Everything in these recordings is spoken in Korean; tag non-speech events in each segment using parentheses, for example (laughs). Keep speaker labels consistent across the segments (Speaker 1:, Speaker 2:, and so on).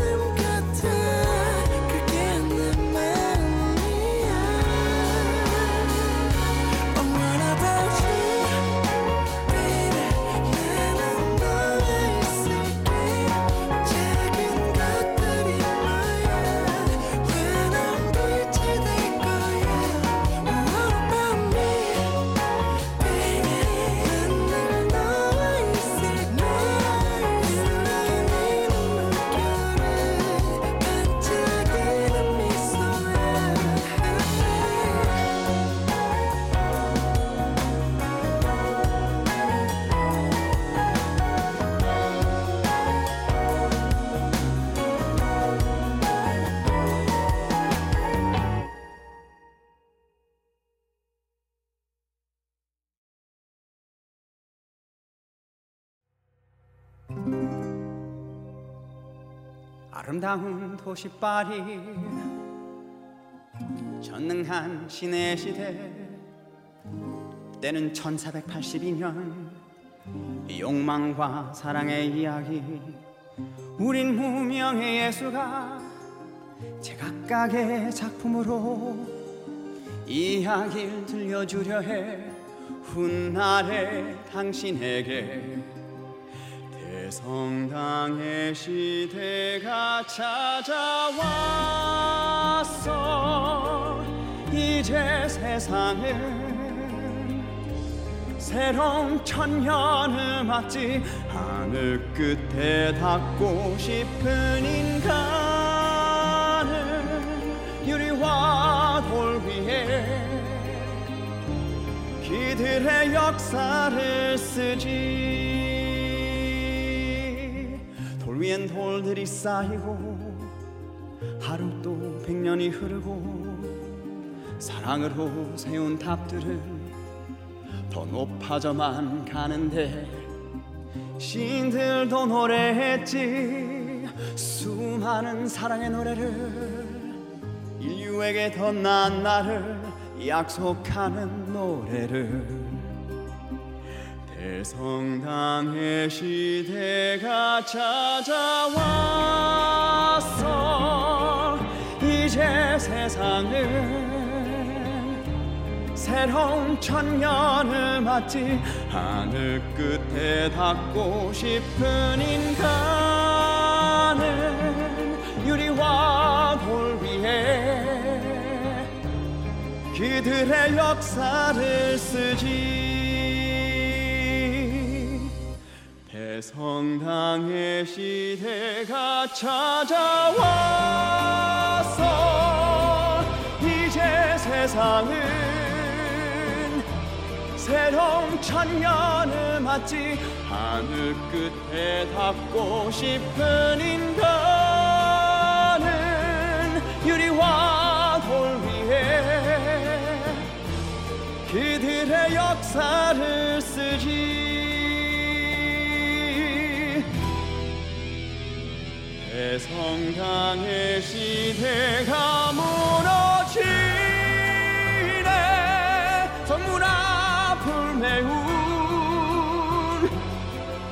Speaker 1: Oh,
Speaker 2: 아름다운 도시 파리 전능한 시내 시대 때는 1482년 욕망과 사랑의 이야기 우린 무명의 예수가 제각각의 작품으로 이야기를 들려주려 해 훗날에 당신에게 대성당의 시대가 찾아왔어 이제 세상은 새로운 천년을 맞지 하늘 끝에 닿고 싶은 인간은 유리와 돌 위에 그들의 역사를 쓰지 돌 위엔 돌들이 쌓이고 하루 또 백년이 흐르고 사랑으로 세운 탑들은 더 높아져만 가는데 시인들도 노래했지 수많은 사랑의 노래를 인류에게 더 나은 나를 약속하는 노래를 대성당의 시대가 찾아왔어 이제 세상은 새로운 천년을 맞지 하늘 끝에 닿고 싶은 인간은 유리와 돌 위에 그들의 역사를 쓰지 대성당의 시대가 찾아왔어 이제 세상은 새로운 천년을 맞지 하늘 끝에 닿고 싶은 인간은 유리와 돌 위에 그들의 역사를 쓰지 대성당의 시대가 무너지네 성문 앞을 메운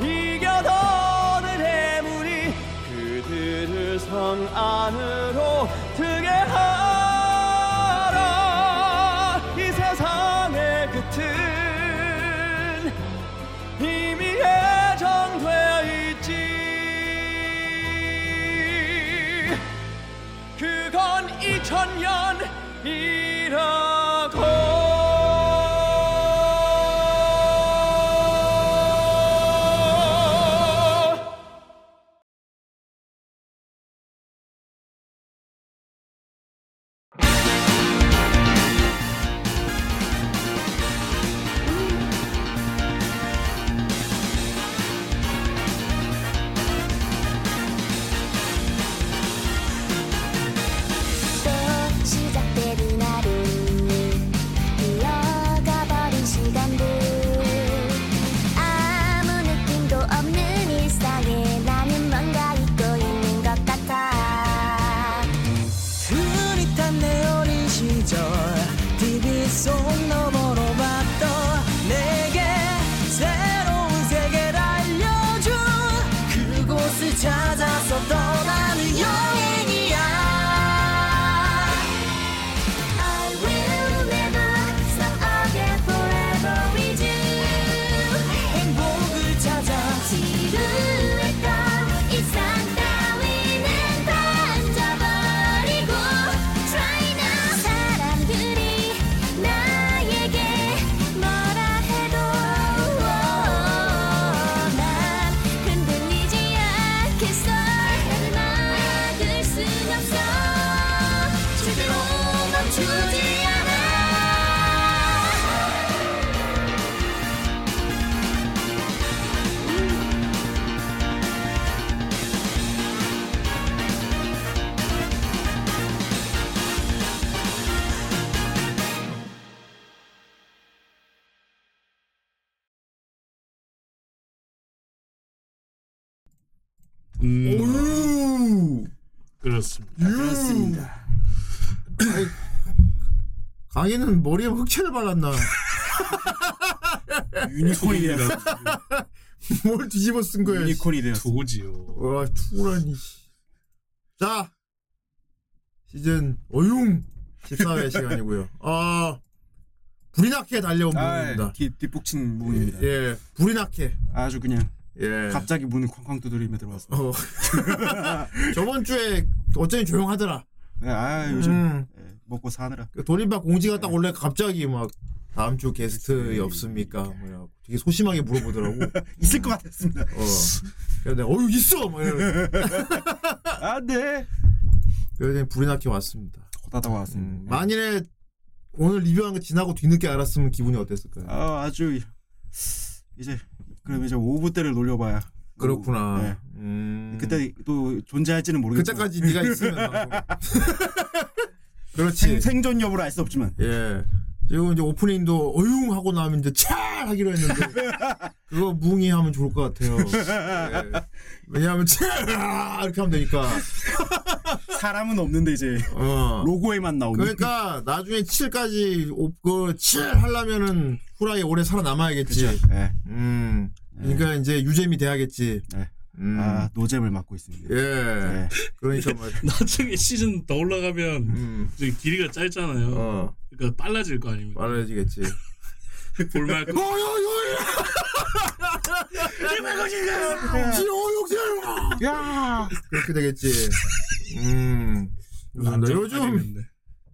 Speaker 2: 이겨도늘의 문이 그들을 성 안으로 들게 하라 이 세상의 끝은 이미 예정되어 있지 그건 2000년이라고
Speaker 3: 또 시작되는 하루 흘러가버린 시간들 아무 느낌도 없는 일상에 나는 뭔가 잊고 있는 것 같아
Speaker 1: 흐릿한 내 어린 시절 TV 속 너머로 봤던 내게 새로운 세계를 알려준 그곳을 찾아서 떠나는 여행이야
Speaker 3: I will never stop again forever with you
Speaker 1: 행복을 찾아
Speaker 3: 지루했던 일상 따위는 던져버리고 Try now 사람들이 나에게 뭐라 해도 난 흔들리지 않겠어 나를 막을 순 없어 절대로 멈추지 않아
Speaker 4: 음. 그렇습니다.
Speaker 5: 그렇습니다.
Speaker 6: 강희는 머리에 흑채를 발랐나?
Speaker 5: 유니콘이 되었어.
Speaker 6: 뭘 뒤집어 쓴 거야?
Speaker 5: 유니콘이 되었어.
Speaker 4: 두고지요.
Speaker 6: 와 투구라니. 자 시즌 어융 14회 시간이고요. 아 불이 나게 달려온
Speaker 5: 아,
Speaker 6: 부분입니다.
Speaker 5: 뒤- 뒷북친 문입니다.
Speaker 6: 네. 예, 불이 나게.
Speaker 5: 아주 그냥
Speaker 6: 예.
Speaker 5: 갑자기 문을 쾅쾅 두드리며 들어와서.
Speaker 6: 어. (laughs) 저번 주에 어쩐지 조용하더라.
Speaker 5: 네, 아 요즘
Speaker 6: 음.
Speaker 5: 예, 먹고 사느라.
Speaker 6: 그 돌림박 공지가
Speaker 5: 네.
Speaker 6: 딱 올래 갑자기 막 다음 주 게스트 없습니까? 뭐라고 되게 소심하게 물어보더라고.
Speaker 5: (laughs) 있을 것 같았습니다.
Speaker 6: 어. 그래서 내가 어유 있어. 뭐 이러면서
Speaker 5: 아 네.
Speaker 6: 그래서 그냥 불이 나게 왔습니다.
Speaker 5: 고다다
Speaker 6: 음,
Speaker 5: 왔습니다.
Speaker 6: 만일에 오늘 리뷰한 거 지나고 뒤늦게 알았으면 기분이 어땠을까요?
Speaker 5: 아 아주 이제 그럼 이제 오브 때를 놀려봐야.
Speaker 6: 그렇구나.
Speaker 5: 네.
Speaker 6: 음.
Speaker 5: 그때 또 존재할지는 모르겠지만
Speaker 6: 그때까지 네가
Speaker 5: (laughs)
Speaker 6: 있으면 방송. 그렇지.
Speaker 5: 생, 생존 여부를 알 수 없지만
Speaker 6: 예. 지금 이제 오프닝도 어융 하고 나면 이제 차 하기로
Speaker 5: (laughs)
Speaker 6: 했는데 그거 뭉이 하면 좋을 것 같아요. 예. 왜냐하면 차 이렇게 하면 되니까.
Speaker 5: 사람은 없는데 이제
Speaker 6: 어.
Speaker 5: 로고에만 나오는
Speaker 6: 그러니까 나중에 7까지 그7 하려면은 후라이 오래 살아남아야겠지.
Speaker 5: 그죠? 예.
Speaker 6: 음. 그러니까 이제 유잼이 돼야겠지.
Speaker 5: 네.
Speaker 6: 음.
Speaker 5: 아 노잼을 맡고 있습니다.
Speaker 6: 예.
Speaker 5: 예.
Speaker 6: 그러니까 뭐
Speaker 4: 나중에 시즌 더 올라가면
Speaker 6: 음.
Speaker 4: 이제 길이가 짧잖아요.
Speaker 6: 어.
Speaker 4: 그러니까 빨라질 거
Speaker 5: (laughs)
Speaker 4: 아닙니까?
Speaker 6: 말해지겠지.
Speaker 5: 그
Speaker 4: 볼말 거.
Speaker 6: 어여여여. 아, 지어욕
Speaker 5: 야
Speaker 6: 그렇게 되겠지. 음.
Speaker 4: 남자
Speaker 6: 요즘
Speaker 4: 아니겠네.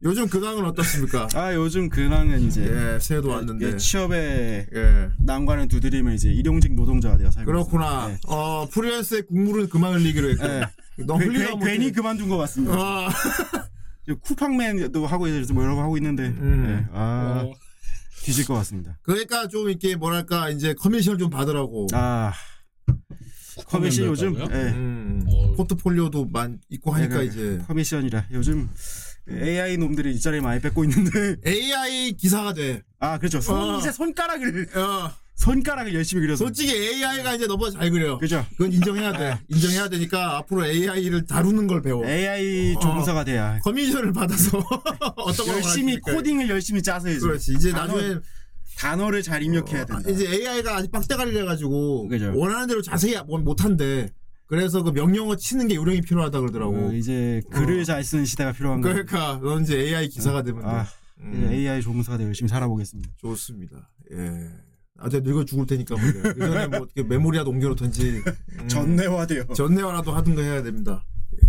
Speaker 6: 요즘 근황은
Speaker 5: (laughs)
Speaker 6: 어떻습니까?
Speaker 5: 아 요즘 근황은 이제
Speaker 6: 예, 새해도
Speaker 5: 예,
Speaker 6: 왔는데.
Speaker 5: 취업에
Speaker 6: 예.
Speaker 5: 난관을 두드리면 이제 일용직 노동자가 되어 살고
Speaker 6: 그렇구나.
Speaker 5: 있습니다.
Speaker 6: 어, 프리랜서의 국물은 그만 흘리기로 했고.
Speaker 5: 예.
Speaker 6: (laughs) 너무
Speaker 5: 괜-
Speaker 6: 흘리다
Speaker 5: 괜- 괜히 그만둔 것 같습니다.
Speaker 6: 아, (laughs)
Speaker 5: 지금 쿠팡맨도 하고 이제 뭐 여러 거 하고 있는데
Speaker 6: 음.
Speaker 5: 예, 아
Speaker 4: 어,
Speaker 5: 뒤질 것 같습니다.
Speaker 6: 그러니까 좀 이렇게 뭐랄까 이제 커미션을 좀 받으라고.
Speaker 5: 아 커미션 요즘
Speaker 4: 된다고요?
Speaker 5: 예.
Speaker 6: 음.
Speaker 4: 어.
Speaker 6: 포트폴리오도 만 있고 하니까
Speaker 5: 예,
Speaker 6: 이제
Speaker 5: 커미션이라 요즘 AI 놈들이 일자리 많이 뺏고 있는데 (laughs)
Speaker 6: AI 기사가 돼.
Speaker 5: 아 그렇죠 손,
Speaker 6: 어.
Speaker 5: 이제 손가락을
Speaker 6: 어,
Speaker 5: 손가락을 열심히 그려서
Speaker 6: 솔직히 AI가 이제 너보다 잘 그려.
Speaker 5: 그죠
Speaker 6: 그건 인정해야 돼. 인정해야 되니까 앞으로 AI를 다루는 걸 배워.
Speaker 5: AI
Speaker 6: 어.
Speaker 5: 조종사가 돼야
Speaker 6: 커미션을 받아서 (laughs) 어떤 걸
Speaker 5: 열심히
Speaker 6: 원하니까.
Speaker 5: 코딩을 열심히 짜서 해야지
Speaker 6: 그렇지. 이제
Speaker 5: 단어-
Speaker 6: 나중에
Speaker 5: 단어를 잘 입력해야 된다
Speaker 6: 이제 AI가 아직 빡대가리래 가지고
Speaker 5: 그죠.
Speaker 6: 원하는 대로 자세히 뭐 못 한대. 그래서 그 명령어 치는 게 요령이 필요하다 그러더라고.
Speaker 5: 어, 이제 글을 잘 쓰는 시대가 필요한 거예요
Speaker 6: 그러니까 넌 이제 AI 기사가 되면 돼.
Speaker 5: 아,
Speaker 6: 음,
Speaker 5: 이제 AI 조종사가 돼 열심히 살아보겠습니다
Speaker 6: 좋습니다. 예. 아주 늙어 죽을 테니까 말이야. 예전에 뭐 어떻게 메모리라도 옮겨놓던지 음.
Speaker 5: 전내화돼요
Speaker 6: 전내화라도 하든가 해야 됩니다. 예.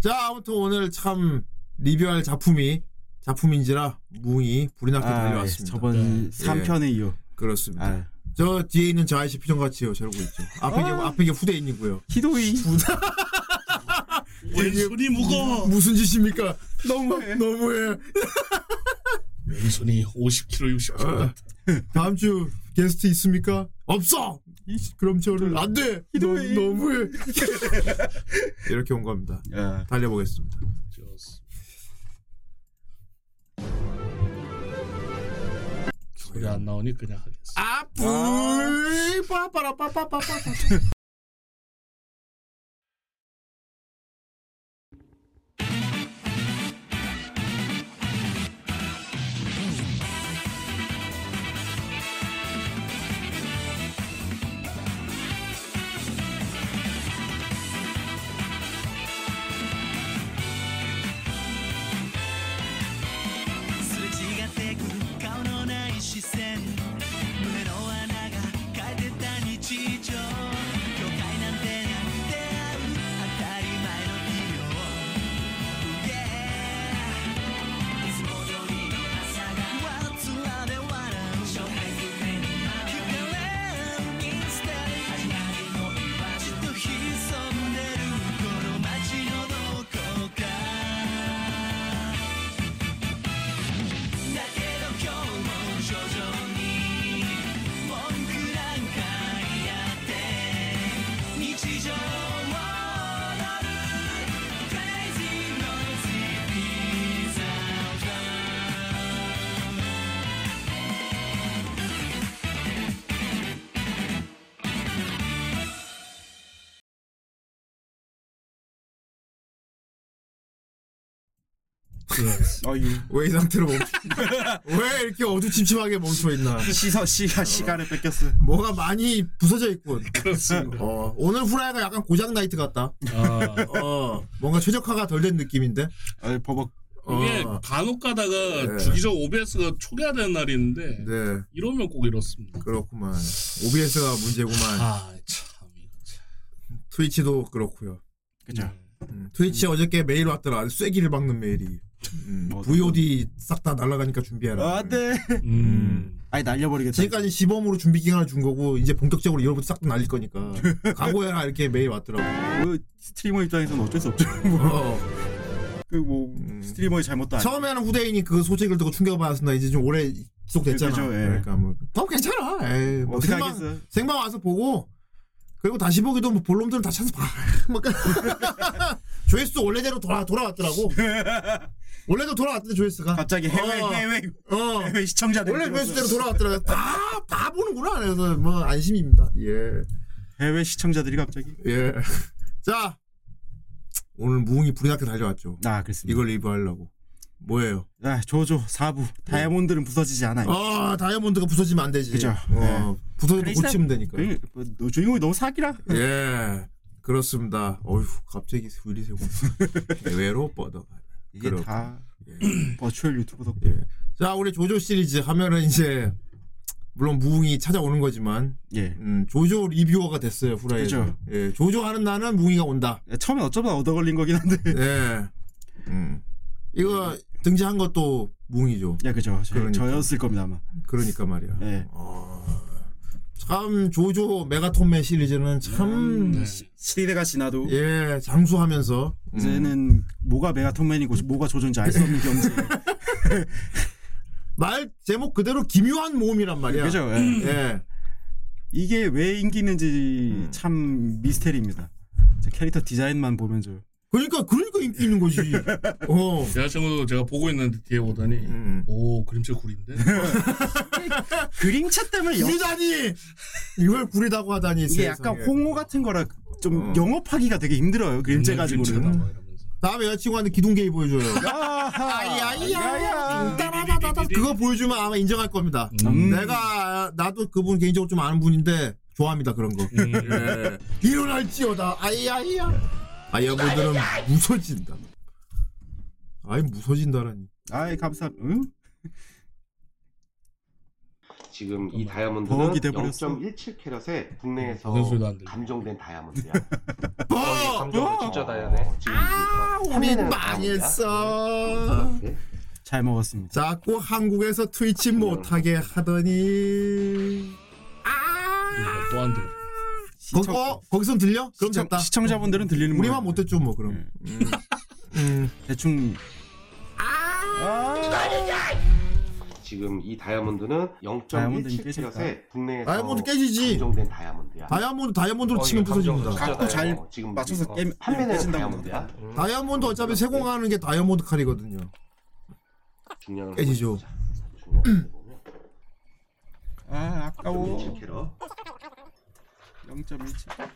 Speaker 6: 자, 아무튼 오늘 참 리뷰할 작품이 작품인지라 무이 불이 나게
Speaker 5: 아, 예.
Speaker 6: 달려왔습니다. 네.
Speaker 5: 저번
Speaker 6: 예.
Speaker 5: 3편에 이어
Speaker 6: 그렇습니다.
Speaker 5: 아, 어?
Speaker 6: 저 뒤에 있는 저 아이씨 표정 같이요. 저러고 있죠. 앞에 게 앞에 게 후대인이고요.
Speaker 5: 히도이
Speaker 4: 왼손이 무거워.
Speaker 6: 무슨 짓입니까? 네. 어,
Speaker 5: 너무해
Speaker 6: 너무해.
Speaker 4: 왼손이 50kg, 60kg 같아.
Speaker 6: 다음 주 게스트 있습니까? 없어. 그럼 저를 안 돼. 너,
Speaker 5: 히도이.
Speaker 6: (laughs) 너무해. 이렇게 온 겁니다.
Speaker 5: 야.
Speaker 6: 달려보겠습니다.
Speaker 4: 소리 안 나오니 그냥 하겠어.
Speaker 6: 아, 불 빠빠라 빠빠빠빠.
Speaker 7: 「
Speaker 5: 아유
Speaker 6: 왜 이 상태로 멈춰? (laughs) 왜 이렇게 어두침침하게 멈춰 있나?
Speaker 5: 시서 시가 시간을 뺏겼어.
Speaker 6: 뭐가 많이 부서져 있군.
Speaker 4: 그렇습니다.
Speaker 6: 어, 오늘 후라이가 약간 고장 나이트 같다.
Speaker 4: 아,
Speaker 6: 어, 뭔가 최적화가 덜 된 느낌인데.
Speaker 5: 아 버벅
Speaker 6: 어,
Speaker 4: 이게 간혹 가다가
Speaker 6: 네.
Speaker 4: 주기적 OBS가 초기화되는 날이 있는데
Speaker 6: 네,
Speaker 4: 이러면 꼭 이렇습니다.
Speaker 6: 그렇구만. OBS가 문제구만.
Speaker 4: 아, 참 이거 참.
Speaker 6: 트위치도 그렇고요.
Speaker 5: 그죠.
Speaker 4: 네.
Speaker 6: 음, 트위치 어저께 메일 왔더라. 쐐기를 박는 메일이. 음,
Speaker 5: 어,
Speaker 6: VOD 싹 다 날아가니까 준비해라.
Speaker 5: 안돼.
Speaker 4: 음.
Speaker 5: 네. 아니 날려버리겠다.
Speaker 6: 지금까지 시범으로 준비 기간을 준 거고 이제 본격적으로 여러분 싹 다
Speaker 5: (laughs)
Speaker 6: 날릴 거니까 각오해라 이렇게 메일 왔더라고.
Speaker 5: 그 스트리머 입장에서는 어쩔 수 없죠.
Speaker 6: 어.
Speaker 5: 그뭐
Speaker 6: 음.
Speaker 5: 스트리머의 잘못도 뭐. 아니고.
Speaker 6: 처음에는 후대인이 그 소식을 듣고 충격을 받았으나 이제 좀 오래 지속됐잖아.
Speaker 5: 그죠, 예.
Speaker 6: 그러니까 뭐더 괜찮아. 에이, 뭐
Speaker 5: 어떻게
Speaker 6: 생방
Speaker 5: 하겠어요?
Speaker 6: 생방 와서 보고 그리고 다시 보기도 뭐 볼놈들은 다 찾아서 봐. (laughs) 막
Speaker 5: (laughs)
Speaker 6: 조회수 원래대로 돌아 돌아왔더라고. 원래도 돌아왔던데 조회수가.
Speaker 5: 갑자기 해외
Speaker 6: 어.
Speaker 5: 해외 (laughs)
Speaker 6: 어.
Speaker 5: 해외 시청자들
Speaker 6: 원래
Speaker 5: 늘어서-
Speaker 6: 조회수대로 돌아왔더라고. 다다 보는구나. 그래서 뭐 안심입니다. 예.
Speaker 5: 해외 시청자들이 갑자기
Speaker 6: 예. (laughs) 자 오늘 무웅이 불이 나게 달려왔죠.
Speaker 5: 아 그렇습니다.
Speaker 6: 이걸 리뷰하려고. 뭐예요?
Speaker 5: 아 조조 4부 다이아몬드는 부서지지 않아요.
Speaker 6: 아 다이아몬드가 부서지면 안 되지.
Speaker 5: 그죠.
Speaker 6: 어,
Speaker 5: 네.
Speaker 6: 부서져도
Speaker 5: 그래서-
Speaker 6: 고치면 되니까.
Speaker 5: 그, 뭐, 너 주인공이 너무 사기라.
Speaker 6: 예. 그렇습니다. 어휴 갑자기
Speaker 5: (laughs)
Speaker 6: 울리 세고 외로 뻗어.
Speaker 5: 이게
Speaker 6: 그렇고.
Speaker 5: 다 (clears throat) 버추얼 유튜브 덕분.
Speaker 6: 예. 자 우리 조조 시리즈 하면은 이제 물론 무웅이 찾아오는 거지만
Speaker 5: 예.
Speaker 6: 음, 조조 리뷰어가 됐어요 후라이.
Speaker 5: 그죠.
Speaker 6: 예. 조조 하는 날은 무웅이가 온다.
Speaker 5: 처음에 어쩌다 얻어 걸린 거긴 한데. (laughs)
Speaker 6: 예. 음. 이거 등재한 것도 무웅이죠.
Speaker 5: 예, 그죠. 저,
Speaker 6: 그러니까.
Speaker 5: 저였을 겁니다 아마.
Speaker 6: 그러니까 말이야. 아,
Speaker 5: 예.
Speaker 6: 참 조조 메가톤맨 시리즈는
Speaker 5: 음,
Speaker 6: 참
Speaker 5: 네. 시대가 지나도
Speaker 6: 예, 장수하면서 음.
Speaker 5: 이제는 뭐가 메가톤맨이고 뭐가 조조인지 알 수 없는
Speaker 6: (laughs)
Speaker 5: 경제.
Speaker 6: 말 제목 그대로 기묘한 모험이란 말이야.
Speaker 5: 그죠. 예.
Speaker 6: 예.
Speaker 5: 이게 왜 인기 있는지
Speaker 6: 음.
Speaker 5: 참 미스테리입니다. 저 캐릭터 디자인만 보면 저
Speaker 6: 그러니까 그러니까 인기 있는
Speaker 5: (laughs)
Speaker 6: 거지. 어.
Speaker 4: 여자친구도 제가 보고 있는데 뒤에 보더니
Speaker 6: 음.
Speaker 4: 오 그림체 구린데
Speaker 5: 그림체 때문에 영-
Speaker 6: 구리다니 이걸 구리다고 하다니.
Speaker 5: 이게 약간
Speaker 6: 세상에.
Speaker 5: 홍어 같은 거라 좀
Speaker 6: 어.
Speaker 5: 영업하기가 되게 힘들어요. 그림체
Speaker 4: 음, 그림체다
Speaker 5: 가지고는.
Speaker 4: 막 이러면서.
Speaker 6: 다음에 여자친구한테 기동게이 보여줘요.
Speaker 5: 아야야야.
Speaker 4: 음.
Speaker 6: 따라다다다. 그거 보여주면 아마 인정할 겁니다.
Speaker 5: 음.
Speaker 6: 내가 나도 그분 개인적으로 좀 아는 분인데 좋아합니다 그런 거.
Speaker 4: 음.
Speaker 5: 네.
Speaker 6: 예. 일어날지어다. 아이야이야. 아이야분들은 무서진다. 아이 무서진다라니.
Speaker 5: 아이 감사합니다. 응?
Speaker 7: 지금
Speaker 4: 잠깐만.
Speaker 7: 이 다이아몬드는
Speaker 5: 버럭이 돼버렸어.
Speaker 7: 0.17캐럿의 국내에서
Speaker 4: 무슨 소리도 안 들려.
Speaker 7: 감정된 다이아몬드야.
Speaker 6: 어!
Speaker 7: 감정을 진짜 다이아네. 지금
Speaker 6: 아, 우리 망했어.
Speaker 5: 잘 먹었습니다.
Speaker 6: 자꾸 한국에서 트위치 못하게 하더니. 아,
Speaker 4: 또안 들어
Speaker 6: 거, 어, 거기선 들려? 그럼
Speaker 5: 시청,
Speaker 6: 됐다.
Speaker 5: 시청자분들은 들리는
Speaker 6: 우리만
Speaker 5: 모양이에요.
Speaker 6: 못했죠, 뭐 그럼. 음. 음.
Speaker 5: 대충
Speaker 7: 지금 이 다이아몬드는
Speaker 5: 다이아몬드는 깨질까?
Speaker 7: 0.17캐럿의 국내에서
Speaker 6: 다이아몬드 깨지지.
Speaker 7: 감정된 다이아몬드야.
Speaker 6: 다이아몬드 다이아몬드로
Speaker 5: 어,
Speaker 6: 치면 부서집니다.
Speaker 5: 각도 잘
Speaker 7: 지금
Speaker 5: 맞춰서
Speaker 7: 어,
Speaker 5: 깨-
Speaker 7: 판매되는
Speaker 5: 깨진다고
Speaker 7: 다이아몬드야.
Speaker 6: 다이아몬드 어차피 세공하는 게 다이아몬드 칼이거든요.
Speaker 7: 중량을
Speaker 6: 깨지죠.
Speaker 7: 중량을
Speaker 5: 아 아까워
Speaker 7: 17캐럿.
Speaker 8: 어,
Speaker 5: 0.17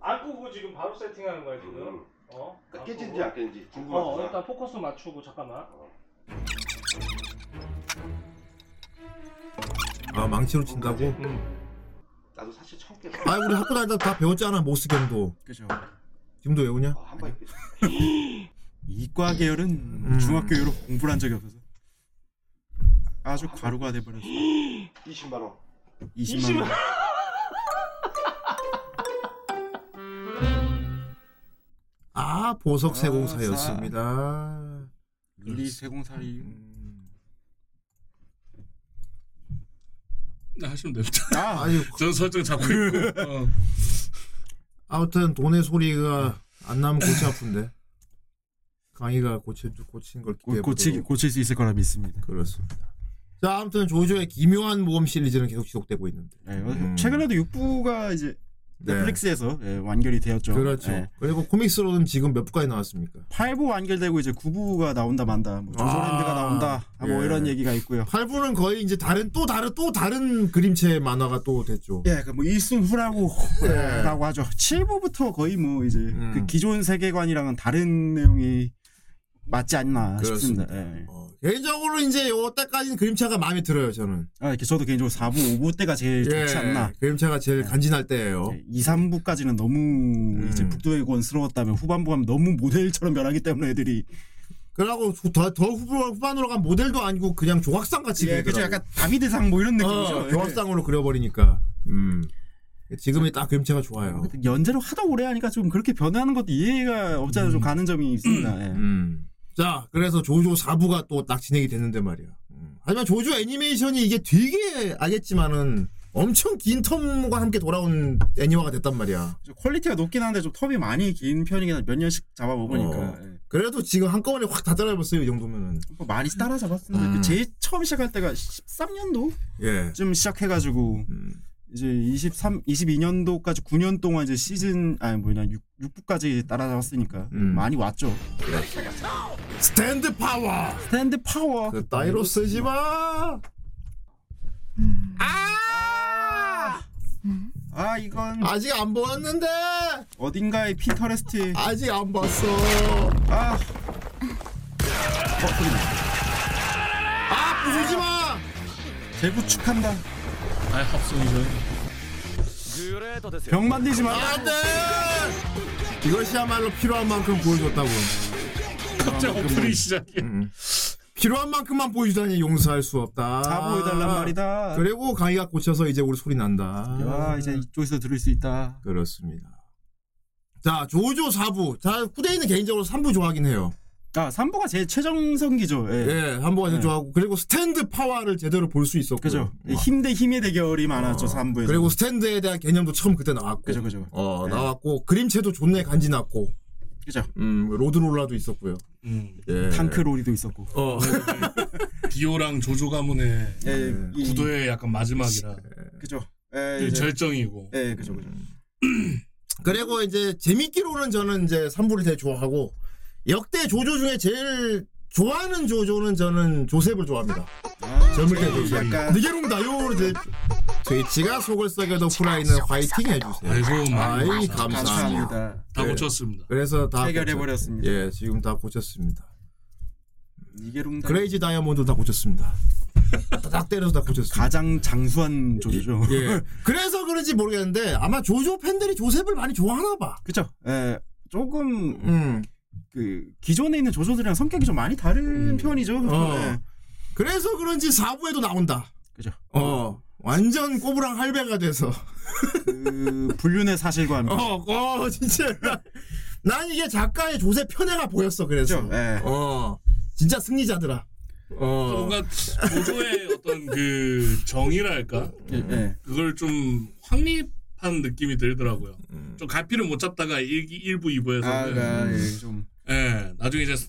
Speaker 8: 안 끄고 지금 바로 세팅하는 거야 지금?
Speaker 7: 음.
Speaker 8: 어? 안
Speaker 7: 깨진지
Speaker 8: 끄고?
Speaker 7: 안 깨진지
Speaker 8: 어
Speaker 7: 궁금하구나.
Speaker 8: 일단 포커스 맞추고 잠깐만
Speaker 6: 아, 망치로 친다고?
Speaker 5: 음.
Speaker 7: 나도 사실 처음 깨.
Speaker 6: 아, 우리 학교 다니다 다 배웠잖아, 모스경도.
Speaker 5: 그죠
Speaker 6: 지금도 외우냐?
Speaker 7: 어, 한번 깨.
Speaker 6: 음.
Speaker 5: 이과 계열은 중학교 이후로 공부를 한 적이 없어서 아주 과루가 돼버렸어
Speaker 7: 20만 원.
Speaker 5: 20만 원
Speaker 6: 아, 보석 세공사였습니다. (laughs)
Speaker 5: 우리 세공사리
Speaker 6: 음.
Speaker 4: 나 하시면 (laughs) 됩니다
Speaker 5: 아
Speaker 6: 아유,
Speaker 4: 저 설정 잡고 있고 어.
Speaker 6: 아무튼 돈의 소리가 안 나면 골치 아픈데 강의가 고치 고치는 걸 기대해
Speaker 5: 고, 고치,
Speaker 6: 보도록.
Speaker 5: 고칠 수 있을 거라 믿습니다
Speaker 6: 그렇습니다.
Speaker 5: 예,
Speaker 6: 자 아무튼 조조의 기묘한 모험 시리즈는 계속 지속되고 있는데
Speaker 5: 네, 최근에도 육부가 뭐 이제 넷플릭스에서 예, 완결이 되었죠.
Speaker 6: 그렇죠.
Speaker 5: 예.
Speaker 6: 그리고 코믹스로는 지금 몇 부까지 나왔습니까?
Speaker 5: 8부 완결되고 이제 9부가 나온다 만다. 뭐 조조랜드가
Speaker 6: 아,
Speaker 5: 나온다. 아, 뭐
Speaker 6: 예.
Speaker 5: 이런 얘기가 있고요.
Speaker 6: 8부는 거의 이제 다른 또 다른 또 다른 그림체 만화가 또 됐죠.
Speaker 5: 예, 그뭐 일승후라고 예, 라고 하죠. 7부부터 거의 뭐 이제 그 기존 세계관이랑은 다른 내용이 맞지 않나 싶습니다. 예.
Speaker 6: 어, 개인적으로 이제 요때까지는 그림체가 마음에 들어요, 저는.
Speaker 5: 아, 이렇게 저도 개인적으로 4부, 5부 때가 제일 좋지 않나. 네.
Speaker 6: 그림체가 예, 제일 간지날 때예요.
Speaker 5: 2, 3부까지는 너무 이제 북두의권스러웠다면 후반부 가면 너무 모델처럼 변하기 때문에 애들이
Speaker 6: 그러고 더, 더 후반, 후반으로 간 모델도 아니고 그냥 조각상 같이
Speaker 5: 예, 그죠.
Speaker 6: 그리더라고요.
Speaker 5: 약간 다비드상 뭐 이런 느낌이죠.
Speaker 6: 어,
Speaker 5: 예.
Speaker 6: 조각상으로 그려버리니까. 음. 지금이 딱 그림체가 좋아요.
Speaker 5: 연재를 하다 오래 하니까 좀 그렇게 변하는 것도 이해가 없잖아요. 좀 가는 점이 (clears throat) 있습니다. 예.
Speaker 6: 음. 자, 그래서 조조 4부가 또 딱 진행이 됐는데 말이야. 음. 하지만 조조 애니메이션이 이게 되게 알겠지만은 엄청 긴 텀과 함께 돌아온 애니화가 됐단 말이야.
Speaker 5: 좀 퀄리티가 높긴 한데 좀 텀이 많이 긴 편이긴 한데 몇 년씩 잡아먹으니까
Speaker 6: 어.
Speaker 5: 예.
Speaker 6: 그래도 지금 한꺼번에 확 다 따라해봤어요, 이 정도면은.
Speaker 5: 뭐 많이 따라잡았습니다.
Speaker 6: 음.
Speaker 5: 그 제일 처음 시작할 때가 13년도쯤
Speaker 6: 예.
Speaker 5: 시작해가지고
Speaker 6: 음.
Speaker 5: 이제 23, 22년도까지 9년 동안 이제 시즌 아니 뭐냐 6, 6부까지 따라잡았으니까
Speaker 6: 음.
Speaker 5: 많이 왔죠.
Speaker 6: 스탠드 파워!
Speaker 5: 스탠드 파워.
Speaker 6: 그 따위로 쓰지 마!
Speaker 5: 아 이건
Speaker 6: 아직 안 보았는데!
Speaker 5: 어딘가의 피터레스트.
Speaker 6: 아직 안 봤어.
Speaker 5: 아
Speaker 6: 아, 부수지 마!
Speaker 5: 재구축한다.
Speaker 4: 아이 합성이죠.
Speaker 2: 그래도 됐어요.
Speaker 5: 병 만들지 마.
Speaker 6: 안 돼! 이것이야말로 필요한 만큼 보여줬다고.
Speaker 4: 갑자기 오프닝 시작이야.
Speaker 6: 필요한 만큼만 보여주다니 용서할 수 없다.
Speaker 5: 다 보여달란 말이다.
Speaker 6: 아. 그리고 강의가 고쳐서 이제 우리 소리 난다.
Speaker 5: 아 이제 이쪽에서 들을 수 있다.
Speaker 6: 그렇습니다. 자, 조조 4부. 자, 후대인은 개인적으로 3부 좋아하긴 해요.
Speaker 5: 아 3부가 제일 최정성기죠. 예.
Speaker 6: 예, 3부가 제일
Speaker 5: 네.
Speaker 6: 좋아하고. 그리고 스탠드 파워를 제대로 볼 수 예. 있었고.
Speaker 5: 그죠. 힘 대 힘의 대결이 많았죠. 3부에서.
Speaker 6: 음. 어. 그리고 스탠드에 대한 개념도 처음 그때 나왔고.
Speaker 5: 그죠 그죠.
Speaker 6: 어,
Speaker 5: 네.
Speaker 6: 나왔고. 그림체도 존내 간지났고.
Speaker 5: 그죠.
Speaker 6: 음, 로드롤라도 있었고요.
Speaker 4: 음.
Speaker 6: 예.
Speaker 5: 네. 탕크롤이도 있었고.
Speaker 6: 어. (laughs)
Speaker 4: 디오랑 조조 가문의
Speaker 5: 예, 이-
Speaker 4: 구도의 약간 마지막이라
Speaker 5: 그죠. 예,
Speaker 4: 그
Speaker 5: 이제-
Speaker 4: 절정이고.
Speaker 5: 예, 그죠, 그죠.
Speaker 6: 그리고 이제 재밌기로는 저는 이제 3부를 되게 좋아하고 역대 조조 중에 제일 좋아하는 조조는 저는 조셉을 좋아합니다. 젊을 때 조셉.
Speaker 5: 네, 약간-
Speaker 6: 니게룽 다요를 제 트위치가 속을 썩여도 후라이는 화이팅 해주세요.
Speaker 4: 아이고 많이
Speaker 6: 네. 아이
Speaker 4: 감사-
Speaker 6: 감사합니다.
Speaker 5: 감사합니다.
Speaker 4: 다 고쳤습니다.
Speaker 6: 그래서 다
Speaker 5: 해결해
Speaker 6: 고쳤-
Speaker 5: 버렸습니다.
Speaker 6: 예, 지금 다 고쳤습니다.
Speaker 5: 이게룽
Speaker 6: 그레이지 다이아몬드 다 고쳤습니다. (laughs) 딱 때려서 다 고쳤습니다.
Speaker 5: 가장 장수한 조조죠.
Speaker 6: 예. (laughs) 그래서 그런지 모르겠는데 아마 조조 팬들이 조셉을 많이 좋아하나 봐.
Speaker 5: (laughs) 그죠. 예. 조금
Speaker 6: 음.
Speaker 5: 그 기존에 있는 조조들이랑 성격이 좀 많이 다른 편이죠.
Speaker 6: 어.
Speaker 5: 예.
Speaker 6: 그래서 그런지 4부에도 나온다.
Speaker 5: 그죠.
Speaker 6: 어 완전 꼬부랑 할배가 돼서 (laughs)
Speaker 5: 그 불륜의 사실과 함께.
Speaker 6: 어, 어 진짜 (laughs) 난 이게 작가의 조세 편애가 보였어 그래서
Speaker 5: 그죠. 예.
Speaker 6: 어 진짜 승리자더라 어
Speaker 4: 뭔가 조조의 어떤 그 정의랄까
Speaker 5: 예, 예.
Speaker 4: 그걸 좀 확립한 느낌이 들더라고요. 좀 갈피를 못 잡다가 1, 부
Speaker 5: 음.
Speaker 4: 2부에서
Speaker 5: 아,
Speaker 4: 는
Speaker 5: 나 예, 좀
Speaker 4: 예, 나중에 이제 스-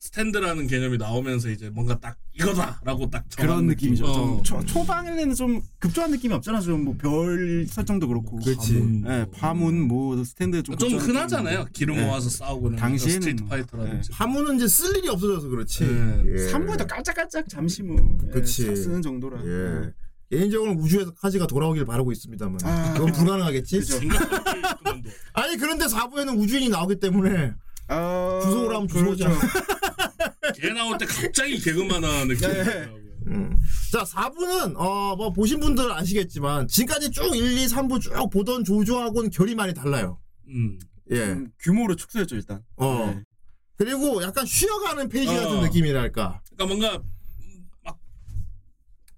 Speaker 4: 스탠드라는 개념이 나오면서 이제 뭔가 딱 이거다라고 딱 정하는
Speaker 5: 그런 느낌이죠.
Speaker 4: 느낌.
Speaker 5: 좀
Speaker 4: 어.
Speaker 5: 초, 초반에는 좀 급조한 느낌이 없잖아. 좀 뭐 별 설정도 그렇고.
Speaker 4: 가문.
Speaker 5: 예, 파문 뭐 스탠드 좀
Speaker 4: 음. 좀
Speaker 5: 급조한
Speaker 4: 흔하잖아요.
Speaker 5: 느낌이.
Speaker 4: 기름
Speaker 5: 예.
Speaker 4: 모아서 싸우고는
Speaker 5: 당시에는
Speaker 4: 스트리트
Speaker 5: 뭐,
Speaker 4: 파이터라든지.
Speaker 6: 파문은 이제 쓸 일이 없어져서 그렇지
Speaker 5: 네.
Speaker 4: 예.
Speaker 6: 예.
Speaker 5: 3부에도 깔짝깔짝 잠시 뭐
Speaker 6: 그치.
Speaker 5: 예, 쓰는 네. 정도라.
Speaker 6: 예 개인적으로 우주에서 카지가 돌아오길 바라고 있습니다만
Speaker 5: 음. 아.
Speaker 6: 그건 불가능하겠지
Speaker 4: (laughs) 생각할 그만둬.
Speaker 6: 아니 그런데 4부에는 우주인이 나오기 때문에
Speaker 5: 어...
Speaker 6: 주소 오라면 주소 오자.
Speaker 4: 걔 나올 때 갑자기 개그만화 느낌이
Speaker 5: 예.
Speaker 4: 들더라고요.
Speaker 6: 음. 자 4부는 어 뭐 보신 분들은 아시겠지만 지금까지 쭉 1, 2, 3부 쭉 보던 조조하고는 결이 많이 달라요
Speaker 4: 음.
Speaker 6: 예
Speaker 5: 음, 규모를 축소했죠 일단.
Speaker 6: 어.
Speaker 5: 네.
Speaker 6: 그리고 약간 쉬어가는 페이지 같은
Speaker 4: 어.
Speaker 6: 느낌이랄까.
Speaker 4: 그러니까 뭔가 막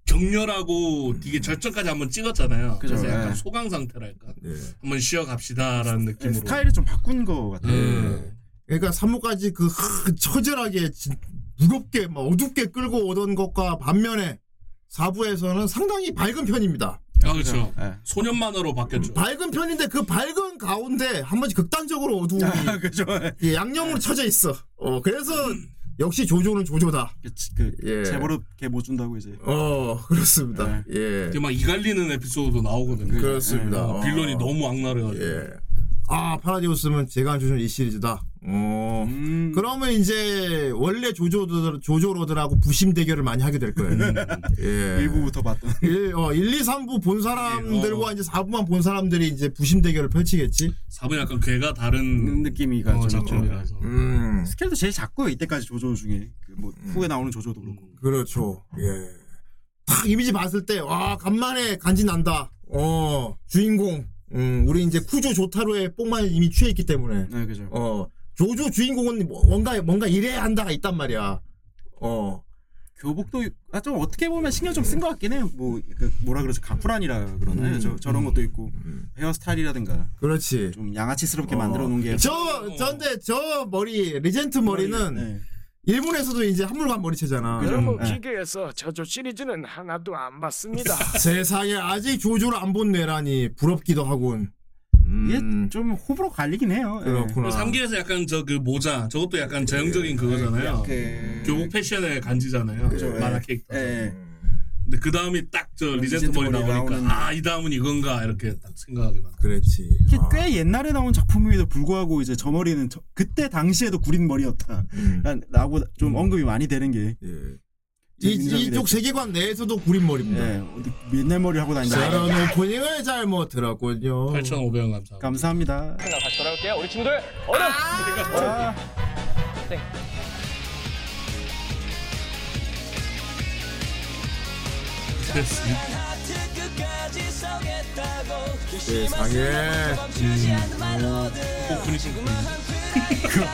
Speaker 4: 격렬하고 되게 절정까지 한번 찍었잖아요.
Speaker 5: 음. 그죠,
Speaker 4: 그래서 약간
Speaker 5: 예.
Speaker 4: 소강 상태랄까.
Speaker 5: 네.
Speaker 4: 한번 쉬어갑시다라는 느낌으로.
Speaker 5: 스타일을 네. 좀 바꾼 것 같아요.
Speaker 4: 예.
Speaker 6: 그러니까 3호까지 그 하, 처절하게 진- 무겁게 막 어둡게 끌고 오던 것과 반면에 4부에서는 상당히 밝은 편입니다.
Speaker 4: 아 그렇죠.
Speaker 5: 예.
Speaker 4: 소년 만화로
Speaker 5: 음,
Speaker 4: 바뀌었죠.
Speaker 6: 밝은 편인데 그 밝은 가운데 한 번씩 극단적으로 어두움이
Speaker 5: (laughs) 그죠. 예.
Speaker 6: 예, 양념으로 쳐져 있어. 어, 그래서 역시 조조는 조조다.
Speaker 5: 그, 지- 그
Speaker 6: 예.
Speaker 5: 재벌업 걔못 준다고 이제
Speaker 6: 어
Speaker 5: 네.
Speaker 6: 그렇습니다. 예.
Speaker 4: 이게 막 이갈리는 에피소드도 나오거든요.
Speaker 5: 네.
Speaker 6: 그렇습니다.
Speaker 4: 어, 빌런이 너무 악랄해가지고.
Speaker 6: 예. 아 파라디우스는 제가 안 주신 이 시리즈다. 어.
Speaker 5: 음,
Speaker 6: 그러면 이제 원래 조조들 조조로들하고 부심 대결을 많이 하게 될 거예요. 예.
Speaker 5: 음. 일부부터 예, 어. 봤던 (laughs)
Speaker 6: 1, 어, 1, 2, 3부 본 사람들과 이제 4부만 본 사람들이 이제 부심 대결을 펼치겠지.
Speaker 4: 4분 약간 괴가 다른
Speaker 5: 음, 느낌이가
Speaker 4: 어,
Speaker 5: 좀 있죠.
Speaker 4: 작품이라서.
Speaker 6: 음.
Speaker 5: 스케일도 제일 작고요 이때까지 조조 중에 그 뭐 후에 나오는 조조도 그렇고
Speaker 6: 그렇죠. 예. 딱 이미지 봤을 때, 와, 간만에 간지 난다. 어, 주인공. 음, 우리 이제 쿠조 조타로의 뽕만 이미 취했기 때문에.
Speaker 5: 네 그죠
Speaker 6: 어, 조조 주인공은 뭐- 뭔가, 뭔가 이래야 한다가 있단 말이야. 어,
Speaker 5: 교복도 아, 좀 어떻게 보면 신경 좀 쓴 것 같긴 해요 뭐 그, 뭐라 그러죠 가프란이라
Speaker 6: 음.
Speaker 5: 그러나요 저, 저런 것도 있고 헤어스타일이라든가
Speaker 6: 그렇지.
Speaker 5: 좀 양아치스럽게
Speaker 6: 음. 어.
Speaker 5: 만들어 놓은 게
Speaker 6: 저, 전데 저 머리, 리젠트 머리는
Speaker 5: 네.
Speaker 6: 일본에서도 이제 한물간 머리채잖아.
Speaker 9: 너무
Speaker 5: 예.
Speaker 9: 기괴해서 저조 시리즈는 하나도 안
Speaker 2: (laughs)
Speaker 9: 봤습니다.
Speaker 6: 세상에 아직 조조를 안 본 내라니 부럽기도 하군.
Speaker 5: 이게
Speaker 6: 음,
Speaker 5: 좀 호불호 갈리긴 해요 예.
Speaker 6: 그렇구나.
Speaker 4: 3기에서 약간 저 그 모자 저것도 약간 전형적인 그거잖아요.
Speaker 5: 그-
Speaker 4: 교복 패션의 간지잖아요. 만화 캐릭터.
Speaker 5: 예.
Speaker 4: 근데 그 다음이 딱 저 리젠트
Speaker 5: 리젠트
Speaker 4: 머리
Speaker 5: 머리
Speaker 4: 나오니까
Speaker 5: 나오는-
Speaker 4: 아 이 다음은 이건가 이렇게 딱 생각하게 만든.
Speaker 6: 그랬지.
Speaker 5: 이게
Speaker 6: 아,
Speaker 5: 꽤 옛날에 나온 작품임에도 불구하고 이제 저 머리는 저- 그때 당시에도 구린 머리였다
Speaker 6: 음.
Speaker 5: 라- 라고 좀 언급이 많이 되는 게
Speaker 6: 예.
Speaker 5: 제
Speaker 6: 이,
Speaker 5: 인정이
Speaker 6: 이쪽
Speaker 5: 됐죠.
Speaker 6: 세계관 내에서도 구린 머리입니다.
Speaker 5: 예, 어디 옛날 머리 하고 다닌다
Speaker 6: 저런 오프닝을 잘못 들었군요.
Speaker 5: 그렇죠.
Speaker 4: 8,500원 감사.
Speaker 2: 나
Speaker 5: 감사합니다
Speaker 2: 다시 돌아올게요. 우리 친구들 얼음.
Speaker 5: 아.
Speaker 6: 세상에. 음. 그,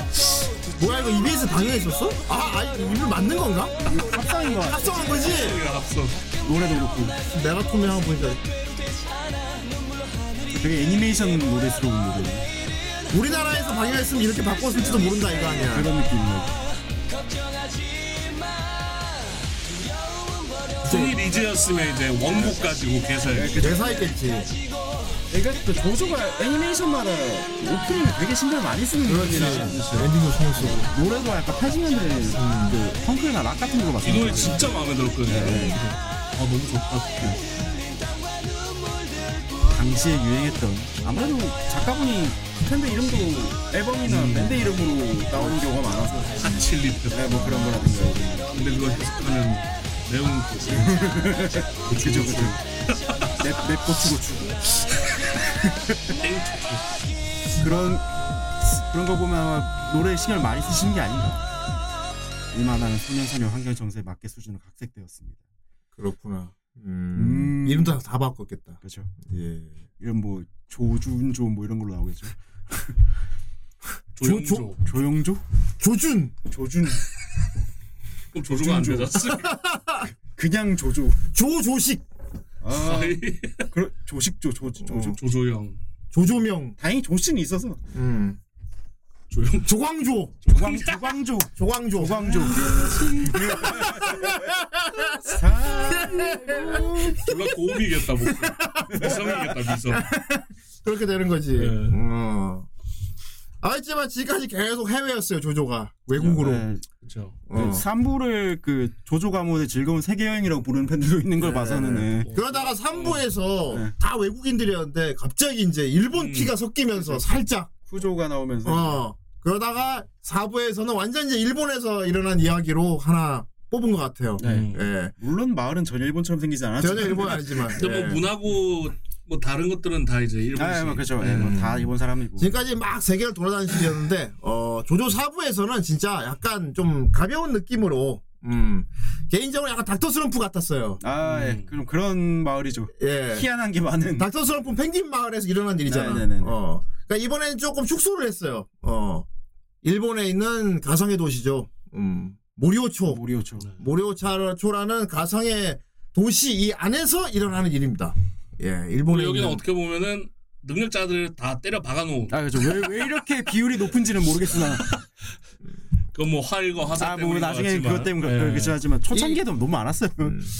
Speaker 6: 뭐야 이거 EBS 방영했었어? 아, 아 이거 맞는 건가?
Speaker 5: 합성인 것 같아
Speaker 6: 합성한 거지?
Speaker 4: 합성.
Speaker 5: 노래도 그렇고
Speaker 6: 내가 투명한 보니까
Speaker 5: 되게 애니메이션 노래스러운 노래
Speaker 6: 우리나라에서 방영했으면 이렇게 바꿨을지도 모른다 이거 아니야.
Speaker 5: 그런 느낌이에요
Speaker 4: 손이 리즈였으면 이제 원곡 가지고 개사해.
Speaker 6: 대사 있겠지.
Speaker 5: 그러니까 그 조조가 애니메이션마다 오프닝을 되게 신경 많이 쓰는 분이라
Speaker 6: 엔딩도 신경 쓰고. 음.
Speaker 5: 노래도 약간 80년대 그 펑크나 락 같은 걸로
Speaker 4: 이
Speaker 5: 봤어요.
Speaker 4: 노래 진짜 마음에 들었거든요.
Speaker 5: 예.
Speaker 4: 아 너무 좋다.
Speaker 5: 당시에 유행했던 아무래도 작가분이 밴드 이름도 앨범이나 밴드 이름으로 나오는 경우가 많아서
Speaker 4: 한칠리 때.
Speaker 5: 네, 뭐 그런 거라든가
Speaker 4: 근데 그걸 해석하는 내용.
Speaker 5: 그죠 그죠 내, 내 고추 고추 그런 그런 거 보면 아마 노래에 신경을 많이 쓰시는 게 아닌가 이만한 소년소녀 환경 정세에 맞게 수준으로 각색되었습니다
Speaker 6: 그렇구나.
Speaker 5: 음.
Speaker 6: 이름도 다 바꿨겠다.
Speaker 5: 그렇죠
Speaker 6: 예.
Speaker 5: 이런 뭐 조준조 뭐 이런 걸로 나오겠죠.
Speaker 4: 조조.
Speaker 6: 조-
Speaker 4: 조
Speaker 5: 조영조?
Speaker 6: 조준,
Speaker 5: 조준
Speaker 4: 그럼 조조가 안 되졌어.
Speaker 5: 그냥 조조.
Speaker 6: 조조식,
Speaker 5: 아, 그러, 조식조 조 조조.
Speaker 4: 조조영.
Speaker 6: 조조명,
Speaker 5: 다행히 조씨는 있어서
Speaker 6: 음.
Speaker 4: 조영.
Speaker 6: 조광조,
Speaker 5: 조광 조광조
Speaker 6: 조광조,
Speaker 5: 조광조.
Speaker 4: 졸라 고음이겠다 목소리. 미성이겠다 미성.
Speaker 6: 그렇게 되는 거지.
Speaker 4: 예.
Speaker 6: 어. 알지만 지금까지 계속 해외였어요 조조가 외국으로.
Speaker 5: 네,
Speaker 4: 그렇죠.
Speaker 6: 어.
Speaker 5: 3부를 그 조조 가문의 즐거운 세계 여행이라고 부르는 팬들도 있는 걸 봐서는 네.
Speaker 6: 그러다가 3부에서
Speaker 5: 네. 음.
Speaker 6: 다 외국인들이었는데 갑자기 이제 일본 티가 섞이면서
Speaker 5: 그렇죠.
Speaker 6: 살짝.
Speaker 5: 쿠조가 나오면서
Speaker 6: 어. 그러다가 4부에서는 완전 이제 일본에서 일어난 이야기로 하나 뽑은 것 같아요.
Speaker 5: 네.
Speaker 6: 예.
Speaker 5: 물론 마을은 전혀 일본처럼 생기지 않았죠.
Speaker 6: 전혀 일본 아니지만.
Speaker 4: 근데
Speaker 6: 예.
Speaker 4: 뭐 문화고 뭐 다른 것들은 다 이제
Speaker 5: 네. 아, 예,
Speaker 4: 일본식. 네.
Speaker 5: 뭐 그렇죠.
Speaker 6: 음.
Speaker 5: 예, 뭐다 일본 사람이고.
Speaker 6: 지금까지 막 세계를 돌아다닌 시기였는데 어, 조조 사부에서는 진짜 약간 좀 가벼운 느낌으로 음, 개인적으로 약간 닥터 스럼프 같았어요.
Speaker 5: 아, 예. 그럼 그런 마을이죠.
Speaker 6: 음. 예.
Speaker 5: 희한한 게 많은.
Speaker 6: 닥터 스럼프 펭귄 마을에서 일어난 일이잖아.
Speaker 5: 네네네.
Speaker 6: 어. 그러니까 이번에는 조금 축소를 했어요. 어. 일본에 있는 가상의 도시죠. 음. 모리오초.
Speaker 5: 모리오초.
Speaker 6: 모리오초라는 가상의 도시 이 안에서 일어나는 일입니다. 예,
Speaker 4: 근데
Speaker 6: 일본에
Speaker 4: 여기는
Speaker 6: 있는
Speaker 4: 어떻게 보면은 능력자들을 다 때려 박아놓은.
Speaker 5: 아, 그렇죠. 왜, 왜 이렇게 비율이 높은지는
Speaker 6: (laughs)
Speaker 5: 모르겠으나.
Speaker 4: 그건 뭐 활과 화살
Speaker 5: 아,
Speaker 4: 때문에.
Speaker 5: 뭐 나중에 그것 때문에
Speaker 6: 예.
Speaker 5: 그-
Speaker 4: 네.
Speaker 5: 그렇죠 하지만 초창기에도 너무 많았어요.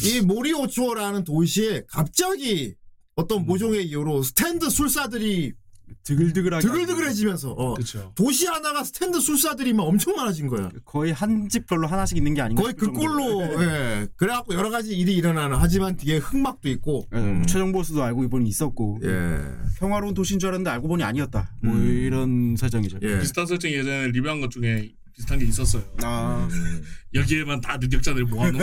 Speaker 6: 이
Speaker 4: 음.
Speaker 6: 모리오초라는 도시에 갑자기 어떤 모종의 이유로 스탠드 술사들이
Speaker 5: 드글드글하게
Speaker 6: 드글드글해지면서 어.
Speaker 4: 그렇죠.
Speaker 6: 도시 하나가 스탠드 술사들이 막 엄청 많아진 거야.
Speaker 5: 거의 한 집별로 하나씩 있는 게 아닌가
Speaker 6: 거의
Speaker 5: 싶을
Speaker 6: 그 꼴로
Speaker 5: 정도로.
Speaker 6: 예. 그래갖고 여러 가지 일이 일어나는 하지만 뒤에 흑막도 있고
Speaker 5: 예, 최종 보스도 알고 보니 있었고
Speaker 6: 예.
Speaker 5: 평화로운 도시인 줄 알았는데 알고 보니 아니었다 뭐
Speaker 6: 음.
Speaker 5: 이런 설정이죠
Speaker 6: 예.
Speaker 4: 비슷한 설정이 예전에 리뷰한 것 중에 비슷한 게 있었어요.
Speaker 5: 아
Speaker 4: 여기에만 다 능력자들
Speaker 5: (laughs)
Speaker 4: 모아놓은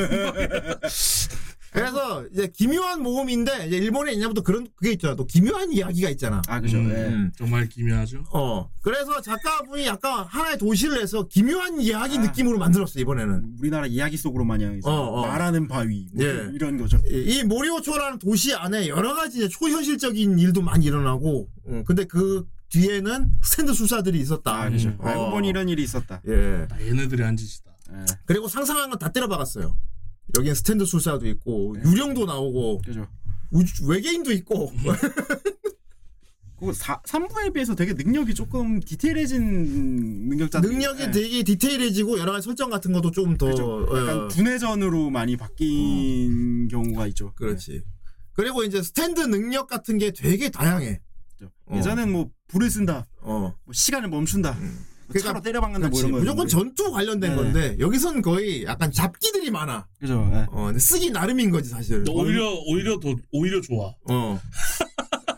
Speaker 6: 그래서 이제 기묘한 모험인데 이제 일본에 있냐부터 그런 그게 있잖아. 또 기묘한 이야기가 있잖아.
Speaker 5: 아 그죠 예.
Speaker 6: 음.
Speaker 4: 정말 기묘하죠.
Speaker 6: 어. 그래서 작가분이 약간 하나의 도시를 해서 기묘한 이야기
Speaker 5: 아.
Speaker 6: 느낌으로 만들었어 이번에는.
Speaker 5: 우리나라 이야기 속으로 마냥 이제
Speaker 6: 어, 어.
Speaker 5: 말하는 바위 뭐
Speaker 6: 예.
Speaker 5: 이런 거죠
Speaker 6: 이 모리오초라는 도시 안에 여러 가지 이제 초현실적인 일도 많이 일어나고, 음, 근데 그 뒤에는 스탠드 술사들이 있었다.
Speaker 5: 아 그죠
Speaker 6: 음.
Speaker 5: 알고
Speaker 6: 어.
Speaker 5: 보니 이런 일이 있었다
Speaker 6: 예.
Speaker 4: 아, 얘네들이 한 짓이다.
Speaker 5: 예.
Speaker 6: 그리고 상상한 건 다 때려박았어요. 여기엔 스탠드 술사도 있고
Speaker 5: 네.
Speaker 6: 유령도 나오고
Speaker 5: 그죠
Speaker 6: 우주- 외계인도
Speaker 5: (laughs)
Speaker 6: 있고
Speaker 5: 그 3부에 비해서 되게 능력이 조금 디테일해진 능력자
Speaker 6: 능력이 되게 디테일해지고 여러 가지 설정 같은 것도 조금 더
Speaker 5: 예. 그죠. 약간
Speaker 6: 예.
Speaker 5: 분해전으로 많이 바뀐 경우가 있죠.
Speaker 6: 어. 그렇지. 그리고 이제 스탠드 능력 같은 게 되게 다양해.
Speaker 5: 네.
Speaker 6: 어.
Speaker 5: 예전엔 뭐 불을 쓴다,
Speaker 6: 어.
Speaker 5: 뭐 시간을 멈춘다, 뭐
Speaker 6: 그러니까
Speaker 5: 차로 때려박는다 뭐
Speaker 6: 그렇지.
Speaker 5: 이런 거.
Speaker 6: 무조건 전투 관련된
Speaker 5: 네.
Speaker 6: 건데 여기선 거의 약간 잡기들이 많아.
Speaker 5: 그죠. 예.
Speaker 6: 어, 근데 쓰기 나름인 거지 사실.
Speaker 4: 근데 오히려 오히려 더 오히려 좋아.
Speaker 6: 어.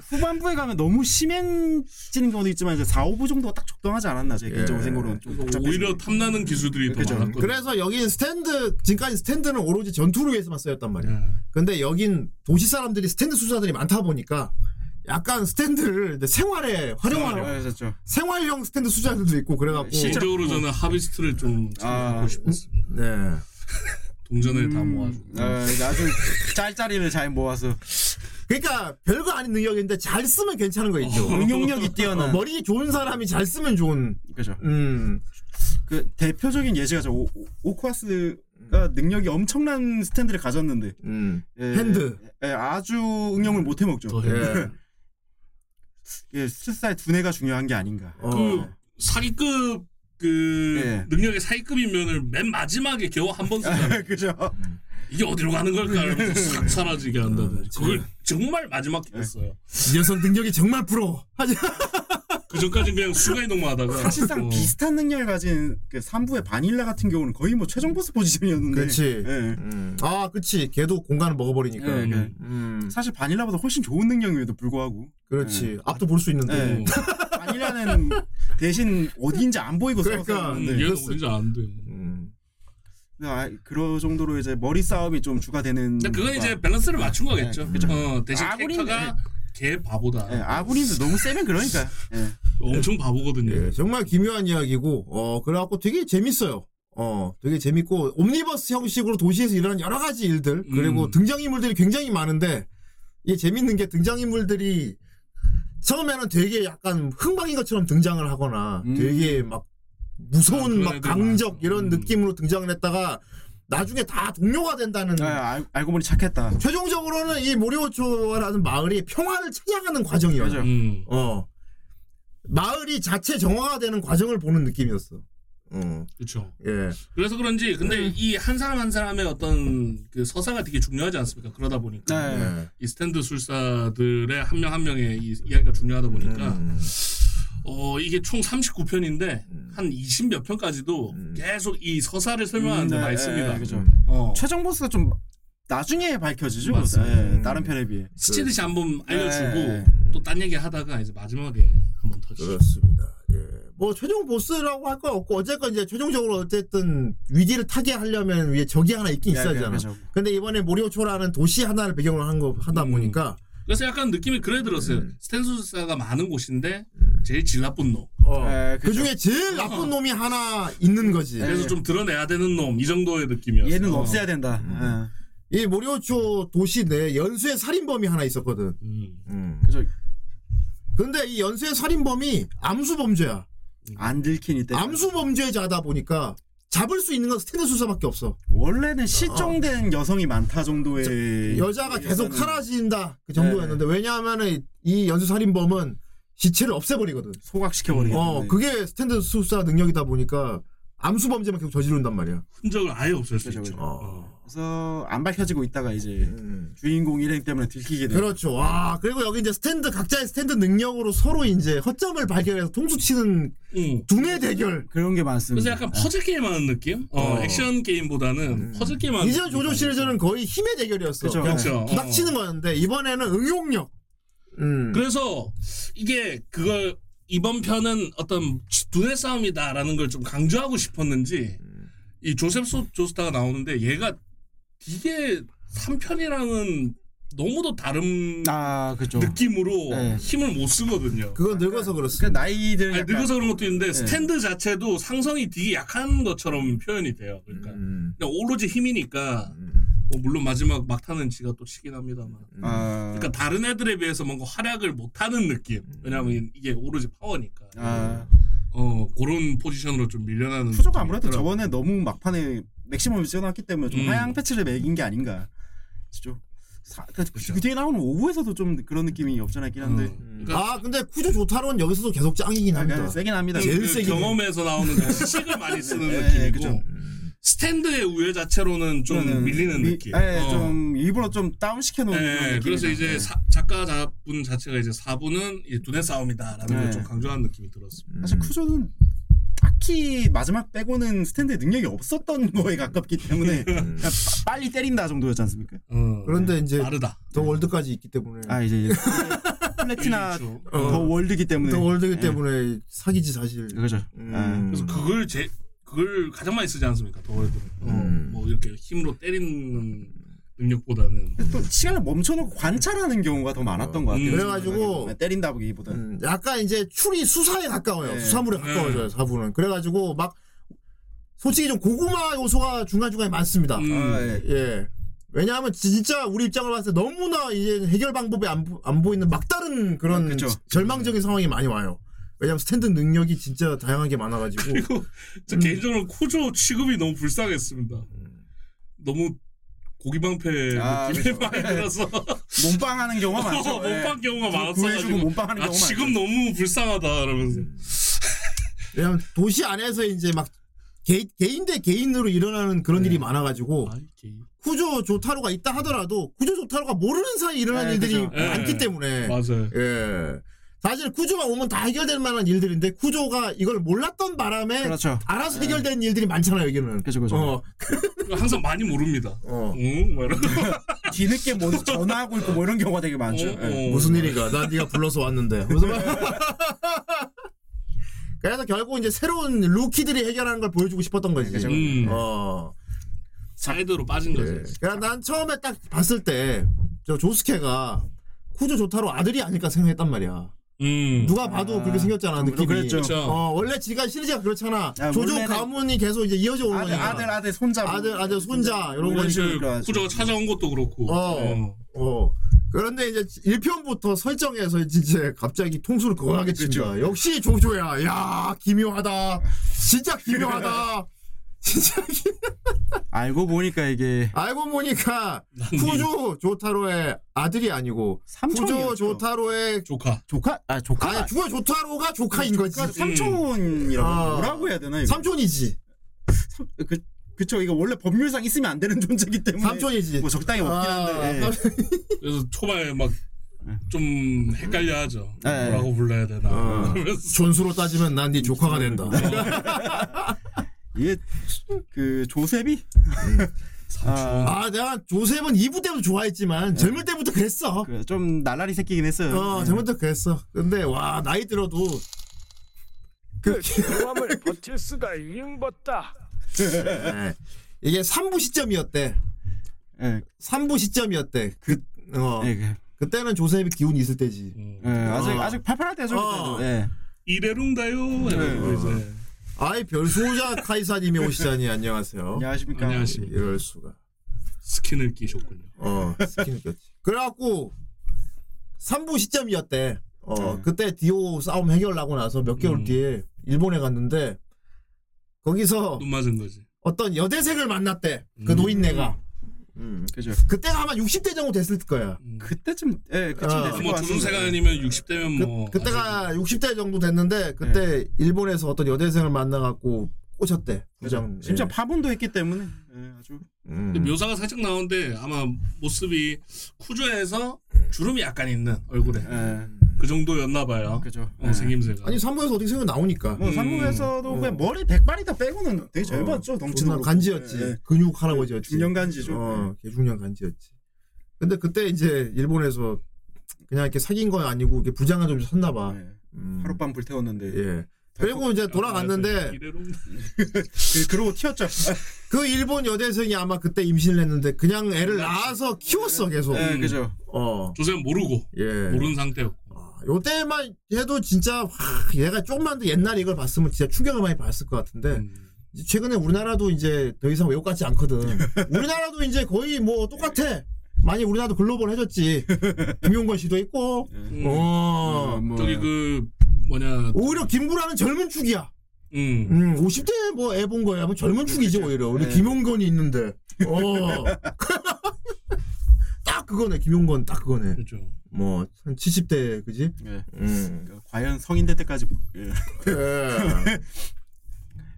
Speaker 5: 후반부에 가면 너무 심해지는 경우도 있지만 이제 4, 5부 정도가 딱 적당하지 않았나 제
Speaker 6: 예.
Speaker 5: 개인적인 생각으로는 좀
Speaker 4: 그래서
Speaker 5: 복잡해지는
Speaker 4: 오히려
Speaker 5: 거.
Speaker 4: 탐나는 기술들이 더
Speaker 5: 그죠.
Speaker 4: 많았거든.
Speaker 6: 그래서 여기 스탠드 지금까지 스탠드는 오로지 전투를 위해서만 쓰였단 말이야.
Speaker 5: 네.
Speaker 4: 예.
Speaker 6: 근데 여긴 도시 사람들이 스탠드 수사들이 많다 보니까 약간 스탠드를 이제 생활에 활용하는
Speaker 5: 아, 그렇죠.
Speaker 6: 생활형 스탠드 수사들도 있고 그래갖고
Speaker 5: 실제-
Speaker 4: 개인적으로 저는 하비스트를 좀
Speaker 5: 아.
Speaker 4: 하고 싶었어요.
Speaker 6: 네.
Speaker 4: 동전을 다 모아주고.
Speaker 5: 아, 이제 아주 짤짤이를 잘 모아서
Speaker 6: 그러니까 별거 아닌 능력인데 잘 쓰면 괜찮은 거 있죠.
Speaker 5: 응용력이
Speaker 6: 어,
Speaker 5: 뛰어난 뭐,
Speaker 6: 머리 좋은 사람이 잘 쓰면 좋은.
Speaker 5: 그죠.
Speaker 6: 음.
Speaker 5: 그 대표적인 예시가 저 오- 오- 오쿠아스가 능력이 엄청난 스탠드를 가졌는데
Speaker 6: 음.
Speaker 5: 예,
Speaker 6: 핸드.
Speaker 5: 예, 아주 응용을 못 해먹죠.
Speaker 4: 더 해.
Speaker 6: 예.
Speaker 5: 예, 술사의 두뇌가 중요한 게 아닌가. (laughs)
Speaker 6: 어.
Speaker 4: 그 사기급 그
Speaker 5: 예.
Speaker 4: 능력의 사기급인 면을 맨 마지막에 겨우 한
Speaker 5: (laughs)
Speaker 4: 번 쓴다.
Speaker 5: 그죠?
Speaker 6: 음.
Speaker 4: 이게 어디로 가는 걸까?
Speaker 5: 음.
Speaker 4: 이러면서 싹 사라지게 한다든지.
Speaker 6: 어,
Speaker 4: 그걸 정말 마지막에 했어요.
Speaker 6: 이 녀석 능력이 정말 부러워. 하지.
Speaker 4: 그 전까지 그냥 순간이동만 하다가.
Speaker 5: 사실상
Speaker 4: 어,
Speaker 5: 비슷한 능력을 가진 그 3부의 바닐라 같은 경우는 거의 뭐 최종 보스 포지션이었는데.
Speaker 6: 그렇지.
Speaker 5: 예.
Speaker 6: 음. 아, 그치. 걔도 공간을 먹어버리니까.
Speaker 5: 예, 예.
Speaker 6: 음.
Speaker 5: 사실 바닐라보다 훨씬 좋은 능력임에도 불구하고.
Speaker 6: 그렇지. 앞도 볼 수 있는데.
Speaker 5: 예. 바닐라는 대신 어디인지 안 보이고
Speaker 6: 그러니까.
Speaker 4: 음,
Speaker 5: 싸웠었는데.
Speaker 4: 얘는
Speaker 6: 그랬어.
Speaker 4: 어딘지 안 돼.
Speaker 6: 음.
Speaker 5: 아, 그런 정도로 이제 머리 싸움이 좀 주가 되는.
Speaker 4: 근데 그건
Speaker 5: 거가-
Speaker 4: 이제 밸런스를 맞춘 거겠죠. 어, 대신
Speaker 5: 음. 네, 아구린-
Speaker 4: 캐릭터가 개 바보다.
Speaker 5: 예, 아군인데 너무 세면 그러니까. 예.
Speaker 4: 엄청 바보거든요.
Speaker 5: 네.
Speaker 6: 예, 정말 기묘한 이야기고, 어, 그래갖고 되게 재밌어요. 어, 되게 재밌고, 옴니버스 형식으로 도시에서 일어난 여러 가지 일들, 그리고
Speaker 4: 음.
Speaker 6: 등장인물들이 굉장히 많은데, 이게 재밌는 게 등장인물들이 처음에는 되게 약간 흥망인 것처럼 등장을 하거나,
Speaker 5: 음.
Speaker 6: 되게 막 무서운
Speaker 4: 아, 그런
Speaker 6: 막
Speaker 4: 애들
Speaker 6: 강적
Speaker 4: 많죠.
Speaker 6: 이런
Speaker 4: 음.
Speaker 6: 느낌으로 등장을 했다가, 나중에 다 동료가 된다는.
Speaker 4: 네.
Speaker 5: 아, 알, 알고 보니 착했다.
Speaker 6: 최종적으로는 이 모리오초라는 마을이 평화를 찾아가는 과정이에요.
Speaker 5: 그죠.
Speaker 4: 음.
Speaker 6: 어. 마을이 자체 정화가 되는 과정을 보는 느낌이었어. 어.
Speaker 4: 그렇죠.
Speaker 6: 예.
Speaker 4: 그래서 그런지 근데
Speaker 5: 음.
Speaker 4: 이 한 사람 한 사람의 어떤 그 서사가 되게 중요하지 않습니까? 그러다 보니까
Speaker 5: 네.
Speaker 6: 예.
Speaker 4: 이 스탠드 술사들의 한 명 한 명의 이 이야기가 중요하다 보니까
Speaker 6: 음.
Speaker 4: 어 이게 총 39편인데
Speaker 5: 음.
Speaker 4: 한 20 몇 편까지도 계속 이 서사를 설명하는
Speaker 5: 음,
Speaker 4: 데
Speaker 5: 네,
Speaker 4: 나 있습니다.
Speaker 5: 네, 그죠.
Speaker 4: 어.
Speaker 5: 최종 보스가 좀 나중에 밝혀지죠.
Speaker 4: 맞습니다.
Speaker 5: 예, 다른 편에 비해.
Speaker 4: 스치듯이 한번 알려주고
Speaker 5: 네.
Speaker 4: 또 딴 얘기 하다가 이제 마지막에 한번 터지죠.
Speaker 6: 그렇습니다. 예. 뭐 최종 보스라고 할 건 없고 어쨌건 이제 최종적으로 어쨌든 위기를 타개하려면 위에 적이 하나 있긴 있어야 되잖아.
Speaker 5: 예, 그죠.
Speaker 6: 근데 이번에 모리오초라는 도시 하나를 배경으로 한 거 하다
Speaker 4: 음.
Speaker 6: 보니까
Speaker 4: 그래서 약간 느낌이 그래 들었어요.
Speaker 5: 음.
Speaker 4: 스탠드 술사가 많은 곳인데 제일 질 나쁜 놈.
Speaker 6: 어.
Speaker 5: 예,
Speaker 6: 그
Speaker 5: 그죠.
Speaker 6: 중에 제일 나쁜 놈이 하나 있는 거지.
Speaker 4: 그래서
Speaker 5: 예.
Speaker 4: 좀 드러내야 되는 놈 이 정도의 느낌이었어요.
Speaker 5: 얘는 없애야 된다. 예.
Speaker 6: 이 모리오초 도시 내 연쇄 살인범이 하나 있었거든.
Speaker 4: 음.
Speaker 5: 그죠.
Speaker 6: 근데 이 연쇄 살인범이 암수 범죄야.
Speaker 5: 안 들키니 때.
Speaker 6: 암수 범죄자다 보니까 잡을 수 있는 건 스탠드 수사밖에 없어.
Speaker 5: 원래는 실종된 여성이 많다 정도의
Speaker 6: 어. 여자가 계속
Speaker 5: 예. 여자는- 예.
Speaker 6: 사라진다 그 정도였는데 왜냐하면은 이 연쇄 살인범은 시체를 없애버리거든.
Speaker 5: 소각시켜버리겠네.
Speaker 6: 어 그게 스탠드 수사 능력이다 보니까 암수 범죄만 계속 저지른단 말이야.
Speaker 4: 흔적을 아예 없앨 수
Speaker 5: 그죠,
Speaker 4: 있죠.
Speaker 5: 그죠.
Speaker 6: 어.
Speaker 5: 그래서 안 밝혀지고 있다가 이제
Speaker 6: 음.
Speaker 5: 주인공 일행 때문에 들키게 돼요.
Speaker 6: 그렇죠. 와 그리고 여기 이제 스탠드 각자의 스탠드 능력으로 서로 이제 허점을 발견해서 통수 치는
Speaker 4: 응.
Speaker 6: 두뇌 대결.
Speaker 5: 그런 게 많습니다.
Speaker 4: 어. 그래서 약간 퍼즐 게임 하는 느낌? 어,
Speaker 6: 어.
Speaker 4: 액션
Speaker 5: 음.
Speaker 4: 게임보다는 퍼즐 게임 하는 그렇죠.
Speaker 6: 이전 조조 시리즈는 거의 힘의 대결이었어.
Speaker 5: 그쵸.
Speaker 6: 그냥
Speaker 4: 그쵸.
Speaker 6: 부닥치는 거였는데 이번에는 응용력. 음.
Speaker 4: 그래서 이게 그걸 이번 편은 어떤 두뇌 싸움이다라는 걸 좀 강조하고 싶었는지
Speaker 5: 음.
Speaker 4: 이 조셉 소 조스타가 나오는데 얘가 이게 3편이랑은 너무도 다른
Speaker 5: 아 그렇죠.
Speaker 4: 느낌으로
Speaker 5: 네.
Speaker 4: 힘을 못 쓰거든요.
Speaker 6: 그건 늙어서 그렇습니다.
Speaker 5: 그 나이들
Speaker 4: 아니,
Speaker 5: 약간 예.
Speaker 4: 늙어서 그런 것도 있는데 스탠드 자체도 상성이 되게 약한 것처럼 표현이 돼요. 그러니까
Speaker 6: 음.
Speaker 4: 그냥 오로지 힘이니까
Speaker 5: 음.
Speaker 4: 뭐 물론 마지막 막타는 지가 또 치긴 합니다만.
Speaker 5: 아,
Speaker 4: 그러니까 다른 애들에 비해서 뭔가 활약을 못하는 느낌. 왜냐하면 이게 오로지 파워니까.
Speaker 5: 음. 아
Speaker 6: 음,
Speaker 4: 어 그런 포지션으로 좀 밀려나는.
Speaker 5: 푸조가 아무래도
Speaker 4: 느낌이
Speaker 5: 저번에 너무 막판에 맥시멈을 찍어놨기 때문에 좀
Speaker 4: 음.
Speaker 5: 하향 패치를 매긴 게 아닌가. 좀 사, 그,
Speaker 4: 그쵸.
Speaker 5: 뒤에 나오는 오브에서도 좀 그런 느낌이 없잖아 있긴 한데.
Speaker 4: 있더라고요. 음. 그러니까
Speaker 6: 아 근데 쿠조 조타로는 여기서도 계속 짱이긴
Speaker 5: 약간
Speaker 6: 합니다.
Speaker 5: 세긴 합니다.
Speaker 6: 음. 제일
Speaker 4: 그
Speaker 6: 세긴
Speaker 5: (laughs)
Speaker 4: 경험에서 나오는 그 식을 많이 쓰는
Speaker 5: 네,
Speaker 4: 느낌이고
Speaker 5: 그죠. 음.
Speaker 4: 스탠드의 우회 자체로는 좀
Speaker 5: 그거는
Speaker 4: 밀리는
Speaker 5: 음. 미-
Speaker 4: 느낌.
Speaker 5: 예,
Speaker 4: 어.
Speaker 5: 좀 일부러 좀 다운 시켜놓은 그런
Speaker 4: 네,
Speaker 5: 느낌.
Speaker 4: 그래서 이제 사- 작가분 자체가 이제 4부는 이제 두뇌 싸움이다라는
Speaker 5: 네.
Speaker 4: 걸 좀 강조한 느낌이 들었습니다.
Speaker 5: 사실 쿠조는 딱히 마지막 빼고는 스탠드 능력이 없었던 (laughs) 거에 가깝기 때문에
Speaker 4: 음.
Speaker 5: 그냥 빠- 빨리 때린다 정도였지 않습니까?
Speaker 4: 어,
Speaker 6: 그런데 이제
Speaker 4: 다르다.
Speaker 6: 더 월드까지 있기 때문에
Speaker 5: 아
Speaker 6: (laughs)
Speaker 5: 이제 이제 플래티나
Speaker 4: 일인조.
Speaker 5: 더 월드기 때문에 예,
Speaker 6: 더 월드기 때문에 사기지 사실. 음.
Speaker 5: 그죠. 네. 아,
Speaker 4: 그래서 그걸 제 그걸 가장 많이 쓰지 않습니까? 더월드는 어,
Speaker 6: 음.
Speaker 4: 뭐 이렇게 힘으로 때리는 능력보다는
Speaker 5: 예. 또 시간을 멈춰놓고 관찰하는 경우가 더 많았던 것 같아요. 예,
Speaker 4: 음.
Speaker 6: 그래가지고
Speaker 5: 때린다기보다 는
Speaker 6: 음, 약간 이제 추리 수사에 가까워요.
Speaker 5: 네.
Speaker 6: 수사물에 가까워져요. 사부는 그래가지고 막 솔직히 좀 고구마 요소가 중간 중간에 많습니다.
Speaker 4: 음.
Speaker 5: 아, 예.
Speaker 6: 예. 왜냐하면 진짜 우리 입장을 봤을 때 너무나 이제 해결 방법이 안, 보- 안 보이는 막다른 그런
Speaker 5: 그쵸.
Speaker 6: 절망적인 상황이 많이 와요. 왜냐하면 스탠드 능력이 진짜 다양한 게 많아가지고
Speaker 4: 그리고
Speaker 5: 음.
Speaker 4: 저 개인적으로 쿠조 취급이 너무 불쌍했습니다. 너무 고기방패
Speaker 5: 아,
Speaker 4: 느낌이
Speaker 5: 그렇죠.
Speaker 4: 많이 들어서
Speaker 5: 몸빵하는 경우가
Speaker 4: (laughs)
Speaker 5: 많죠. 예. 그
Speaker 4: 어, 못본 경우가
Speaker 5: 구해주고
Speaker 4: 많았어가지고
Speaker 5: 몸빵하는
Speaker 4: 아
Speaker 5: 경우가 음.
Speaker 4: 지금 너무 불쌍하다 이러면서
Speaker 6: 왜냐하면 도시 안에서 이제 막 개, 인대 개인으로 일어나는
Speaker 5: 네.
Speaker 6: 그런 일이 많아가지고
Speaker 4: 아이 게임
Speaker 6: 쿠조 조타로가 있다 하더라도 쿠조 조타로가 모르는 사이 일어난
Speaker 5: 네,
Speaker 6: 일들이
Speaker 5: 그죠.
Speaker 6: 많기
Speaker 4: 네.
Speaker 6: 때문에
Speaker 4: 맞아요.
Speaker 6: 예. 사실 쿠조만 오면 다 해결될 만한 일들인데 쿠조가 이걸 몰랐던 바람에
Speaker 5: 그렇죠.
Speaker 6: 알아서 해결된 일들이 많잖아요 여기는
Speaker 5: 그죠, 그죠.
Speaker 6: 어,
Speaker 4: 항상 많이 모릅니다.
Speaker 6: 어.
Speaker 4: 응? 뭐 이런
Speaker 5: 뒤늦게 뭐 전화하고 있고 뭐 이런 경우가 되게 많죠.
Speaker 4: 어,
Speaker 5: 예.
Speaker 4: 어.
Speaker 6: 무슨 일인가 나 네가 불러서 왔는데 무슨 말- (laughs) 그래서 결국 이제 새로운 루키들이 해결하는 걸 보여주고 싶었던 거지
Speaker 5: 네, 그죠.
Speaker 4: 음.
Speaker 6: 어.
Speaker 4: 사이드로 빠진 거죠.
Speaker 6: 예. 그러니까 난 처음에 딱 봤을 때 저 조스케가 쿠조 조타로 아들이 아닐까 생각했단 말이야
Speaker 4: 음.
Speaker 6: 누가 봐도
Speaker 5: 아,
Speaker 6: 그렇게 생겼잖아
Speaker 5: 좀
Speaker 6: 느낌이
Speaker 5: 그랬죠.
Speaker 4: 그렇죠.
Speaker 6: 어, 원래 지가 시리즈가 그렇잖아
Speaker 5: 아,
Speaker 6: 조조
Speaker 5: 원래는-
Speaker 6: 가문이 계속 이제 이어져 오는
Speaker 5: 아들,
Speaker 6: 거니까
Speaker 5: 아들, 아들, 손자. 뭐
Speaker 6: 아들, 아들, 손자, 이런 거
Speaker 4: 사실
Speaker 5: 그러니까
Speaker 4: 쿠조가 찾아온 것도 그렇고. 예.
Speaker 6: 어. 어. 그런데 이제 1편부터 설정에서 진짜 갑자기 통수를 거하게 친다.
Speaker 5: 그렇죠.
Speaker 6: 역시 조조야. 야, 기묘하다. 진짜
Speaker 5: (laughs)
Speaker 6: 기묘하다. 진짜 기...
Speaker 5: 알고 보니까 이게
Speaker 6: 알고 보니까
Speaker 4: 이-
Speaker 6: 쿠조 조타로의 아들이 아니고
Speaker 5: 삼촌이었죠.
Speaker 6: 쿠조 조타로의
Speaker 4: 조카.
Speaker 5: 조카 아 조카
Speaker 6: 아니 쿠조 조타로가 조카인 거지.
Speaker 5: 그러니까 삼촌이라고
Speaker 6: 아.
Speaker 5: 뭐라고 해야 되나 이거
Speaker 6: 삼촌이지.
Speaker 5: 삼- 그 그쵸 이거 원래 법률상 있으면 안 되는 (laughs) 존재이기 때문에
Speaker 6: 삼촌이지.
Speaker 5: 뭐 적당히 없긴 한데 예.
Speaker 6: 아,
Speaker 4: 그래서 초반에 막 좀 헷갈려 하죠.
Speaker 5: 네.
Speaker 4: 뭐라고 불러야 되나.
Speaker 6: 예. 어.
Speaker 4: 그러면서
Speaker 6: 존수로 따지면 난 네 조카가 된다.
Speaker 5: 이게 그 조셉이 아,
Speaker 6: 아, 내가 조셉은 2부 때부터
Speaker 5: 네.
Speaker 6: 좋아했지만 젊을 때부터 그랬어.
Speaker 5: 그좀 날라리 새끼긴 했어요. 예.
Speaker 6: 어, 잘못도 그랬어. 근데 와 나이 들어도
Speaker 9: 그 괴로움을 버틸 수가 이응봤다.
Speaker 6: 이게 3부 시점이었대.
Speaker 5: 예,
Speaker 6: 3부 시점이었대. 그 어,
Speaker 5: 예, 그-
Speaker 6: 그때는 조셉이 기운이 있을 때지.
Speaker 5: 예, 아직
Speaker 6: 어.
Speaker 5: 아직 팔팔할 때죠.
Speaker 6: 어.
Speaker 5: 그때도. 예.
Speaker 4: 이래룽다요. 이러고 이제.
Speaker 6: 아이 별수호자 카이사님이 오시자니 안녕하세요.
Speaker 5: 안녕하십니까.
Speaker 4: 안녕하십니까.
Speaker 6: 그러니까 이럴 수가.
Speaker 4: 스킨을 끼셨군요.
Speaker 6: 어 스킨을 꼈지. 그래갖고 3부 시점이었대. 어
Speaker 5: 음.
Speaker 6: 그때 디오 싸움 해결하고 나서 몇 개월
Speaker 4: 음.
Speaker 6: 뒤에 일본에 갔는데 거기서
Speaker 4: 눈 맞은 거지.
Speaker 6: 어떤 여대생을 만났대. 그 노인네가. 음.
Speaker 5: 그죠.
Speaker 6: 그때가 아마 60대 정도 됐을 거야.
Speaker 5: 그때쯤 예, 그쯤
Speaker 6: 아.
Speaker 5: 됐을 것
Speaker 4: 뭐
Speaker 5: 같습니다.
Speaker 4: 조선세간이면
Speaker 5: 어,
Speaker 4: 60대면 뭐.
Speaker 5: 네.
Speaker 6: 그, 때가 60대 정도 됐는데 그때 일본에서 어떤 여대생을 만나갖고 꽂혔대. 부장.
Speaker 5: 심지어
Speaker 6: 예.
Speaker 5: 파본도 했기 때문에 예, 아주
Speaker 6: 음.
Speaker 4: 근데 묘사가 살짝 나오는데 아마 모습이 쿠조에서 주름이 약간 있는 얼굴에
Speaker 5: 예,
Speaker 4: 그 정도였나 봐요.
Speaker 5: 그죠.
Speaker 4: 어, 생김새가.
Speaker 6: 아, 아니 3부에서 어떻게 생각 나오니까.
Speaker 5: 뭐 삼국에서도 그냥 머리 백발이 다 빼고는 되게 젊었죠. 덩치도
Speaker 6: 네. 어, 존나
Speaker 5: 그렇고.
Speaker 6: 간지였지.
Speaker 5: 예, 예.
Speaker 6: 근육 할아버지였지.
Speaker 5: 중년 간지죠.
Speaker 6: 어, 개중년 간지였지. 근데 그때 이제 일본에서 그냥 이렇게 사귄 건 아니고 이렇게 부장을 좀 샀나 봐.
Speaker 5: 예.
Speaker 6: 음.
Speaker 5: 하룻밤 불태웠는데
Speaker 6: 예. 그리고 이제
Speaker 5: 네.
Speaker 6: 돌아갔는데
Speaker 4: 네. 이래로
Speaker 5: 그, 그러고
Speaker 6: (laughs)
Speaker 5: 튀었죠.
Speaker 6: 그 일본 여대생이 아마 그때 임신을 했는데 그냥 애를 낳아서 키웠어 계속.
Speaker 5: 예, 그죠.
Speaker 6: 어.
Speaker 4: 조셉 모르고
Speaker 6: 예.
Speaker 4: 모르는 상태였고.
Speaker 6: 아, 요때만 해도 진짜 와, 얘가 조금만 더 옛날 이걸 봤으면 진짜 충격을 많이 받았을 것 같은데
Speaker 4: 음.
Speaker 6: 이제 최근에 우리나라도 이제 더 이상 외국 같지 않거든.
Speaker 4: (laughs)
Speaker 6: 우리나라도 이제 거의 뭐 똑같아. 많이 우리나라도
Speaker 4: (laughs)
Speaker 6: 글로벌해졌지. 김용건 씨도 있고.
Speaker 4: 음.
Speaker 6: 어.
Speaker 5: 뭐,
Speaker 4: 저기 그 뭐냐.
Speaker 6: 오히려 김구라는 젊은 축이야.
Speaker 4: 음.
Speaker 6: 음, 50대 뭐 애 본 거야. 뭐 젊은 축이지 오히려. 우리
Speaker 5: 네.
Speaker 6: 김용건이 있는데. 어. (laughs) 딱 그거네. 김용건 딱 그거네.
Speaker 4: 그렇죠.
Speaker 6: 뭐 한 70대 그지?
Speaker 5: 예.
Speaker 6: 음.
Speaker 5: 그러니까 과연 성인 될 때까지 예.
Speaker 4: 음.
Speaker 6: 예.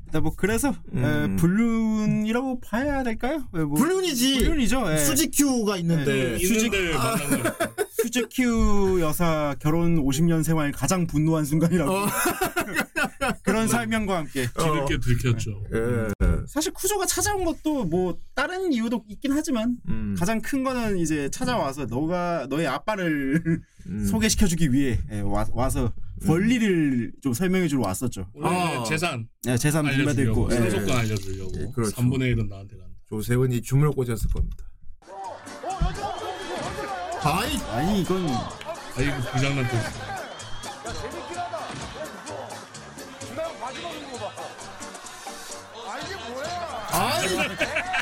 Speaker 5: 일단 뭐 그래서
Speaker 6: 음.
Speaker 5: 예, 불륜이라고 봐야 될까요? 예, 뭐
Speaker 6: 불륜이지.
Speaker 5: 불륜이죠. 예.
Speaker 6: 네. 수지큐가
Speaker 4: 예,
Speaker 6: 있는데.
Speaker 4: 있는데
Speaker 6: 아. (laughs)
Speaker 4: 만난
Speaker 6: 어.
Speaker 4: 거.
Speaker 5: 휴즈큐 여사 결혼 50년 생활 가장 분노한 순간이라고
Speaker 6: 어.
Speaker 5: (laughs)
Speaker 6: 네.
Speaker 5: 그런 설명과 함께
Speaker 4: 뒤늦게 들켰죠.
Speaker 6: 예.
Speaker 5: 사실 쿠조가 찾아온 것도 뭐 다른 이유도 있긴 하지만
Speaker 6: 음.
Speaker 5: 가장 큰 거는 이제
Speaker 4: 음.
Speaker 5: 찾아와서 너가 너의
Speaker 4: (laughs)
Speaker 5: 아빠를
Speaker 6: 음.
Speaker 5: 소개시켜주기 위해 예, 와, 와서
Speaker 4: 음.
Speaker 5: 권리를 좀 설명해주러 왔었죠.
Speaker 4: 원래
Speaker 6: 아.
Speaker 4: 재산
Speaker 5: 예, 재산 분배도 있고
Speaker 4: 알려주려고
Speaker 5: 예.
Speaker 4: 상속권 알려주려고
Speaker 6: 예, 그렇죠.
Speaker 4: 3분의 1은 나한테 간다.
Speaker 6: 조세훈이 주문을 꽂았을 겁니다. 아이
Speaker 5: 아니 이건
Speaker 4: 아 이거 그 장난 또.
Speaker 6: 아이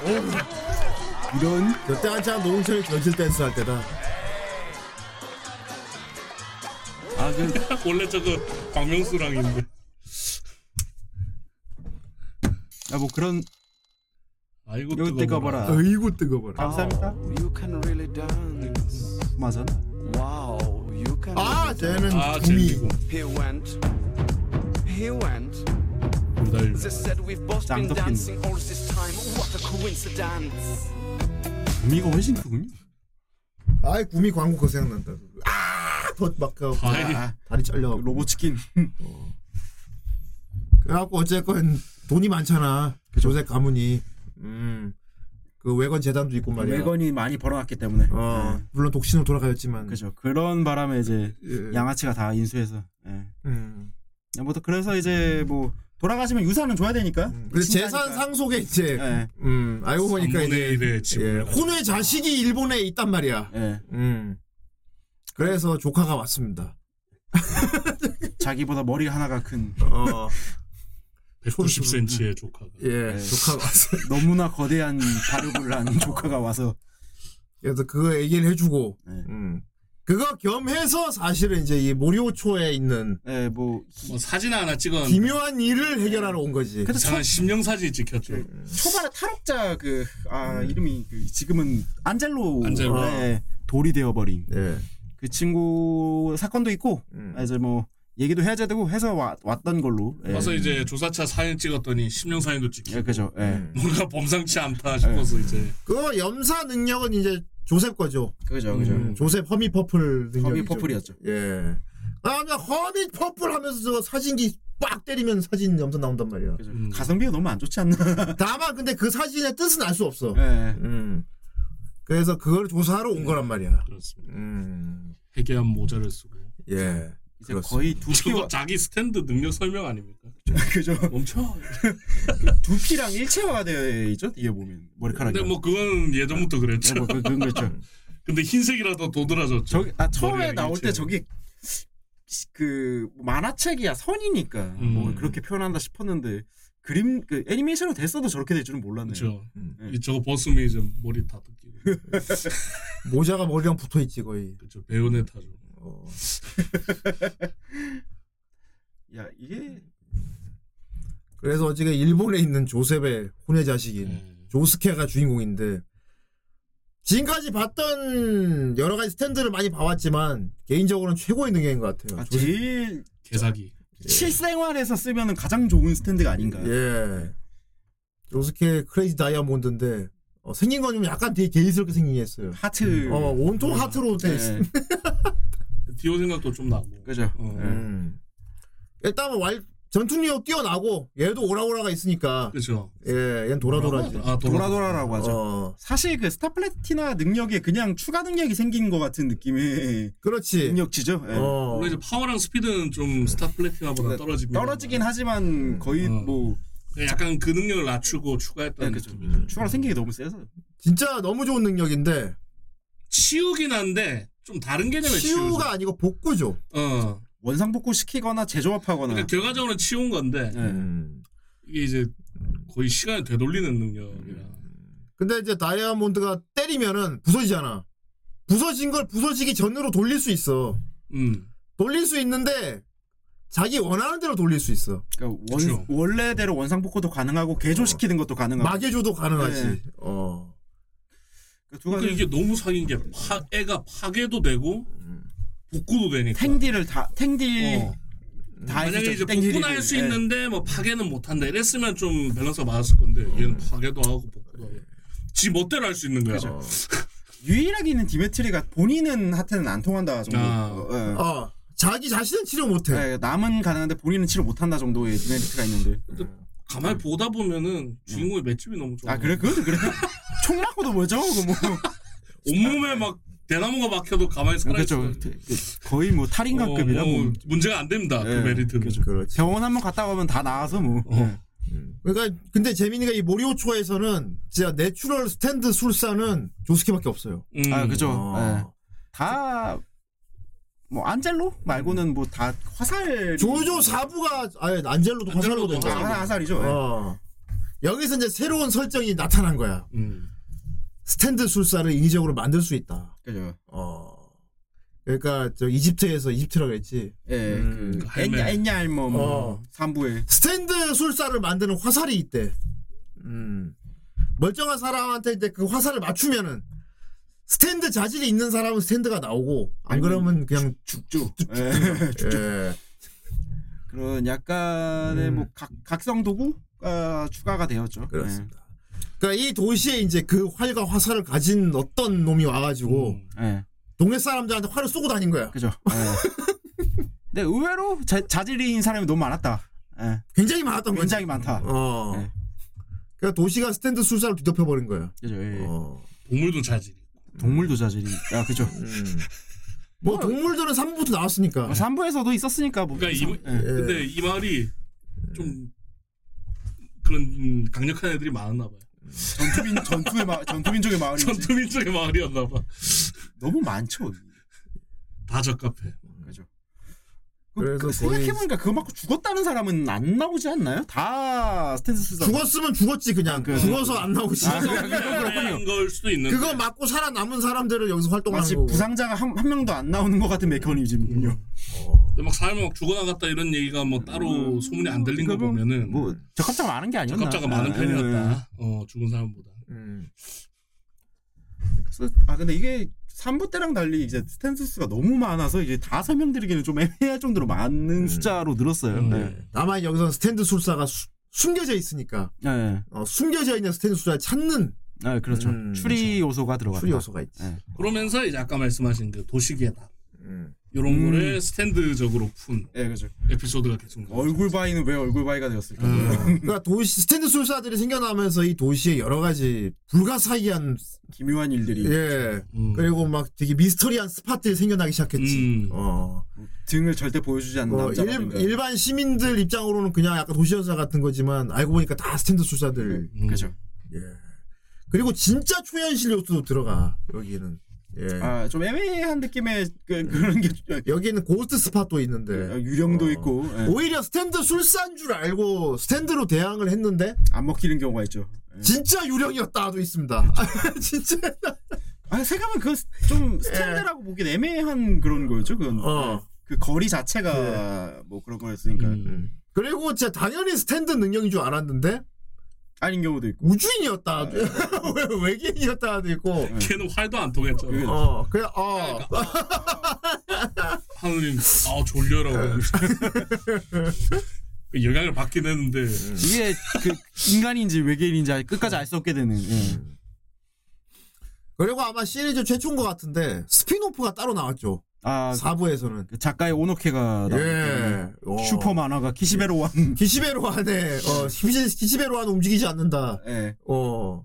Speaker 5: 어. 이런
Speaker 6: 그때 한창 노홍철이 전실 댄스 할 때다.
Speaker 5: 아 그,
Speaker 4: 원래 저거 박명수랑인데.
Speaker 5: 아, 뭐 그런
Speaker 4: 아이고
Speaker 5: 이거
Speaker 4: 뜨거워라.
Speaker 5: 뜨거워라.
Speaker 6: 어이구 뜨거워라.
Speaker 5: 감사합니다. 맞아.
Speaker 6: 아 쟤는
Speaker 4: 아
Speaker 6: 구미.
Speaker 4: 재미고
Speaker 1: He went. He went.
Speaker 4: 돌달.
Speaker 1: They said we've both
Speaker 5: been
Speaker 1: been
Speaker 5: Dandokin. dancing
Speaker 1: dancing all this time. What a coincidence.
Speaker 5: 의미가 훨씬 크군요.
Speaker 6: 아이 구미 광고 그거 생각난다. 아더막 그,
Speaker 4: 아이.
Speaker 5: 아,
Speaker 6: 다리 잘려.
Speaker 5: 로봇 치킨.
Speaker 6: 그래갖고 어쨌건 돈이 많잖아. 그 조세 가문이. 음. 그 외건 재단도 있고 말이야.
Speaker 5: 외건이 아, 많이 벌어놨기 때문에.
Speaker 6: 어
Speaker 5: 예.
Speaker 6: 물론 독신으로 돌아가였지만.
Speaker 5: 그죠. 그런 바람에 이제
Speaker 6: 예.
Speaker 5: 양아치가 다 인수해서. 예.
Speaker 6: 음.
Speaker 5: 뭐또 그래서 이제 뭐 돌아가시면 유산은 줘야 되니까.
Speaker 6: 그래서
Speaker 5: 친다니까.
Speaker 6: 음. 재산 상속에 이제
Speaker 5: 예.
Speaker 6: 음 알고 보니까 이제
Speaker 4: 3분의 1의
Speaker 6: 예,
Speaker 4: 지분.
Speaker 6: 혼외 자식이 일본에 있단 말이야.
Speaker 5: 예.
Speaker 6: 음. 그래서 조카가 왔습니다.
Speaker 5: 자기보다 머리 하나가 큰
Speaker 6: 어,
Speaker 4: 190cm의 조카가.
Speaker 6: (laughs) 예,
Speaker 5: 네.
Speaker 6: 조카가 왔어. 요
Speaker 5: 너무나 거대한 발육을 한 조카가 와서
Speaker 6: 그래서 그거 얘기를 해주고,
Speaker 5: 네.
Speaker 6: 음. 그거 겸해서 사실은 이제 이 모리오초에 있는
Speaker 5: 예, 뭐
Speaker 4: 뭐 사진 하나 찍은
Speaker 6: 기묘한 일을 해결하러 온 거지.
Speaker 5: 그래서
Speaker 4: 이상한 심령 사진 찍혔죠.
Speaker 6: 예.
Speaker 5: 초반에 탈옥자 그 아 이름이 그 지금은 안젤로
Speaker 4: 안젤로.
Speaker 5: 예, 돌이 되어버린
Speaker 6: 예.
Speaker 5: 그 친구 사건도 있고
Speaker 6: 음.
Speaker 5: 이제 뭐 얘기도 해야 되고 해서 와, 왔던 걸로 예.
Speaker 4: 와서 이제 조사차 사진 찍었더니 심령 사진도 찍히고
Speaker 5: 예, 그죠 예.
Speaker 6: 음.
Speaker 4: 뭔가 범상치 않다 싶어서 이제
Speaker 6: 그거 염사 능력은 이제 조셉 거죠.
Speaker 5: 그죠 그죠
Speaker 6: 음, 조셉 허미 퍼플 능력이죠.
Speaker 5: 범이 퍼플이었죠
Speaker 6: 예. 아, 나 허미 퍼플 하면서 저 사진기 빡 때리면 사진 염사 나온단 말이야.
Speaker 5: 그죠.
Speaker 4: 음.
Speaker 5: 가성비가 너무 안 좋지 않나
Speaker 6: 다만 근데 그 사진의 뜻은 알 수 없어.
Speaker 5: 예.
Speaker 6: 음. 그래서 그걸 조사하러 온 거란 말이야.
Speaker 4: 그렇습니다.
Speaker 6: 음.
Speaker 4: 해괴한 모자를 쓰고.
Speaker 6: 예.
Speaker 5: 이제
Speaker 6: 그렇습니다.
Speaker 5: 거의 두
Speaker 4: 저거
Speaker 5: 피와 (laughs)
Speaker 4: 자기 스탠드 능력 설명 아닙니까?
Speaker 5: 그죠
Speaker 4: 멈춰.
Speaker 5: 두 피랑 일체화가 되어 있죠 이게 보면 머리카락이
Speaker 4: 근데 뭐 그건 예전부터
Speaker 5: 네,
Speaker 4: 그랬죠.
Speaker 5: 뭐 그, 그건 그렇죠
Speaker 4: 근데 흰색이라도 도드라졌죠.
Speaker 5: 저기 아 처음에
Speaker 4: 머리랑
Speaker 5: 나올 때
Speaker 4: 일체화.
Speaker 5: 저기 그 만화책이야 선이니까
Speaker 4: 음.
Speaker 5: 뭐 그렇게 표현한다 싶었는데 그림 그 애니메이션으로 됐어도 저렇게 될 줄은 몰랐네요
Speaker 4: 그렇죠.
Speaker 6: 음.
Speaker 5: 예.
Speaker 4: 이 저거 벗으면 이제 머리 다 뜯기고.
Speaker 6: 모자가 머리랑 붙어 있지 거의.
Speaker 4: 그렇죠. 베요네타죠.
Speaker 6: 어.
Speaker 5: 야 이게
Speaker 6: 그래서 어찌게 일본에 있는 조셉의 혼외 자식인
Speaker 4: 예.
Speaker 6: 조스케가 주인공인데 지금까지 봤던 여러 가지 스탠드를 많이 봐왔지만 개인적으로는 최고의 능력인 것 같아요.
Speaker 5: 아,
Speaker 6: 음, 조셉-
Speaker 5: 제일
Speaker 4: 개사기.
Speaker 5: 실생활에서 쓰면 가장 좋은 스탠드가 아닌가.
Speaker 6: 예. 요스케 크레이지 다이아몬드인데 어, 생긴 건 좀 약간 되게 게이스럽게 생긴 게 있어요.
Speaker 5: 하트.
Speaker 6: 어 네. 온통 하트로 돼 있어.
Speaker 5: 예.
Speaker 4: 디오 생각도 좀 나고.
Speaker 5: 그죠. 예.
Speaker 4: 어.
Speaker 6: 음. 일단은 뭐 왈 전투력 뛰어나고 얘도 오라오라가 있으니까
Speaker 4: 그죠.
Speaker 6: 예, 얘는 (laughs) 도라도라지.
Speaker 4: 아
Speaker 5: 도라도라라고 하죠.
Speaker 6: 어,
Speaker 5: 사실 그 스타플래티나 능력에 그냥 추가 능력이 생긴 것 같은
Speaker 6: (laughs)
Speaker 5: 느낌의
Speaker 6: 그렇지.
Speaker 5: 능력치죠. 예.
Speaker 6: 예. 어.
Speaker 4: 물론 이제 파워랑 스피드는 좀 스타 플래티나보다 떨어지긴
Speaker 5: 네. 떨어지긴 하지만 거의
Speaker 4: 음.
Speaker 5: 뭐
Speaker 4: 약간 그 능력을 낮추고 추가했다는
Speaker 5: 네,
Speaker 4: 느낌.
Speaker 5: 그죠. 추가로 생기기 너무 세서.
Speaker 6: 진짜 너무 좋은 능력인데
Speaker 4: 치우긴 한데 좀 다른 개념의 치우.
Speaker 6: 치유가 아니고 복구죠.
Speaker 4: 어.
Speaker 5: 원상복구 시키거나 재조합하거나.
Speaker 4: 그러니까 결과적으로 치운 건데
Speaker 5: 예.
Speaker 6: 음.
Speaker 4: 이게 이제 거의 시간을 되돌리는 능력이라.
Speaker 6: 근데 이제 다이아몬드가 때리면은 부서지잖아. 부서진 걸 부서지기 전으로 돌릴 수 있어.
Speaker 4: 음.
Speaker 6: 돌릴 수 있는데 자기 원하는 대로 돌릴 수 있어.
Speaker 5: 그러니까 원,
Speaker 4: 그쵸.
Speaker 5: 원래대로 원상복구도 가능하고 개조시키는 것도 가능하고.
Speaker 6: 마개조도 가능하지.
Speaker 5: 네.
Speaker 6: 어.
Speaker 5: 그러니까 두 가지
Speaker 4: 그러니까 이게 너무 사기인 게 파, 애가 파괴도 되고 복구도 되니까.
Speaker 5: 탱디를 다 탱디
Speaker 4: 어.
Speaker 5: 다
Speaker 4: 만약에 이제
Speaker 5: 해주죠.
Speaker 4: 복구는 할 수
Speaker 5: 예.
Speaker 4: 있는데 뭐 파괴는 못한다 이랬으면 좀 밸런스가 맞았을 건데 얘는 파괴도 하고 복구도 하고 지 멋대로 할 수 있는 거야
Speaker 6: 어.
Speaker 5: 유일하게 있는 디메트리가 본인은 하트는 안 통한다 정도.
Speaker 4: 아.
Speaker 5: 어, 예.
Speaker 6: 어. 네. 자기 자신은 치료 못해.
Speaker 5: 예, 남은 가능한데 본인은 치료 못한다 정도의 디메리트가 있는데.
Speaker 4: 가만히 보다 보면은 주인공의 맷집이 너무 좋아
Speaker 5: 아 그래 그것도
Speaker 4: (laughs)
Speaker 5: 그래. 총 맞고도 뭐죠? 그거 뭐
Speaker 4: 온몸에 막 대나무가 막혀도 가만히 살아있어
Speaker 5: 그렇죠. 거의 뭐 탈인간급이라
Speaker 4: 어,
Speaker 5: 뭐
Speaker 4: 문제가 안 됩니다
Speaker 5: 예,
Speaker 4: 그 메리트는
Speaker 6: 그렇지.
Speaker 5: 병원 한 번 갔다 가면 다 나와서 뭐. 예.
Speaker 4: 어.
Speaker 6: 그러니까 근데 재민이가 이 모리오초에서는 진짜 내추럴 스탠드 술사는 조스키밖에 없어요.
Speaker 4: 음.
Speaker 5: 아 그죠. 예.
Speaker 6: 어.
Speaker 5: 다. 뭐 안젤로 말고는 뭐 다 화살
Speaker 6: 조조 사부가 아예 안젤로도 화살로도
Speaker 5: 아,
Speaker 6: 있잖아.
Speaker 5: 화살이죠. 예.
Speaker 6: 네. 어. 여기서 이제 새로운 설정이 나타난 거야.
Speaker 4: 음.
Speaker 6: 스탠드 술사를 인위적으로 만들 수 있다.
Speaker 5: 예. 그죠.
Speaker 6: 어. 그러니까 저 이집트에서 이집트라고 했지.
Speaker 5: 예,
Speaker 6: 음,
Speaker 5: 그
Speaker 4: 할매.
Speaker 5: 엔냐 엔냐 할머 뭐
Speaker 6: 어.
Speaker 5: 삼부에
Speaker 6: 스탠드 술사를 만드는 화살이 있대. 음. 멀쩡한 사람한테 이제 그 화살을 맞추면은 스탠드 자질이 있는 사람은 스탠드가 나오고 안 그러면 그냥
Speaker 5: 음. 죽죠.
Speaker 6: (laughs) 예.
Speaker 5: 그런 약간의
Speaker 6: 음.
Speaker 5: 뭐 각, 각성 도구가 추가가 되었죠. 예.
Speaker 6: 그렇습니다. 그러니까 이 도시에 이제 그 활과 화살을 가진 어떤 놈이 와가지고
Speaker 5: 예, 예,
Speaker 6: 동네 사람들한테 활을 쏘고 다닌 거야.
Speaker 5: 그죠. 예. 근데 의외로 자, 자질인 사람이 너무 많았다. 예,
Speaker 6: 굉장히 많았던 거지.
Speaker 5: 굉장히 많다.
Speaker 6: 어.
Speaker 5: 네.
Speaker 6: 그러니까 도시가 스탠드 술사로 뒤덮여 버린 거야.
Speaker 5: 그죠. 예.
Speaker 6: 어.
Speaker 4: 동물도 자질
Speaker 5: 동물도 자질이. 아, 그죠. (laughs)
Speaker 6: 음. 뭐 동물들은 3부부터 나왔으니까.
Speaker 5: 뭐 삼부에서도 있었으니까 뭐.
Speaker 4: 그러니까 이-
Speaker 5: 예.
Speaker 6: 예.
Speaker 4: 근데 이 말이 좀 그런 강력한 애들이 많았나 봐요
Speaker 5: 전투민 전투의 마, 전투민족의 마을이 지
Speaker 4: 전투민 쪽의 마을이었나 봐다
Speaker 5: 너무 많죠.
Speaker 4: 적합해
Speaker 5: 그,
Speaker 6: 그래서 거의-
Speaker 5: 생각해보니까 그거 맞고 죽었다는 사람은 안 나오지 않나요? 다 스탠스 수사.
Speaker 6: 죽었으면 죽었지 그냥.
Speaker 5: 그-
Speaker 6: 죽어서 안 나오지.
Speaker 5: 그러니까
Speaker 4: 그런 걸 수도 있는데
Speaker 6: 그거 맞고 살아남은 사람들을 여기서 활동하는
Speaker 5: 마치
Speaker 6: 거고.
Speaker 5: 부상자가 한, 한 명도 안 나오는 것 같은 메커니즘이군요.
Speaker 4: 근데 막 사람이 막 죽어나갔다 이런 얘기가 뭐 따로 소문이 안 들린 거
Speaker 5: 음, 그거는
Speaker 4: 보면은
Speaker 5: 뭐 적합자가 많은 게 아니었나?
Speaker 4: 적합자가 많은
Speaker 5: 아, 예, 예.
Speaker 4: 편이었다. 어 죽은 사람보다.
Speaker 6: 음.
Speaker 5: 그래서- 아 근데 이게 3부 때랑 달리 이제 스탠스수가 너무 많아서 이제 다 설명드리기는 좀 애매할 정도로
Speaker 6: 음.
Speaker 5: 많은 숫자로 늘었어요.
Speaker 4: 음.
Speaker 5: 네.
Speaker 6: 다만 여기서 스탠드 술사가 수- 숨겨져 있으니까
Speaker 5: 네.
Speaker 6: 어, 숨겨져 있는 스탠드 술사를 찾는
Speaker 5: 네, 그렇죠.
Speaker 6: 음,
Speaker 5: 추리 요소가 들어갔다.
Speaker 6: 추리 요소가 있지.
Speaker 5: 네.
Speaker 4: 그러면서 이제 아까 말씀하신 그 도시계다
Speaker 6: 음.
Speaker 4: 이런 거를 스탠드적으로 푼
Speaker 5: 예, 그렇죠.
Speaker 4: 에피소드가 계속 나와요.
Speaker 5: 얼굴 바이는 왜 얼굴 바이가 되었을까?
Speaker 6: 그러니까 도시 스탠드 술사들이 생겨나면서 이 도시에 여러 가지 불가사의한
Speaker 5: (laughs) 기묘한 일들이
Speaker 6: 예
Speaker 4: 음.
Speaker 6: 그리고 막 되게 미스터리한 스팟들이 생겨나기 시작했지.
Speaker 4: 음.
Speaker 6: 어.
Speaker 5: 등을 절대 보여주지 않는
Speaker 6: 뭐
Speaker 5: 남자.
Speaker 6: 일, 반 시민들 입장으로는 그냥 약간 도시연사 같은 거지만 알고 보니까 다 스탠드 술사들.
Speaker 4: 음.
Speaker 5: 그죠.
Speaker 6: 예. 그리고 진짜 초현실 요소도 들어가 여기는. 예.
Speaker 5: 아좀 애매한 느낌의 그, 그런 게
Speaker 6: 여기는 고스트 스팟도
Speaker 5: 네,
Speaker 6: 있는데
Speaker 5: 유령도
Speaker 6: 어.
Speaker 5: 있고 예.
Speaker 6: 오히려 스탠드 술사인 줄 알고 스탠드로 대항을 했는데
Speaker 5: 안 먹히는 경우가 있죠. 예.
Speaker 6: 진짜 유령이었다도 있습니다. (laughs) 진짜.
Speaker 5: 아, 생각하면 그 좀 스탠드라고 보기엔 애매한 그런 거였죠. 그건
Speaker 6: 어.
Speaker 5: 그 거리 자체가 뭐 그런 거였으니까
Speaker 4: 음.
Speaker 6: 그리고 진짜 당연히 스탠드 능력인 줄 알았는데
Speaker 5: 아닌 경우도 있고.
Speaker 6: 우주인이었다.
Speaker 5: 네.
Speaker 6: (laughs) 외- 외계인이었다도 있고.
Speaker 5: 어.
Speaker 6: 그,
Speaker 4: 걔는 활도 안 통했잖아.
Speaker 5: 음.
Speaker 6: 어, 그래, 어.
Speaker 4: 하느님 아 졸려라
Speaker 5: 네.
Speaker 4: 그러고 (laughs) 그 영향을 받긴 했는데
Speaker 5: 이게 그 인간인지 외계인인지 끝까지 알 수 없게 되는. 예.
Speaker 6: 그리고 아마 시리즈 최초인 것 같은데 스피노프가 따로 나왔죠.
Speaker 5: 아,
Speaker 6: 사부에서는
Speaker 5: 그 작가의 오노케가 나왔기 때문에
Speaker 6: 예. 어.
Speaker 5: 슈퍼 만화가 키시베로 왕.
Speaker 6: 기시베로 안에 어 기시- 기시베로 안 움직이지 않는다.
Speaker 5: 예.
Speaker 6: 어.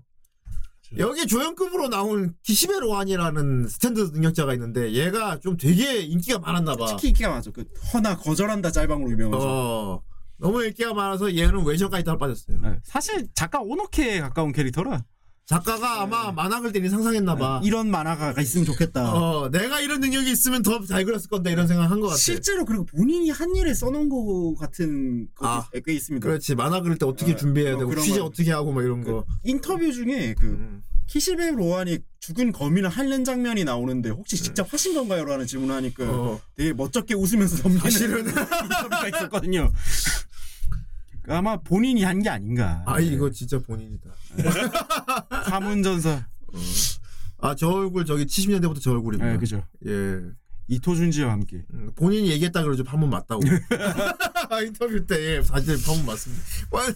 Speaker 6: 여기 조연급으로 나온 기시베로안이라는 스탠드 능력자가 있는데 얘가 좀 되게 인기가 많았나 봐.
Speaker 5: 특히 인기가 많죠. 그 허나 거절한다 짤방으로 유명하죠.
Speaker 6: 어. 너무 인기가 많아서 얘는 외전까지 따라 빠졌어요.
Speaker 5: 예. 사실 작가 오노케에 가까운 캐릭터라 네.
Speaker 6: 작가가 아마 만화 그릴 때는 상상했나 봐.
Speaker 5: 이런 만화가 있으면 좋겠다.
Speaker 6: 어, 내가 이런 능력이 있으면 더 잘 그렸을 건데 이런 생각 한것 같아.
Speaker 5: 실제로 그리고 본인이 한 일에 써놓은 거 같은 것도
Speaker 6: 아,
Speaker 5: 꽤 있습니다.
Speaker 6: 그렇지 만화 그릴 때 어떻게
Speaker 5: 어,
Speaker 6: 준비해야
Speaker 5: 어,
Speaker 6: 되고
Speaker 5: 그런
Speaker 6: 취재
Speaker 5: 거.
Speaker 6: 어떻게 하고 막 이런 거.
Speaker 5: 인터뷰 중에 그
Speaker 6: 음.
Speaker 5: 키시베 로안이 죽은 거미를 핥는 장면이 나오는데 혹시 직접 하신 건가요? 라는 질문을 하니까
Speaker 6: 어.
Speaker 5: 되게 멋쩍게 웃으면서 넘기는
Speaker 6: 사실은
Speaker 5: 인터뷰가 있었거든요. (laughs) 아마 본인이 한 게 아닌가.
Speaker 6: 아 이거 진짜 본인이다.
Speaker 5: 사문전사.
Speaker 6: 아 저 얼굴 저기 70년대부터 저 얼굴입니다.
Speaker 5: 네, 그죠.
Speaker 6: 예.
Speaker 5: 이토준지와 함께.
Speaker 6: 음, 본인이 얘기했다 그러죠. 판문 맞다고. (laughs) 인터뷰 때 예, 사실 판문 맞습니다. 와,
Speaker 5: 음,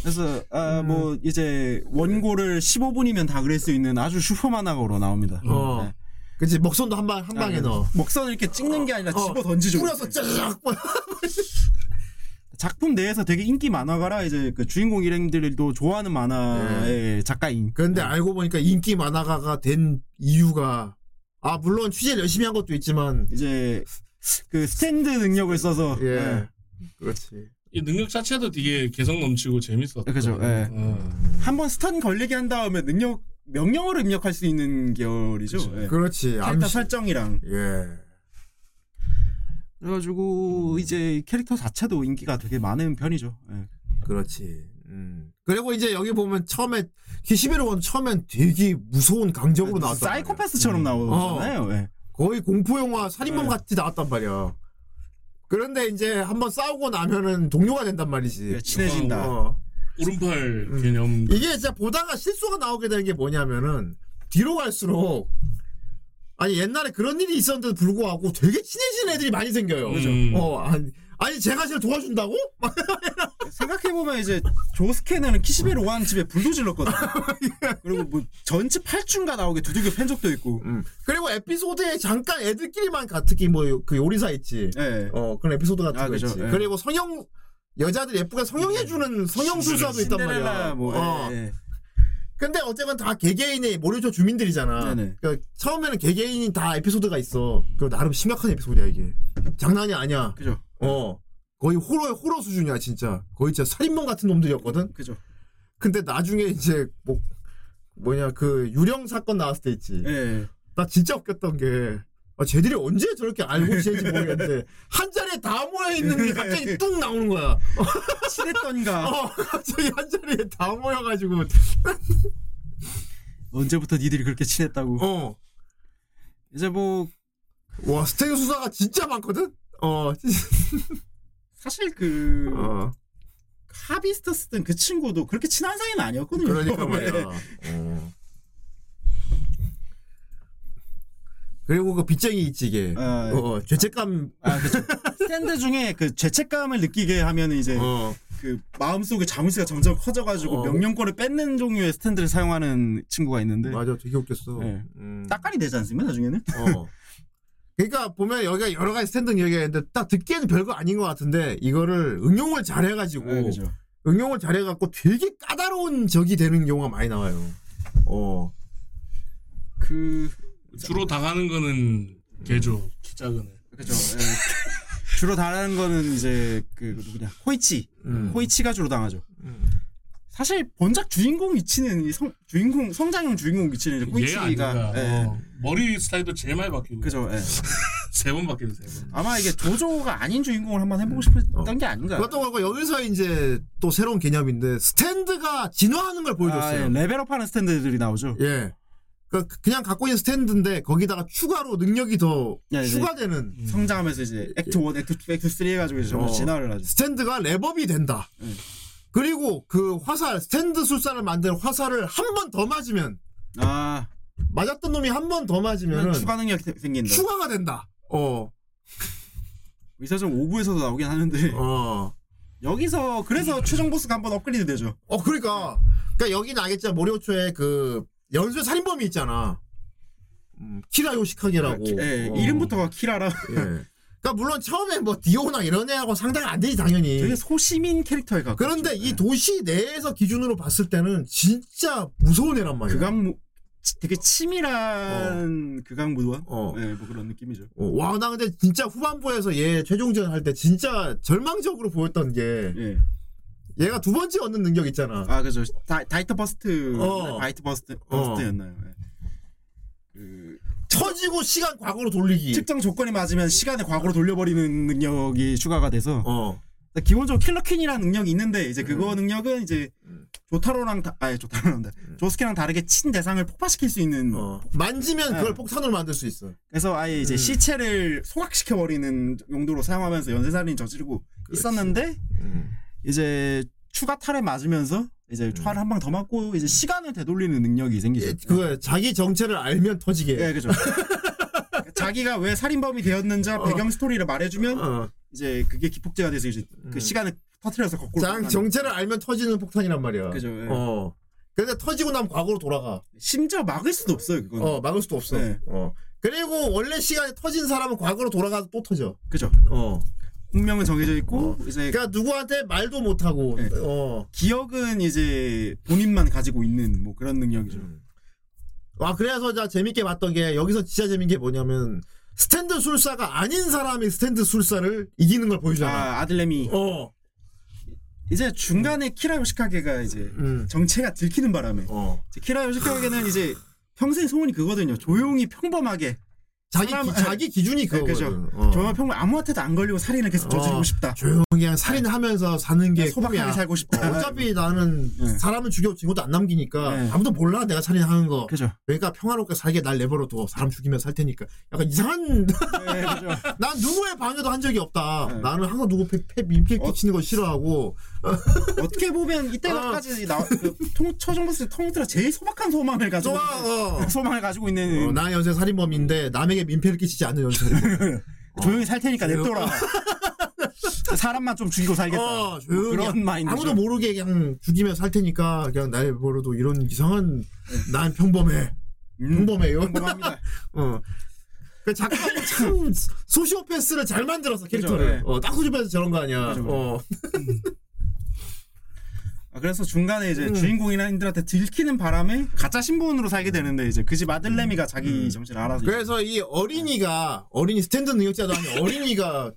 Speaker 5: 그래서 아, 뭐 이제 원고를 15분이면 다 그릴 수 있는 아주 슈퍼 만화가로 나옵니다.
Speaker 6: 어.
Speaker 5: 네.
Speaker 6: 그치 먹선도 한 방 한 방에
Speaker 5: 네.
Speaker 6: 넣어.
Speaker 5: 먹선을 이렇게 찍는 게 아니라 집어 던지죠.
Speaker 6: 뿌려서 쫙.
Speaker 5: 작품 내에서 되게 인기 만화가라 이제 그 주인공 일행들도 좋아하는 만화의 작가인.
Speaker 6: 예. 그런데 알고 보니까 인기 만화가가 된 이유가 아 물론 취재를 열심히 한 것도 있지만
Speaker 5: 이제 그 스탠드 능력을 써서
Speaker 6: 예
Speaker 5: 예.
Speaker 6: 그렇지
Speaker 4: 이 능력 자체도 되게 개성 넘치고 재밌었어.
Speaker 5: 그죠, 예. 한번 스턴 걸리게 한 다음에 능력 명령어를 입력할 수 있는 계열이죠. 예.
Speaker 6: 그렇지
Speaker 5: 캐릭터
Speaker 6: 암시-
Speaker 5: 설정이랑
Speaker 6: 예
Speaker 5: 그래가지고 이제 캐릭터 자체도 인기가 되게 많은 편이죠. 예.
Speaker 6: 그렇지 음 그리고 이제 여기 보면 처음에 히시베로원 처음엔 되게 무서운 강적으로 나왔다
Speaker 5: 네,
Speaker 6: 음. 어.
Speaker 5: 사이코패스처럼 나오잖아요. 예.
Speaker 6: 거의 공포 영화 살인범
Speaker 5: 네.
Speaker 6: 같이 나왔단 말이야 그런데 이제 한번 싸우고 나면은 동료가 된단 말이지
Speaker 5: 예, 친해진다.
Speaker 6: 어.
Speaker 4: 오른팔
Speaker 5: 음.
Speaker 4: 개념.
Speaker 6: 이게 진짜 보다가 실수가 나오게 되는 게 뭐냐면은 뒤로 갈수록 아니 옛날에 그런 일이 있었는데도 불구하고 되게 친해진 애들이 많이 생겨요.
Speaker 4: 음.
Speaker 6: 어 아니, 아니 제가 쟤를 도와준다고? 막
Speaker 5: 생각해보면 이제 조스케는 키시베 로한 집에 불도
Speaker 6: (laughs)
Speaker 5: 질렀거든요.
Speaker 6: 예.
Speaker 5: 그리고 뭐 전체 8주인가 나오게 두들겨 팬 적도 있고.
Speaker 6: 그리고 에피소드에 잠깐 애들끼리만 가- 특히 뭐그 요리사 있지.
Speaker 5: 예.
Speaker 6: 어 그런 에피소드 같은
Speaker 5: 아,
Speaker 6: 거
Speaker 5: 그죠.
Speaker 6: 있지.
Speaker 5: 예.
Speaker 6: 그리고 성형 여자들 예쁘게 성형해주는 성형술사도 있단 말이야.
Speaker 5: 신데렐라 뭐.
Speaker 6: 어.
Speaker 5: 예, 예.
Speaker 6: 근데 어쨌건 다 개개인의 모래조 주민들이잖아.
Speaker 5: 네네.
Speaker 6: 그러니까 처음에는 개개인이 다 에피소드가 있어. 그 나름 심각한 에피소드야 이게. 장난이 아니야.
Speaker 5: 그죠.
Speaker 6: 어. 거의 호러 호러 수준이야 진짜. 거의 진짜 살인범 같은 놈들이었거든.
Speaker 5: 그죠.
Speaker 6: 근데 나중에 이제 뭐 뭐냐 그 유령 사건 나왔을 때 있지.
Speaker 5: 예.
Speaker 6: 나 진짜 웃겼던 게 아, 쟤들이 언제 저렇게 알고 지내는지 모르겠는데 한 자리에 다 모여 있는 게 갑자기 뚝 나오는 거야.
Speaker 5: 친했던가.
Speaker 6: (laughs) 어, 갑자기 한 자리에 다 모여가지고
Speaker 5: 언제부터 니들이 그렇게 친했다고.
Speaker 6: 어.
Speaker 5: 이제 뭐
Speaker 6: 와 스탱 수사가 진짜 많거든. 어.
Speaker 5: 사실 그
Speaker 6: 어.
Speaker 5: 하비스터 쓰던 그 친구도 그렇게 친한 사이는 아니었거든요.
Speaker 6: 그러니까
Speaker 5: (laughs)
Speaker 6: 말이야.
Speaker 5: 네.
Speaker 6: 어. 그리고 그 빚쟁이 있지 이게.
Speaker 5: 아,
Speaker 6: 어, 죄책감.
Speaker 5: 아, 그죠. 스탠드 중에 그 죄책감을 느끼게 하면 이제
Speaker 6: 어.
Speaker 5: 그 마음속에 자물쇠가 점점 커져가지고
Speaker 6: 어.
Speaker 5: 명령권을 뺏는 종류의 스탠드를 사용하는 친구가 있는데
Speaker 6: 맞아, 되게 웃겼어.
Speaker 5: 네.
Speaker 6: 음.
Speaker 5: 딱깔이 되지 않습니까 나중에는?
Speaker 6: 어. 그러니까 보면 여기가 여러 가지 스탠드 얘기가 있는데 딱 듣기에는 별거 아닌 것 같은데 이거를 응용을 잘 해가지고
Speaker 5: 네, 그죠.
Speaker 6: 응용을 잘 해갖고 되게 까다로운 적이 되는 경우가 많이 나와요. 어.
Speaker 5: 그
Speaker 4: 주로 당하는 거는 개조 키 작은 애.
Speaker 5: 그죠. 예. 주로 당하는 거는 이제 그 누구냐 호이치.
Speaker 6: 음.
Speaker 5: 호이치가 주로 당하죠.
Speaker 6: 음.
Speaker 5: 사실 본작 주인공 위치는 이성 주인공 성장형 주인공 위치는 이제
Speaker 4: 얘 아닌가.
Speaker 5: 호이치가 네, 예.
Speaker 4: 어. 머리 스타일도 제일 많이 바뀌고.
Speaker 5: 그죠. 예.
Speaker 4: 세 번 바뀌는 세 번.
Speaker 5: 아마 이게 조조가 아닌 주인공을 한번 해보고 싶었던
Speaker 6: 어.
Speaker 5: 게 아닌가.
Speaker 6: 그것도 그렇고 여기서 이제 또 새로운 개념인데 스탠드가 진화하는 걸
Speaker 5: 아,
Speaker 6: 보여줬어요.
Speaker 5: 예. 레벨업하는 스탠드들이 나오죠.
Speaker 6: 예. 그러니까 그냥 갖고 있는 스탠드인데 거기다가 추가로 능력이 더
Speaker 5: 예, 예.
Speaker 6: 추가되는
Speaker 5: 성장하면서 이제 액트 1, 액트 2, 액트 3 해가지고 이제 점점
Speaker 6: 어.
Speaker 5: 진화를 하죠.
Speaker 6: 스탠드가 랩업이 된다.
Speaker 5: 음.
Speaker 6: 그리고 그 화살 스탠드 술사를 만든 화살을 한 번 더 맞으면
Speaker 5: 아
Speaker 6: 맞았던 놈이 한 번 더 맞으면
Speaker 5: 추가 능력 이 생긴다.
Speaker 6: 추가가 된다. 어,
Speaker 5: 의사전 5부에서도 나오긴 하는데
Speaker 6: 어.
Speaker 5: 여기서 그래서 최종 보스가 한 번 업그레이드 되죠.
Speaker 6: 어, 그러니까. 그러니까 여기 나겠지만 모리오초에 그 연쇄 살인범이 있잖아. 음, 키라 요시카게라고.
Speaker 5: 예,
Speaker 6: 어.
Speaker 5: 이름부터가 키라라.
Speaker 6: 예. 그러니까 물론 처음에 뭐 디오나 이런 애하고 상대가 안 되지 당연히.
Speaker 5: 되게 소시민 캐릭터에 예. 가.
Speaker 6: 예. 그런데 이 도시 내에서 기준으로 봤을 때는 진짜 무서운 애란 말이야.
Speaker 5: 극강 모- 치- 되게 치밀한 극강 무도한.
Speaker 6: 어.
Speaker 5: 네, 뭐 그런 느낌이죠.
Speaker 6: 어, 와, 나 근데 진짜 후반부에서 얘 최종전 할 때 진짜 절망적으로 보였던 게
Speaker 5: 예.
Speaker 6: 얘가 두 번째 얻는 능력 있잖아.
Speaker 5: 아 그죠. 다, 다이터 버스트,
Speaker 6: 어.
Speaker 5: 다이터 버스트, 버스트였나요? 예. 그
Speaker 6: 처지고 시간 과거로 돌리기.
Speaker 5: 특정 조건이 맞으면 시간을 과거로 돌려버리는 능력이 추가가 돼서
Speaker 6: 어. 음.
Speaker 5: 근데 기본적으로 킬러퀸이라는 능력이 있는데 이제 그거 능력은 이제 조타로랑 다, 아니 조타로란다 조스케랑 다르게 친 대상을 폭파시킬 수 있는
Speaker 6: 음. 어. 만지면
Speaker 5: 네.
Speaker 6: 그걸 폭탄으로 만들 수 있어.
Speaker 5: 그래서 아예 이제
Speaker 6: 음.
Speaker 5: 시체를 소각시켜 버리는 용도로 사용하면서 연쇄살인 저지르고 있었는데
Speaker 6: 음.
Speaker 5: 이제 추가 탈에 맞으면서 이제 초화를 한 방 더 맞고 이제 시간을 되돌리는 능력이 생기죠.
Speaker 6: 음. 예, 그거 자기 정체를 알면 터지게.
Speaker 5: 예, 그죠. 그러니까 자기가 왜 살인범이 되었는지
Speaker 6: 어.
Speaker 5: 배경 스토리를 말해주면
Speaker 6: 어.
Speaker 5: 이제 그게 기폭제가 돼서 이제 그
Speaker 6: 음.
Speaker 5: 시간을 터트려서 거꾸로
Speaker 6: 장
Speaker 5: 돌아가는.
Speaker 6: 정체를 알면 터지는 폭탄이란 말이야.
Speaker 5: 음. 그죠. 예.
Speaker 6: 어. 근데 터지고 나면 과거로 돌아가.
Speaker 5: 심지어 막을 수도 없어요 그건.
Speaker 6: 어, 막을 수도 없어.
Speaker 5: 네.
Speaker 6: 어. 그리고 원래 시간에 터진 사람은 과거로 돌아가서 또 터져.
Speaker 5: 그죠.
Speaker 6: 어.
Speaker 5: 운명은 정해져 있고
Speaker 6: 어.
Speaker 5: 이제
Speaker 6: 그러니까 누구한테 말도 못 하고.
Speaker 5: 네.
Speaker 6: 어.
Speaker 5: 기억은 이제 본인만 가지고 있는 뭐 그런 능력이죠.
Speaker 6: 음. 와, 그래서 자 재밌게 봤던 게 여기서 진짜 재밌는 게 뭐냐면 스탠드 술사가 아닌 사람이 스탠드 술사를 이기는 걸 보여주잖아.
Speaker 5: 아 아들내미
Speaker 6: 어.
Speaker 5: 이제 중간에 키라 요시카게가 이제
Speaker 6: 음.
Speaker 5: 정체가 들키는 바람에
Speaker 6: 어.
Speaker 5: 이제 키라 요시카게는 이제 평생 소원이 그거든요. 조용히 평범하게
Speaker 6: 자기
Speaker 5: 사람-
Speaker 6: 기, 자기 기준이
Speaker 5: 네,
Speaker 6: 그거거든.
Speaker 5: 그죠.
Speaker 6: 어.
Speaker 5: 조용히 평범 아무한테도 안 걸리고 살인을 계속 저지르고
Speaker 6: 어.
Speaker 5: 싶다. 그러니까
Speaker 6: 조용히 그냥 살인하면서 사는 게
Speaker 5: 소박하게
Speaker 6: 꿈이야.
Speaker 5: 살고 싶다.
Speaker 6: 어차피 나는
Speaker 5: 네.
Speaker 6: 사람을 죽여 증거도 안 남기니까
Speaker 5: 네.
Speaker 6: 아무도 몰라 내가 살인하는
Speaker 5: (laughs)
Speaker 6: 거.
Speaker 5: 그죠.
Speaker 6: 그러니까 평화롭게 살게 날 내버려둬. 사람 죽이면 살 테니까. 약간 이상한. (laughs)
Speaker 5: 네, 그죠.
Speaker 6: 난 누구의 방해도 한 적이 없다.
Speaker 5: 네. 어?
Speaker 6: 나는 항상 누구 패, 패 민폐 끼치는 거 싫어하고.
Speaker 5: (laughs) 어떻게 보면
Speaker 6: 아.
Speaker 5: 이때까지 나그 통- 초정부스 통틀어 제일 소박한 소망을 가지고
Speaker 6: 좋아. 어.
Speaker 5: 있는- 소망을 가지고 있는
Speaker 6: 어, 나 연쇄 살인범인데 남에게 민폐를 끼치지 않는
Speaker 5: (laughs)
Speaker 6: 연쇄
Speaker 5: 그러니까.
Speaker 6: 살인범. 어.
Speaker 5: 조용히 살 테니까 냅둬라.
Speaker 6: (laughs)
Speaker 5: 사람만 좀 죽이고 살겠다.
Speaker 6: 어, 조용히
Speaker 5: 그런 마인드.
Speaker 6: 아무도 모르게 그냥 죽이면 살 테니까 그냥 날 내버려둬. 이런 이상한 난 평범해.
Speaker 5: 음.
Speaker 6: 평범해요.
Speaker 5: 궁금합니다.
Speaker 6: 어. 그 작가가 참 소시오패스를 잘 만들었어 캐릭터를.
Speaker 5: 그죠, 네.
Speaker 6: 어, 딱 소시오패스 저런 거 아니야.
Speaker 5: 그죠, 그죠.
Speaker 6: 어.
Speaker 5: 아, 그래서 중간에 이제
Speaker 6: 음.
Speaker 5: 주인공이나 인들한테 들키는 바람에 가짜 신분으로 살게 되는데 이제 그 집 아들내미가 자기 정신을 알아서
Speaker 6: 음. 그래서 이 어린이가 어린이 스탠드 능력자도 아닌 어린이가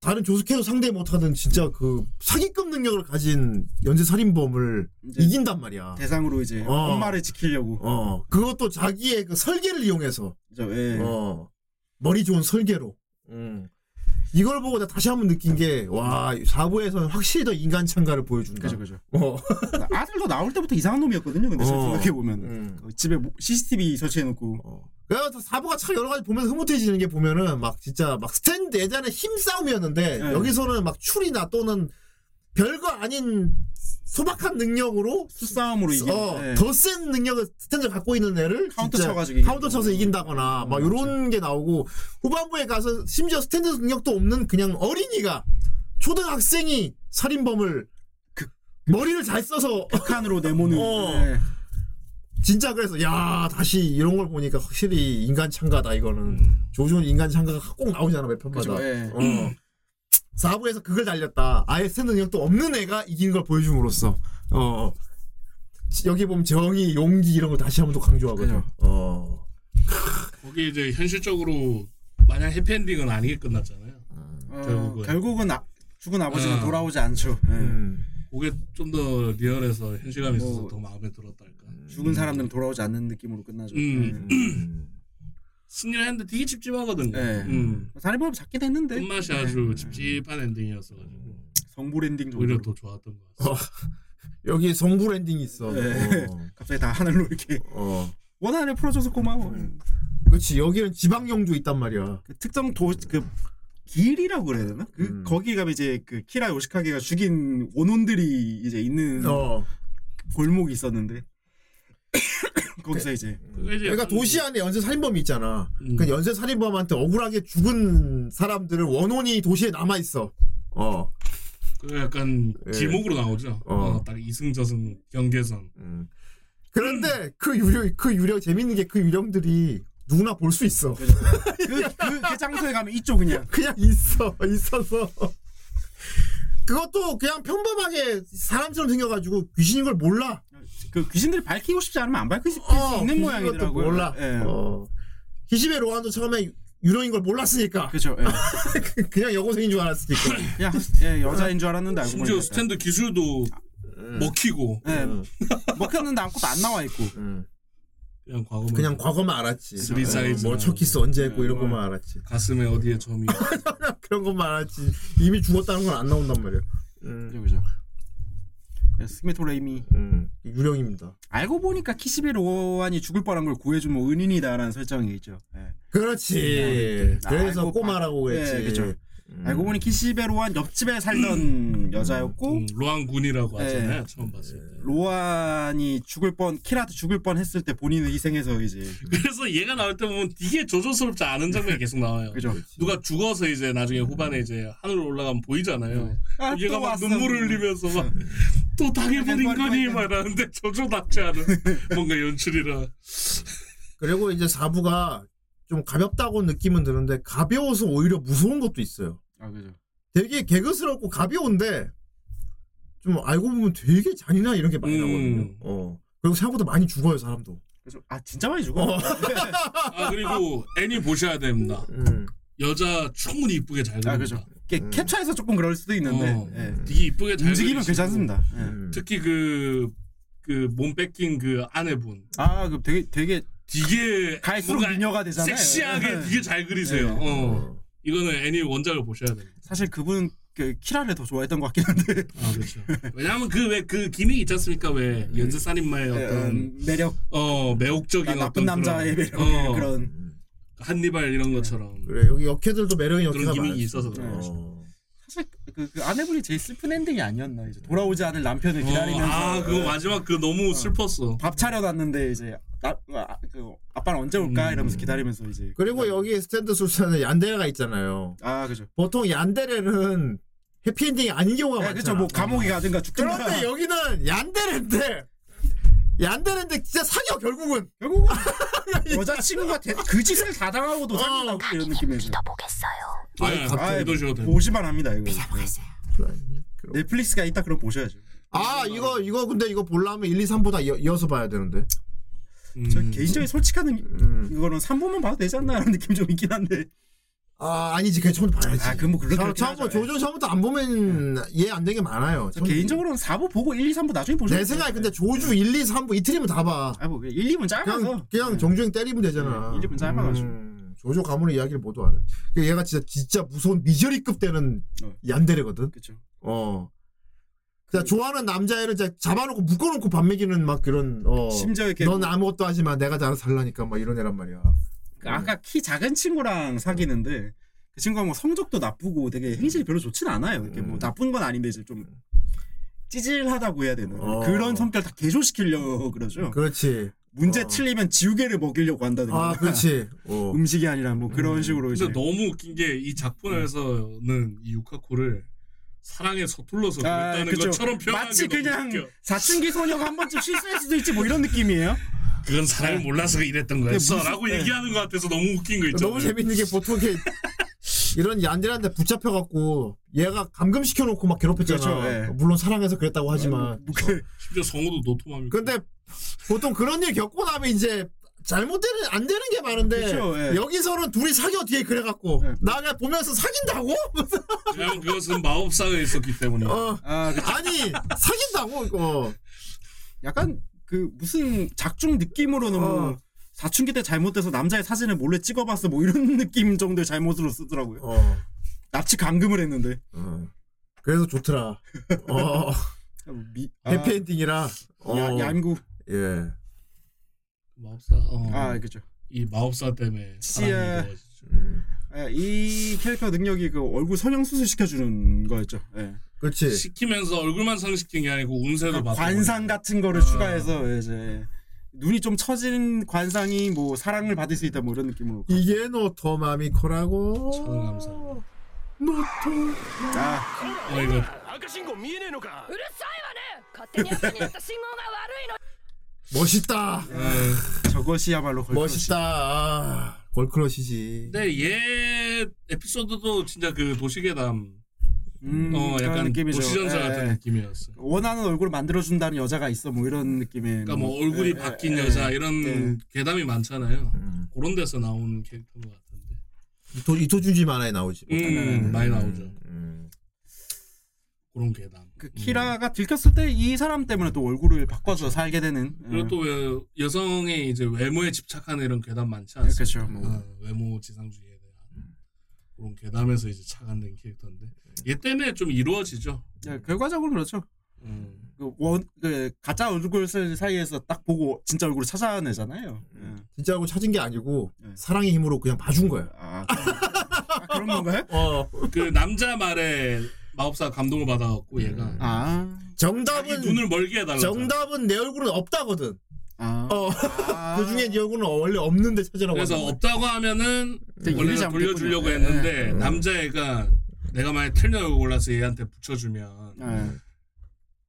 Speaker 6: 다른 조숙해도 상대 못하는 진짜 그 사기급 능력을 가진 연쇄 살인범을
Speaker 5: 이제
Speaker 6: 이긴단 말이야.
Speaker 5: 대상으로 이제
Speaker 6: 어.
Speaker 5: 엄마를 지키려고
Speaker 6: 어. 그것도 자기의 그 설계를 이용해서
Speaker 5: 그죠? 예.
Speaker 6: 어. 머리 좋은 설계로. 음. 이걸 보고 나 다시 한번 느낀 게, 와, 4부에서는 확실히 더 인간 참가를 보여준다.
Speaker 5: 그죠 그죠.
Speaker 6: 어.
Speaker 5: 아들도 나올 때부터 이상한 놈이었거든요. 근데 잘
Speaker 6: 어.
Speaker 5: 생각해 보면
Speaker 6: 음.
Speaker 5: 집에 뭐- CCTV 설치해놓고
Speaker 6: 어. 그래서 사부가 참 여러 가지 보면서 흐뭇해지는 게 보면은 막 진짜 막 스탠드 예전에 힘싸움이었는데
Speaker 5: 네.
Speaker 6: 여기서는 막 추리나 또는 별거 아닌 소박한 능력으로 어,
Speaker 5: 수싸움으로 이기 예.
Speaker 6: 더 센 능력을 스탠드 갖고 있는 애를
Speaker 5: 카운터
Speaker 6: 진짜
Speaker 5: 쳐가지고 음, 이긴다고.
Speaker 6: 카운터 쳐서 이긴다거나 막 이런 게 나오고 후반부에 가서 심지어 스탠드 능력도 없는 그냥 어린이가 초등학생이 살인범을
Speaker 5: 그
Speaker 6: 머리를 잘 써서
Speaker 5: 극한으로 내모는
Speaker 6: 어.
Speaker 5: 예.
Speaker 6: 진짜 그래서 야 다시 이런 걸 보니까 확실히 인간 참가다 이거는 조준 인간 참가가 꼭 나오잖아 매편마다
Speaker 5: 음. 그죠, 예.
Speaker 6: 어. 4부에서 그걸 달렸다 아예 센 능력도 없는 애가 이기는 걸 보여줌으로써 어. 지- 여기 보면 정의 용기 이런 걸 다시 한번 또 강조하거든
Speaker 5: 그죠.
Speaker 6: 어.
Speaker 4: 거기 이제 현실적으로 만약 해피엔딩은 아니게 끝났잖아요.
Speaker 5: 어,
Speaker 4: 결국은.
Speaker 5: 결국은 아- 죽은 아버지는
Speaker 4: 어.
Speaker 5: 돌아오지 않죠. 예.
Speaker 6: 음.
Speaker 4: 그게 좀 더 리얼해서 현실감이 있어서
Speaker 5: 뭐.
Speaker 4: 더 마음에 들었달까.
Speaker 5: 죽은 사람들은 돌아오지 않는 느낌으로 끝나죠.
Speaker 4: 음.
Speaker 5: 예.
Speaker 4: 승리를 했는데 되게 찝찝하거든요.
Speaker 5: 네.
Speaker 4: 음.
Speaker 5: 살인범 잡긴
Speaker 6: 네.
Speaker 5: 했는데 예.
Speaker 4: 끝맛이 아주 찝찝한
Speaker 6: 음.
Speaker 4: 엔딩이었어가지고
Speaker 5: 성불 엔딩 정도.
Speaker 4: 오히려 더 좋았던 것 같아요.
Speaker 6: 어. 여기 성불 엔딩이 있어
Speaker 5: 네.
Speaker 6: 어.
Speaker 5: 갑자기 다 하늘로 이렇게
Speaker 6: 어.
Speaker 5: 원한을 풀어줘서 고마워.
Speaker 6: 음. 그렇지 여기는 지방령도 있단 말이야
Speaker 5: 그 특정 도그 길이라고 그래야 되나? 그
Speaker 6: 음.
Speaker 5: 거기 가면 이제 그 키라 요시카게가 죽인 음. 원혼들이 이제 있는
Speaker 6: 어.
Speaker 5: 골목이 있었는데 (coughs) 거기서 이제
Speaker 6: 그러니까 도시 안에 연쇄 살인범이 있잖아.
Speaker 4: 예. 음.
Speaker 6: 그 연쇄 살인범한테 억울하게 죽은 사람들은 원혼이 도시에 남아 있어. 어.
Speaker 4: 그 약간
Speaker 6: 예.
Speaker 4: 지목으로 나오죠.
Speaker 6: 어.
Speaker 4: 어. 딱 이승저승 경계선.
Speaker 6: 음. 그런데 그 유령 그 유령 재밌는 게 그 유령들이 누구나 볼 수 있어.
Speaker 4: 예.
Speaker 5: 그, 그, 그 장소에 가면 있죠 그냥
Speaker 6: 그냥 있어 (laughs) 있어서 그것도 그냥 평범하게 사람처럼 생겨가지고 귀신인 걸 몰라.
Speaker 5: 그 귀신들이 밝히고 싶지 않으면 안 밝힐 수
Speaker 6: 어,
Speaker 5: 있는
Speaker 6: 귀신인 것도
Speaker 5: 모양이더라고요
Speaker 6: 몰라.
Speaker 5: 예.
Speaker 6: 어. 히시베 로안도 처음에 유령인 걸 몰랐으니까
Speaker 5: 그렇죠 예.
Speaker 6: 그냥 여고생인 줄 알았으니까.
Speaker 4: (laughs)
Speaker 5: 그냥 예, 여자인 줄 알았는데 알고
Speaker 4: 심지어
Speaker 6: 음.
Speaker 5: 보니까
Speaker 4: 스탠드 기술도 먹히고
Speaker 5: 예.
Speaker 6: 어.
Speaker 5: 먹혔는데 아무것도 안 나와 있고
Speaker 6: 음.
Speaker 4: 그냥 과거
Speaker 6: 그냥 과거만 알았지. 어,
Speaker 4: 쓰리 예. 사이즈.
Speaker 6: 뭐첫 키스 언제 했고 이런 것만 알았지.
Speaker 4: 가슴에 어디에 점이
Speaker 6: (laughs) 그런 것만 알았지. 이미 죽었다는 건 안 나온단 말이야. 음.
Speaker 5: 그죠 그죠 예, 스미트 레이미
Speaker 6: 음. 유령입니다.
Speaker 5: 알고 보니까 키시베 로안이 죽을 뻔한 걸 구해준 뭐 은인이다라는 설정이 있죠 예.
Speaker 6: 그렇지.
Speaker 5: 아,
Speaker 6: 그래서
Speaker 5: 알고
Speaker 6: 꼬마라고
Speaker 5: 봐.
Speaker 6: 했지.
Speaker 4: 네,
Speaker 5: 예, 그죠.
Speaker 6: 음.
Speaker 5: 알고 보니 키시베 로안 옆집에 살던 여자였고
Speaker 4: 음, 로안 군이라고
Speaker 6: 예.
Speaker 5: 네.
Speaker 4: 하잖아요. 처음 봤을 때.
Speaker 5: 로안이 죽을 뻔 키라한테 죽을 뻔 했을 때 본인을 희생해서 이제
Speaker 4: 그래서 얘가 나올 때 보면 되게 조조스럽지 않은 장면이 계속 나와요.
Speaker 5: 그죠
Speaker 4: 누가 죽어서 이제 나중에 후반에 이제 하늘로 올라가면 보이잖아요.
Speaker 5: 네. 아,
Speaker 4: 얘가
Speaker 5: 또
Speaker 4: 막
Speaker 5: 왔어. 네.
Speaker 4: 눈물을 흘리면서 막 또 당해버린 거니 말하는데
Speaker 5: (laughs)
Speaker 4: 조조답지 않은 뭔가 연출이라.
Speaker 6: 그리고 이제 4부가 좀 가볍다고 느낌은 드는데 가벼워서 오히려 무서운 것도 있어요.
Speaker 5: 아 그죠
Speaker 6: 되게 개그스럽고 가벼운데 좀 알고 보면 되게 잔인한 이런 게 많이
Speaker 4: 음.
Speaker 6: 나거든요. 어. 그리고 생각보다 많이 죽어요 사람도.
Speaker 5: 그래서 아 진짜 많이 죽어
Speaker 4: 아 그리고 애니 보셔야 됩니다.
Speaker 6: 음.
Speaker 4: 여자 충분히 이쁘게 잘
Speaker 5: 아 그죠
Speaker 4: 그립니다.
Speaker 5: 이게 캡처해서 조금 그럴 수도 있는데
Speaker 4: 음. 어,
Speaker 5: 예.
Speaker 4: 되게 이쁘게 잘
Speaker 5: 움직이면
Speaker 4: 그리시고.
Speaker 5: 괜찮습니다 예.
Speaker 6: 음.
Speaker 4: 특히 그 그 몸 뺏긴 그 아내분
Speaker 5: 아, 그 되게 되게
Speaker 4: 되게
Speaker 5: 갈수록
Speaker 4: 뭔가
Speaker 5: 미녀가 되잖아요. 네. 예.
Speaker 4: 섹시하게 되게 잘 그리세요. 어. 이거는 애니 원작을 보셔야 됩니다.
Speaker 5: 사실 그분 그 키라를 더 좋아했던 것 같긴 한데
Speaker 4: 아 그렇죠. 왜냐하면 그 왜 그 기믹 있지 않습니까? 왜 연쇄 살인마의 (laughs) 어떤
Speaker 5: 음, 매력
Speaker 4: 어 매혹적인
Speaker 5: 나쁜
Speaker 4: 어떤
Speaker 5: 남자의
Speaker 4: 그런,
Speaker 5: 매력
Speaker 4: 어,
Speaker 5: 그런 네.
Speaker 4: 한니발 이런 것처럼
Speaker 6: 그래 여기 역캐들도 매력이 역캐가
Speaker 4: 그런 기믹이
Speaker 6: 많아요.
Speaker 4: 있어서 그런 거죠.
Speaker 6: 어.
Speaker 5: 사실 그, 그 아내분이 제일 슬픈 엔딩이 아니었나 이제 돌아오지 않을 남편을
Speaker 4: 어,
Speaker 5: 기다리면서 네.
Speaker 4: 아 그거 마지막 그 너무 슬펐어.
Speaker 5: 밥 차려놨는데 이제 나, 아, 그 아빠는 언제 올까 이러면서 기다리면서 이제
Speaker 6: 그리고 여기 스탠드 술사는 얀데레가 있잖아요.
Speaker 5: 아 그죠
Speaker 6: 보통 얀데레는 해피엔딩이 아닌 경우가
Speaker 5: 네,
Speaker 6: 많잖아.
Speaker 5: 그쵸 뭐 감옥에 가든가 죽든가 (laughs)
Speaker 6: 그런데 여기는 얀데레인데 얀데레인데 진짜 사겨 결국은
Speaker 5: 결국은 (laughs) 여자친구가 대, 그 짓을 다 당하고도 사귄다고 어, 이런 느낌이죠
Speaker 3: 보겠어요.
Speaker 4: 아니
Speaker 5: 아이,
Speaker 4: 갑자기 도시로 돼.
Speaker 5: 보시만 합니다 이거 네. 넷플릭스가 있다 그럼 보셔야죠
Speaker 6: 아
Speaker 5: 음,
Speaker 6: 이거 이거 근데 이거 보려면 1, 2, 3보다 이어, 이어서 봐야 되는데
Speaker 4: 음.
Speaker 5: 저 개인적인 솔직한 의미- 이거는 3부만 봐도 되지 않나 라는 느낌 좀 있긴 한데
Speaker 6: 아 아니지 그냥 처음부터 봐야지
Speaker 5: 아, 그건 뭐 그렇게
Speaker 6: 처음,
Speaker 5: 그렇긴
Speaker 6: 처음부터
Speaker 5: 하죠.
Speaker 6: 조조 처음부터 안 보면 이해 안 되는 게 많아요
Speaker 5: 저 개인적으로는 음. 4부 보고 1, 2, 3부 나중에 보셔야
Speaker 6: 내 생각에 근데 조주 1, 2, 3부 이틀이면 다봐
Speaker 5: 아뭐 1, 2분
Speaker 6: 그냥
Speaker 5: 짧아서
Speaker 6: 그냥 정주행 때리면 되잖아
Speaker 5: 네, 이름은 짧아가지고.
Speaker 6: 음, 조조 가문의 이야기를 모두 알아 얘가 진짜 진짜 무서운 미저리급 되는
Speaker 5: 어.
Speaker 6: 얀데레거든
Speaker 5: 그쵸
Speaker 6: 어.
Speaker 5: 음.
Speaker 6: 자, 좋아하는 남자애를 자, 잡아놓고 묶어놓고 밥 먹이는 막 그런 어.
Speaker 5: 심지어 이렇게
Speaker 6: 넌 아무것도 하지 마. 내가 알아서 살라니까 막 이런 애란 말이야.
Speaker 5: 그 아까 키 작은 친구랑 사귀는데 그 친구가 뭐 성적도 나쁘고 되게 행실이 별로 좋진 않아요. 이렇게
Speaker 6: 음.
Speaker 5: 뭐 나쁜 건 아닌데 이제 좀 찌질하다고 해야 되나
Speaker 6: 어.
Speaker 5: 그런 성격 다 개조시키려고 그러죠.
Speaker 6: 그렇지.
Speaker 5: 문제
Speaker 6: 어.
Speaker 5: 틀리면 지우개를 먹이려고 한다든가
Speaker 6: 아, 그렇지. 어.
Speaker 5: 음. (laughs) 음식이 아니라 뭐 그런 식으로 이제
Speaker 4: 근데 너무 웃긴 게 이 작품에서는 이 유카코를 사랑에 서툴러서
Speaker 5: 아,
Speaker 4: 그랬다는
Speaker 5: 그쵸.
Speaker 4: 것처럼 표현한
Speaker 5: 마치
Speaker 4: 게
Speaker 5: 그냥
Speaker 4: 너무 웃겨.
Speaker 5: 사춘기 소녀가 한 번쯤 실수할 수도 있지 뭐 이런 느낌이에요.
Speaker 4: 그건 사람이 몰라서 이랬던 거였어
Speaker 5: 아. 무슨-
Speaker 4: 라고
Speaker 5: 네.
Speaker 4: 얘기하는 것 같아서 너무 웃긴 거 있잖아요
Speaker 6: 너무 재밌는 게 보통 이렇게 이런 얀데레한테 붙잡혀갖고 얘가 감금시켜놓고 막 괴롭혔잖아.
Speaker 5: 그렇죠, 예.
Speaker 6: 물론 사랑해서 아, 그랬다고 하지만.
Speaker 5: 그-
Speaker 4: 심지어 성우도 노토맘이고
Speaker 6: 근데 보통 그런 일 겪고 나면 이제 잘못되는 안 되는 게 많은데
Speaker 5: 그렇죠, 예.
Speaker 6: 여기서는 둘이 사겨 뒤에 그래갖고 나 그냥 보면서 사귄다고?
Speaker 5: 음.
Speaker 4: 왜냐면 그것은 마법사에 있었기 때문에
Speaker 6: 어.
Speaker 5: 아, 그
Speaker 6: 아니 사귄다고 이거
Speaker 5: 약간 그 무슨 작중 느낌으로는 뭐
Speaker 6: 어.
Speaker 5: 사춘기 때 잘못돼서 남자의 사진을 몰래 찍어봤어 뭐 이런 (laughs) 느낌 정도의 잘못으로 쓰더라고요.
Speaker 6: 어,
Speaker 5: 납치 감금을 했는데
Speaker 6: 어. 그래서 좋더라 어,
Speaker 5: 미, 아,
Speaker 6: 해피엔딩이라 어,
Speaker 5: 야, 얌구
Speaker 6: 예.
Speaker 4: 마법사 어.
Speaker 5: 아 그죠.
Speaker 4: 이 마법사 때문에
Speaker 5: 지야.
Speaker 4: 사랑이 뭐 무거워지죠.
Speaker 5: 아, 이 캐릭터 능력이 그 얼굴 성형 수술 시켜주는 거였죠. 예.
Speaker 6: 그렇지
Speaker 4: 시키면서 얼굴만 상시킨 게 아니고 운세도 받고
Speaker 5: 관상 같은 거를 추가해서 이제 눈이 좀 처진 관상이 뭐 사랑을 받을 수 있다 뭐 이런 느낌으로
Speaker 6: 이게 노토마미코라고.
Speaker 4: 저는 감사합니다.
Speaker 6: 노토.
Speaker 5: 아,
Speaker 4: 어 이거
Speaker 9: 赤信号見えねえのか
Speaker 3: うるさいわね勝手に赤になった信号が悪いの
Speaker 6: 멋있다.
Speaker 4: 네,
Speaker 5: 저것이야말로 걸크러쉬.
Speaker 6: 멋있다. 아, 걸크러시지.
Speaker 4: 근데 얘 에피소드도 진짜 그 도시괴담
Speaker 5: 음,
Speaker 4: 어
Speaker 5: 그런
Speaker 4: 약간
Speaker 5: 느낌이죠.
Speaker 4: 도시전사
Speaker 5: 예,
Speaker 4: 같은
Speaker 5: 예.
Speaker 4: 느낌이었어.
Speaker 5: 원하는 얼굴 만들어준다는 여자가 있어 뭐 이런 느낌의
Speaker 4: 그러니까 뭐 얼굴이
Speaker 5: 예,
Speaker 4: 바뀐
Speaker 5: 예,
Speaker 4: 여자
Speaker 5: 예.
Speaker 4: 이런
Speaker 5: 네.
Speaker 4: 괴담이 많잖아요.
Speaker 6: 음.
Speaker 4: 그런 데서 나오는 캐릭터인 것 같은데.
Speaker 6: 이토, 이토준지 만화에 나오지.
Speaker 4: 음, 많이 나오죠.
Speaker 6: 음.
Speaker 4: 그런 괴담.
Speaker 5: 그 키라가 들켰을 때 이 사람 때문에 또 얼굴을 바꿔서 살게 되는 예.
Speaker 4: 그렇죠. 그리고 또 왜 여성의 이제 외모에 집착하는 이런 괴담 많지
Speaker 5: 예,
Speaker 4: 않습니까?
Speaker 5: 그렇죠 뭐.
Speaker 4: 어, 외모 지상주의에 대한 그런 괴담에서 이제 착안된 캐릭터인데 얘 때문에 좀 이루어지죠.
Speaker 5: 예, 결과적으로 그렇죠
Speaker 4: 음.
Speaker 5: 그 원, 그 가짜 얼굴 사이에서 딱 보고 진짜 얼굴을 찾아내잖아요
Speaker 4: 음.
Speaker 5: 예.
Speaker 6: 진짜로 찾은 게 아니고
Speaker 4: 예.
Speaker 5: 네.
Speaker 6: 사랑의 힘으로 그냥 봐준 거야.
Speaker 5: 아, 아, 그런 건가요?
Speaker 6: 어.
Speaker 4: 그 남자 말에 마법사 감동을 받아갖고 얘가
Speaker 5: 아,
Speaker 4: 자기
Speaker 6: 정답은
Speaker 4: 눈을 멀게 해달라.
Speaker 6: 정답은 내 얼굴은 없다거든.
Speaker 5: 아.
Speaker 6: 어.
Speaker 5: 아.
Speaker 6: 그 중에 네 얼굴은 원래 없는데 찾으라고.
Speaker 4: 그래서
Speaker 6: 하는 거야.
Speaker 4: 없다고 하면은
Speaker 5: 근데
Speaker 4: 원래
Speaker 5: 이름이
Speaker 4: 는
Speaker 5: 잘못됐군요.
Speaker 4: 돌려주려고
Speaker 5: 예,
Speaker 4: 했는데
Speaker 6: 네.
Speaker 4: 남자애가 내가 만약 틀려고 골라서 얘한테 붙여주면
Speaker 6: 아.
Speaker 5: 예. 예.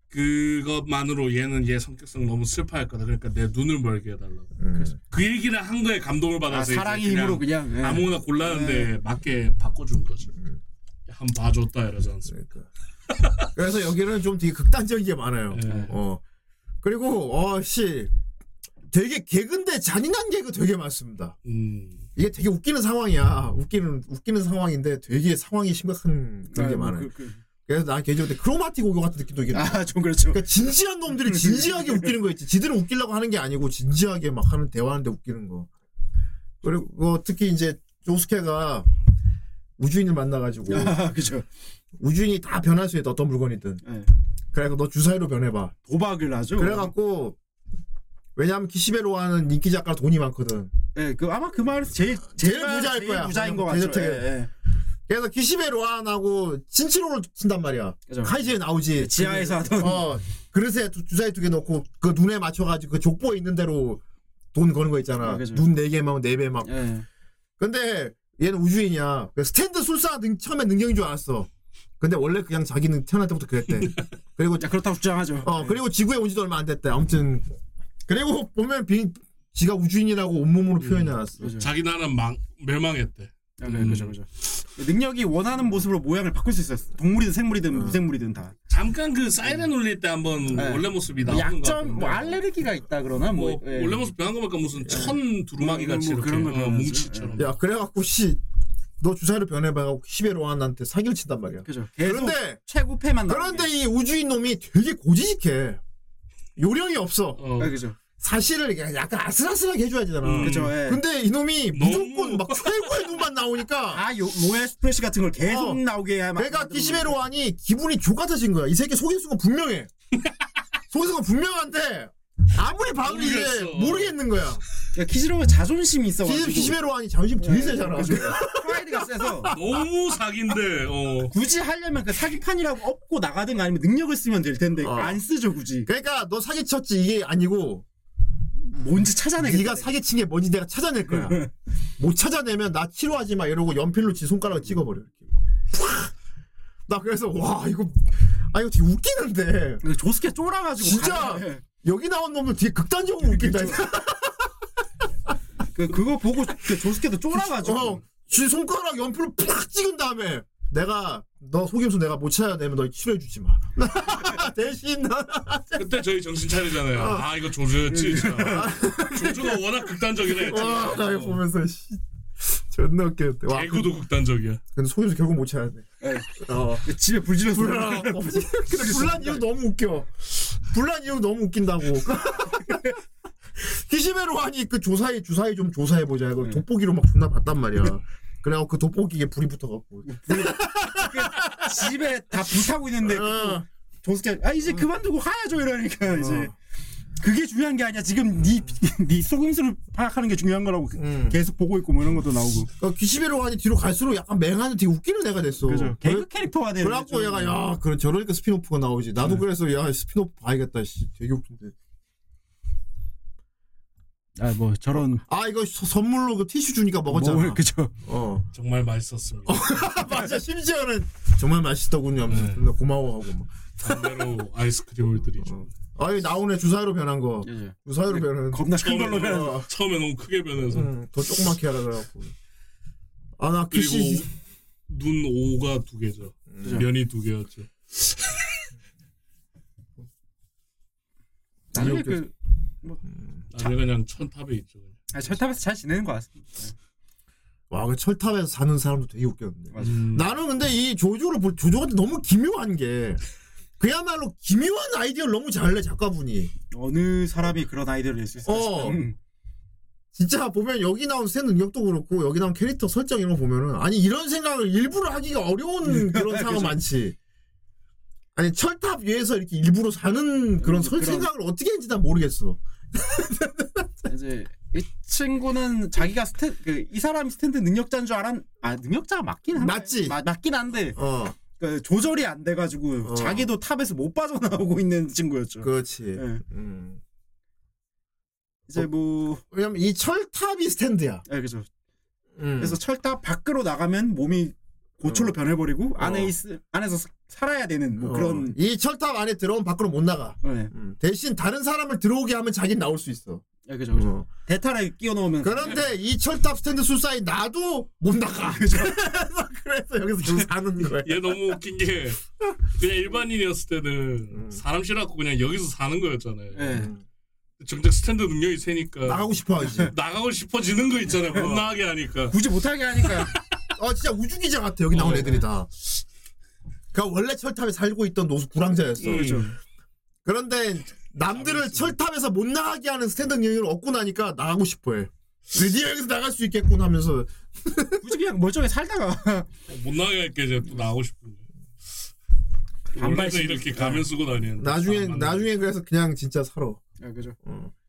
Speaker 4: 그것만으로 얘는 얘 성격상 너무 슬퍼할 거다. 그러니까 내 눈을 멀게 해달라고.
Speaker 6: 음.
Speaker 4: 그 얘기를 한 거에 감동을
Speaker 5: 아,
Speaker 4: 받아서
Speaker 5: 사랑의
Speaker 4: 이제 그냥
Speaker 5: 힘으로 그냥 음. 예.
Speaker 4: 아무거나 골랐는데 맞게 바꿔준 거죠. 한 번 봐줬다 이러지 않습니까?
Speaker 6: 그러니까. 그래서 여기는 좀 되게 극단적인 게 많아요.
Speaker 4: 네.
Speaker 6: 어. 그리고 어씨 되게 개근데 잔인한 개그 되게 많습니다.
Speaker 4: 음.
Speaker 6: 이게 되게 웃기는 상황이야. 웃기는 웃기는 상황인데 되게 상황이 심각한 그런 게
Speaker 5: 아, 뭐
Speaker 6: 많아요.
Speaker 5: 그, 그.
Speaker 6: 그래서 난 개인적으로 크로마틱 오교 같은 느낌도 이게
Speaker 5: 아, 좀 그렇죠.
Speaker 6: 그러니까 진지한 놈들이 진지하게 웃기는 거 있지. 지들은 웃기려고 하는 게 아니고 진지하게 막 하는 대화하는데 웃기는 거. 그리고 특히 이제 조스케가 우주인을 만나가지고
Speaker 5: 아, 그죠.
Speaker 6: 우주인이 다 변할 수 있다 어떤 물건이든.
Speaker 5: 예.
Speaker 6: 그래갖고 너 주사위로 변해봐.
Speaker 5: 도박을 하죠.
Speaker 6: 그래갖고 왜냐하면 기시베로와는 인기 작가 돈이 많거든.
Speaker 5: 예, 그 아마 그 말에서 제일
Speaker 6: 제일
Speaker 5: 제가
Speaker 6: 부자일
Speaker 5: 제일
Speaker 6: 거야.
Speaker 5: 부자인 것
Speaker 6: 대저택에.
Speaker 5: 같죠. 예, 예.
Speaker 6: 그래서 기시베로와하고 친치로를 친단 말이야.
Speaker 5: 그죠.
Speaker 6: 카이지에 나오지.
Speaker 5: 지하에서 하던
Speaker 6: 어 그릇에 두- 주사위 두 개 넣고 그 눈에 맞춰가지고 그 족보 있는 대로 돈 거는 거 있잖아.
Speaker 5: 아, 그죠.
Speaker 6: 눈 네 개만 네 배 막.
Speaker 5: 예.
Speaker 6: 근데 얘는 우주인이야. 그래서 스탠드 술사 능, 처음에 능력인 줄 알았어. 근데 원래 그냥 자기는 태어날
Speaker 5: (laughs)
Speaker 6: 때부터 그랬대. 그리고
Speaker 5: 자, 그렇다고 주장하죠.
Speaker 6: 어 그리고 지구에 온 지도 얼마 안 됐대. 아무튼 그리고 보면 비, 지가 우주인이라고 온몸으로
Speaker 5: 음.
Speaker 6: 표현해놨어.
Speaker 5: 예. 그죠.
Speaker 4: 자기 나라는 망, 멸망했대.
Speaker 5: 예, 네, 그죠, 그죠. 능력이 원하는 모습으로 모양을 바꿀 수 있었어. 동물이든 생물이든 무생물이든 다.
Speaker 4: 잠깐 그 사이렌 울릴 때 한번
Speaker 5: 음. 네.
Speaker 4: 원래 모습이
Speaker 5: 뭐
Speaker 4: 나오는 거
Speaker 5: 약점, 뭐 알레르기가 있다 그러나
Speaker 4: 뭐
Speaker 5: 뭐, 예.
Speaker 4: 원래 모습 변한 거 보니까 무슨 천 두루마기
Speaker 5: 뭐,
Speaker 4: 같이
Speaker 5: 뭐
Speaker 4: 이렇게
Speaker 5: 그런 걸
Speaker 4: 어,
Speaker 5: 변하죠.
Speaker 4: 뭉치처럼.
Speaker 6: 야 그래갖고 씨 너 주사위로 변해봐갖고 시베로한한테 사기를 친단 말이야.
Speaker 5: 그죠. 계속
Speaker 6: 그런데
Speaker 5: 최고 패만 나오게.
Speaker 6: 그런데 이 우주인 놈이 되게 고지식해. 요령이 없어.
Speaker 4: 어,
Speaker 5: 예, 그죠.
Speaker 6: 사실을 약간 아슬아슬하게 해줘야 되잖아.
Speaker 4: 음.
Speaker 5: 그죠. 예.
Speaker 6: 근데 이놈이
Speaker 4: 너무-
Speaker 6: 무조건 막 최고의 눈만
Speaker 5: (laughs)
Speaker 6: 나오니까
Speaker 5: 아, 요 로얄 스프레시 같은 걸 계속
Speaker 6: 어.
Speaker 5: 나오게 해야
Speaker 6: 내가 기시베로안이 기분이 족같아진 거야. 이 새끼 속인 순간 분명해. 속인 순간 분명한데 아무리 봐도 이게
Speaker 4: 모르겠어.
Speaker 6: 모르겠는 거야.
Speaker 5: 기시로가 자존심이 있어
Speaker 6: 기-
Speaker 5: 가지고. 예,
Speaker 6: 기시베로안이 자존심
Speaker 5: 네,
Speaker 6: 되게 세잖아.
Speaker 5: 프라이드가 세서
Speaker 4: 너무 사기인데. 어.
Speaker 5: 굳이 하려면 그 사기판이라고 업고 나가든가 아니면 능력을 쓰면 될 텐데
Speaker 6: 어.
Speaker 5: 안 쓰죠 굳이
Speaker 6: 그러니까 너 사기쳤지 이게 아니고
Speaker 5: 뭔지 찾아내겠다
Speaker 6: 네가 사기친 게 뭔지 내가 찾아낼 거야. 못 찾아내면 나 치료하지 마 이러고 연필로 지 손가락을 찍어버려. 이렇게. 팍! 나 그래서 와 이거 아 이거 되게 웃기는데
Speaker 5: 근데 그 조스케 쫄아가지고
Speaker 6: 진짜!
Speaker 5: 가는 예. 거야.
Speaker 6: 여기 나온 놈들 되게 극단적으로 웃긴다.
Speaker 5: 그 그거 보고 그 조스케도 쫄아가지고
Speaker 6: 어, 지 손가락 연필로 팍 찍은 다음에 내가 너 속임수 내가 못 찾아내면 너 치료해주지 마. (laughs) 대신 나
Speaker 4: 그때 저희 정신 차리잖아요.
Speaker 5: 어.
Speaker 4: 아 이거 조조였지.
Speaker 5: 네.
Speaker 4: 진짜. 조조가 워낙 극단적이라
Speaker 5: 어.
Speaker 4: 했잖아.
Speaker 6: 와, 나 이거 보면서 씨 존나 웃겼대. 와
Speaker 4: 대구도 극단적이야.
Speaker 6: 근데 속임수 결국 못 찾아내. 어.
Speaker 5: 집에 불질러서
Speaker 6: 불안. (laughs) 근데 불란 이유 너무 웃겨. 불란 이유 너무 웃긴다고. (laughs) 히시메로 하니 그 조사해 주사위 좀 조사해 보자. 이거 돋보기로 막 존나 봤단 말이야. 그래갖고 그 돋보기에 불이 붙어갖고.
Speaker 5: (laughs) 집에 다 불타고 있는데
Speaker 6: 어.
Speaker 5: 조스케 아 이제 그만두고 가야죠 이러니까 이제 그게 중요한 게 아니야 지금 네네 속임수를 파악하는 게 중요한 거라고
Speaker 6: 음.
Speaker 5: 계속 보고 있고 뭐 이런 것도 나오고
Speaker 6: 그러니까 기시베로 하니 뒤로 갈수록 약간 맹하는 되게 웃기는 애가 됐어.
Speaker 5: 그죠 개그 캐릭터가 되는
Speaker 6: 그래갖고
Speaker 5: 거죠.
Speaker 6: 얘가 야 그런 저러니까 스피노프가 나오지. 나도 그래서 야 스피노프 봐야겠다. 씨 되게 웃긴데.
Speaker 5: 아 뭐 저런
Speaker 6: 아 이거 서- 선물로 그 티슈 주니까 먹었잖아.
Speaker 5: 먹을 그죠.
Speaker 4: (laughs)
Speaker 6: 어
Speaker 4: 정말 맛있었습니다.
Speaker 6: 맞아 심지어는 정말 맛있더군요. 하면서
Speaker 4: 네.
Speaker 6: 존나 고마워하고 막.
Speaker 4: 반대로 아이스크림을 드리죠.
Speaker 6: 아 이거 나오네 주사위로 변한 거.
Speaker 4: 예.
Speaker 5: 예,
Speaker 6: 주사위로 변한.
Speaker 5: 겁나 큰 걸로
Speaker 4: 처음에,
Speaker 5: 변.
Speaker 6: 변해서.
Speaker 4: 처음에 너무 크게 변해서
Speaker 6: 응, 더 조그맣게 하라 그래갖고. 아나
Speaker 4: 그리고
Speaker 6: 귀신
Speaker 4: 눈 오가 두 개죠. 면이 두 개였죠. 아,
Speaker 5: 나중에
Speaker 6: 이렇게
Speaker 5: 그
Speaker 4: 나중에 그냥 천탑에 있죠. 그냥.
Speaker 5: 아, 철탑에서 잘 지내는 것 같습니다.
Speaker 6: 와그 철탑에서 사는 사람도 되게 웃겼는데.
Speaker 4: 음,
Speaker 6: 나는 근데 이 조조를 볼 조조한테 너무 기묘한 게 그야말로 기묘한 아이디어를 너무 잘내 작가분이.
Speaker 5: 어느 사람이 그런 아이디어를 낼 수 있을까?
Speaker 6: 어.
Speaker 5: 음.
Speaker 6: 진짜 보면 여기 나온 센 능력도 그렇고 여기 나온 캐릭터 설정 이런 거 보면은 아니 이런 생각을 일부러 하기가
Speaker 4: (laughs)
Speaker 6: 어려운 그런 상황
Speaker 5: 그죠.
Speaker 6: 많지. 아니 철탑 위에서 이렇게 일부러 사는 그런
Speaker 5: 음,
Speaker 6: 설
Speaker 5: 그런-
Speaker 6: 생각을 어떻게 했는지 난 모르겠어.
Speaker 5: 이제 이 친구는 자기가 스탠 그이 사람이 스탠드 능력자인 줄 알았 아 능력자가 맞긴 한데
Speaker 6: 맞지?
Speaker 5: 맞, 맞긴 한데
Speaker 6: 어,
Speaker 5: 그 조절이 안 돼가지고
Speaker 6: 어.
Speaker 5: 자기도 탑에서 못 빠져나오고 (laughs) 있는 친구였죠.
Speaker 6: 그렇지.
Speaker 5: 예.
Speaker 6: 음.
Speaker 5: 이제 뭐
Speaker 6: 왜냐면 이 철탑이 스탠드야.
Speaker 5: 예, 그죠.
Speaker 6: 음.
Speaker 5: 그래서 철탑 밖으로 나가면 몸이 고철로
Speaker 6: 어.
Speaker 5: 변해버리고 안에
Speaker 6: 어.
Speaker 5: 있 안에서 사- 살아야 되는 뭐
Speaker 6: 어,
Speaker 5: 그런
Speaker 6: 이 철탑 안에 들어오면 밖으로 못 나가.
Speaker 5: 예,
Speaker 6: 음. 대신 다른 사람을 들어오게 하면 자기는 나올 수 있어.
Speaker 5: 예, 그죠 그죠.
Speaker 6: 어.
Speaker 5: 대타를 끼워 넣으면
Speaker 6: 그런데 이 철탑 스탠드 술사인 나도 못 나가. (laughs) 그래서 여기서 계속 사는 거야.
Speaker 4: 얘 너무 웃긴 게 그냥 일반인이었을 때는
Speaker 6: 음.
Speaker 4: 사람 싫어갖고 그냥 여기서 사는 거였잖아요.
Speaker 5: 예.
Speaker 4: 정작 스탠드 능력이 세니까
Speaker 6: 네. 나가고 싶어 음. 하지.
Speaker 4: 나가고 싶어지는 거 있잖아요. 못 나가게 하니까.
Speaker 5: 굳이 못하게
Speaker 6: (laughs)
Speaker 5: 하니까
Speaker 6: 아 진짜 우주기자 같아 여기 나온
Speaker 4: 어.
Speaker 6: 애들이 다. 그러니까 원래 철탑에 살고 있던 노숙 불황자였어.
Speaker 4: 음.
Speaker 5: 그죠.
Speaker 6: 그런데 남들을 철탑에서 못 나가게 하는 스탠드 능력을 얻고 나니까 나가고 싶어해. 드디어 여기서 나갈 수 있겠군 하면서
Speaker 5: 굳이 그냥 멀쩡히 살다가
Speaker 4: 못 나가게 할게 이제 또 나가고 싶은 거. 원래도
Speaker 5: 반발심.
Speaker 4: 이렇게 가면 쓰고 다니는.
Speaker 6: 나중에 나중에 그래서 그냥 진짜 살아.
Speaker 5: 예, 그죠.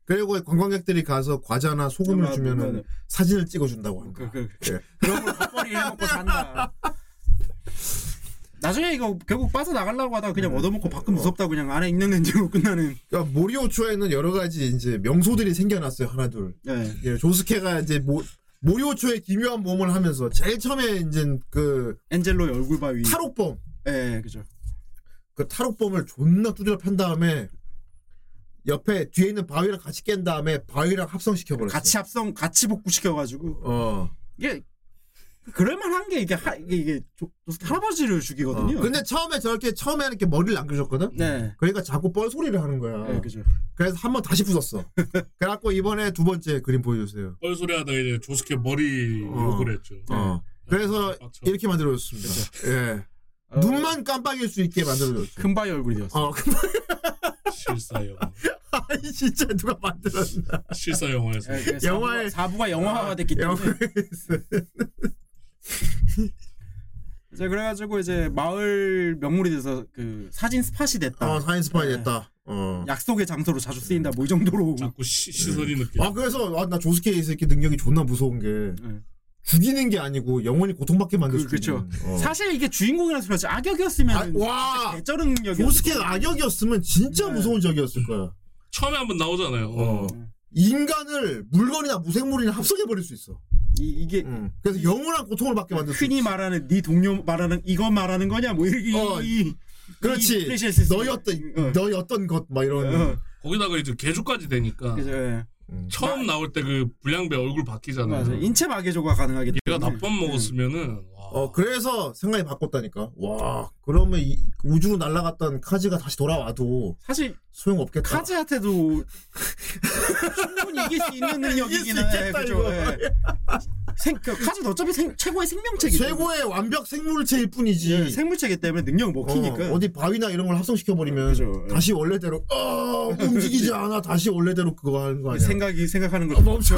Speaker 6: 그리고 관광객들이 가서 과자나 소금을
Speaker 5: 얼마
Speaker 6: 주면은
Speaker 5: 얼마나-
Speaker 6: 사진을 찍어준다고 하는
Speaker 5: 뭐, 그,
Speaker 6: 거야.
Speaker 5: 그,
Speaker 6: 예.
Speaker 5: (laughs) 그런 걸 밥벌이 해먹고 산다. 나중에 이거 결국 빠져나가려고 하다가
Speaker 6: 음.
Speaker 5: 그냥 얻어먹고 밖은 무섭다 그냥 안에 있는 렌즈로 끝나는
Speaker 6: 그러니까 모리오초에는 여러 가지 이제 명소들이 생겨났어요 하나 둘.
Speaker 5: 예.
Speaker 6: 예, 조스케가 이제 모 모리오초의 기묘한 몸을 하면서 제일 처음에 이제 그
Speaker 5: 엔젤로의 얼굴 바위
Speaker 6: 탈옥범
Speaker 5: 예 그죠
Speaker 6: 그 탈옥범을 존나 두드려 팬 다음에 옆에 뒤에 있는 바위랑 같이 깬 다음에 바위랑 합성시켜 버렸어.
Speaker 5: 같이 합성 같이 복구시켜가지고
Speaker 6: 어.
Speaker 5: 이게 그럴만한 게 이게 하, 이게, 이게 조, 조스케 할아버지를
Speaker 6: 어.
Speaker 5: 죽이거든요
Speaker 6: 근데 처음에 저렇게 처음에 이렇게 머리를 안겨줬거든.
Speaker 5: 네
Speaker 6: 그러니까 자꾸 뻘소리를 하는 거야.
Speaker 5: 예, 그죠
Speaker 6: 그래서 한 번 다시 부쉈어. 그래갖고 이번에 두 번째 그림 보여주세요.
Speaker 4: 뻘소리 하다가 이제 조스케 머리
Speaker 6: 어.
Speaker 4: 욕을 했죠.
Speaker 6: 어. 그래서
Speaker 4: 빡쳐.
Speaker 6: 이렇게 만들어줬습니다. 예. 눈만 깜빡일 수 있게 만들어줬어.
Speaker 5: 큰 바위 얼굴이 되었어
Speaker 6: 어, 그
Speaker 4: 실사 영화.
Speaker 6: 말이 진짜 누가 만들었나.
Speaker 4: 실사 영화에서.
Speaker 5: 예, 그 사부가,
Speaker 6: 영화에-
Speaker 5: 사부가 영화화가 됐기 때문에 이제 그래가지고 이제 마을 명물이 돼서 그 사진 스팟이 됐다
Speaker 6: 어, 사인스파이
Speaker 5: 예.
Speaker 6: 됐다. 어.
Speaker 5: 약속의 장소로 자주 쓰인다 뭐 이 정도로
Speaker 4: 자꾸 시, 시선이 느껴.
Speaker 6: 아, 그래서, 아, 나 조스케이 새끼 능력이 존나 무서운 게,
Speaker 5: 네.
Speaker 6: 죽이는 게 아니고, 영원히 고통받게 만들
Speaker 5: 그-
Speaker 6: 수 있는. 어.
Speaker 5: 사실 이게 주인공이라서 그렇지 악역이었으면
Speaker 6: 아, 와!
Speaker 5: 대절은 역이
Speaker 6: 조스케가 악역이었으면 진짜
Speaker 5: 네.
Speaker 6: 무서운 적이었을 거야.
Speaker 4: 처음에 한번 나오잖아요.
Speaker 6: 어.
Speaker 4: 어.
Speaker 6: 인간을 물건이나 무생물이나 합성해버릴 수 있어.
Speaker 5: 이, 게
Speaker 6: 응. 그래서 영원한 고통을 받게 만들 수 있어.
Speaker 5: 뭐 흔히 말하는 네 동료 말하는 이거 말하는 거냐 뭐 이게
Speaker 6: 어,
Speaker 5: 이,
Speaker 6: 그렇지.
Speaker 5: 프레시의 시스템.
Speaker 6: 너희 어떤,
Speaker 5: 어.
Speaker 6: 너희 어떤 것, 막 이런.
Speaker 5: 어,
Speaker 4: 거기다가 이제 개조까지 되니까
Speaker 5: 그죠 예.
Speaker 4: 처음 나올 때 그 불량배 얼굴 바뀌잖아요.
Speaker 6: 음.
Speaker 5: 맞아 인체 마개조가 네. 가능하기
Speaker 4: 얘가
Speaker 5: 때문에
Speaker 4: 나밥 먹었으면은 와.
Speaker 6: 어, 그래서 생각이 바꿨다니까. 와, 그러면 이 우주로 날아갔던 카즈가 다시 돌아와도
Speaker 5: 사실
Speaker 6: 소용없겠다. 아,
Speaker 5: 카즈한테도 충분히 이길 수 있는 능력이긴
Speaker 6: (laughs) 이길 수
Speaker 5: 해
Speaker 6: 있겠다,
Speaker 5: 그죠
Speaker 6: 이거.
Speaker 5: 예. 생 그, 카즈는 어차피 생, 최고의 생명체기 때문에
Speaker 6: 최고의 완벽 생물체일 뿐이지.
Speaker 5: 예, 생물체기 때문에 능력 먹히니까
Speaker 6: 어, 디 바위나 이런 걸 합성시켜버리면
Speaker 5: 그죠. 예.
Speaker 6: 다시 원래대로 어, 움직이지
Speaker 5: (laughs)
Speaker 6: 않아 다시 원래대로 그거 하는
Speaker 5: 이
Speaker 6: 거 아니야?
Speaker 5: 생각이 생각하는 걸 멈춰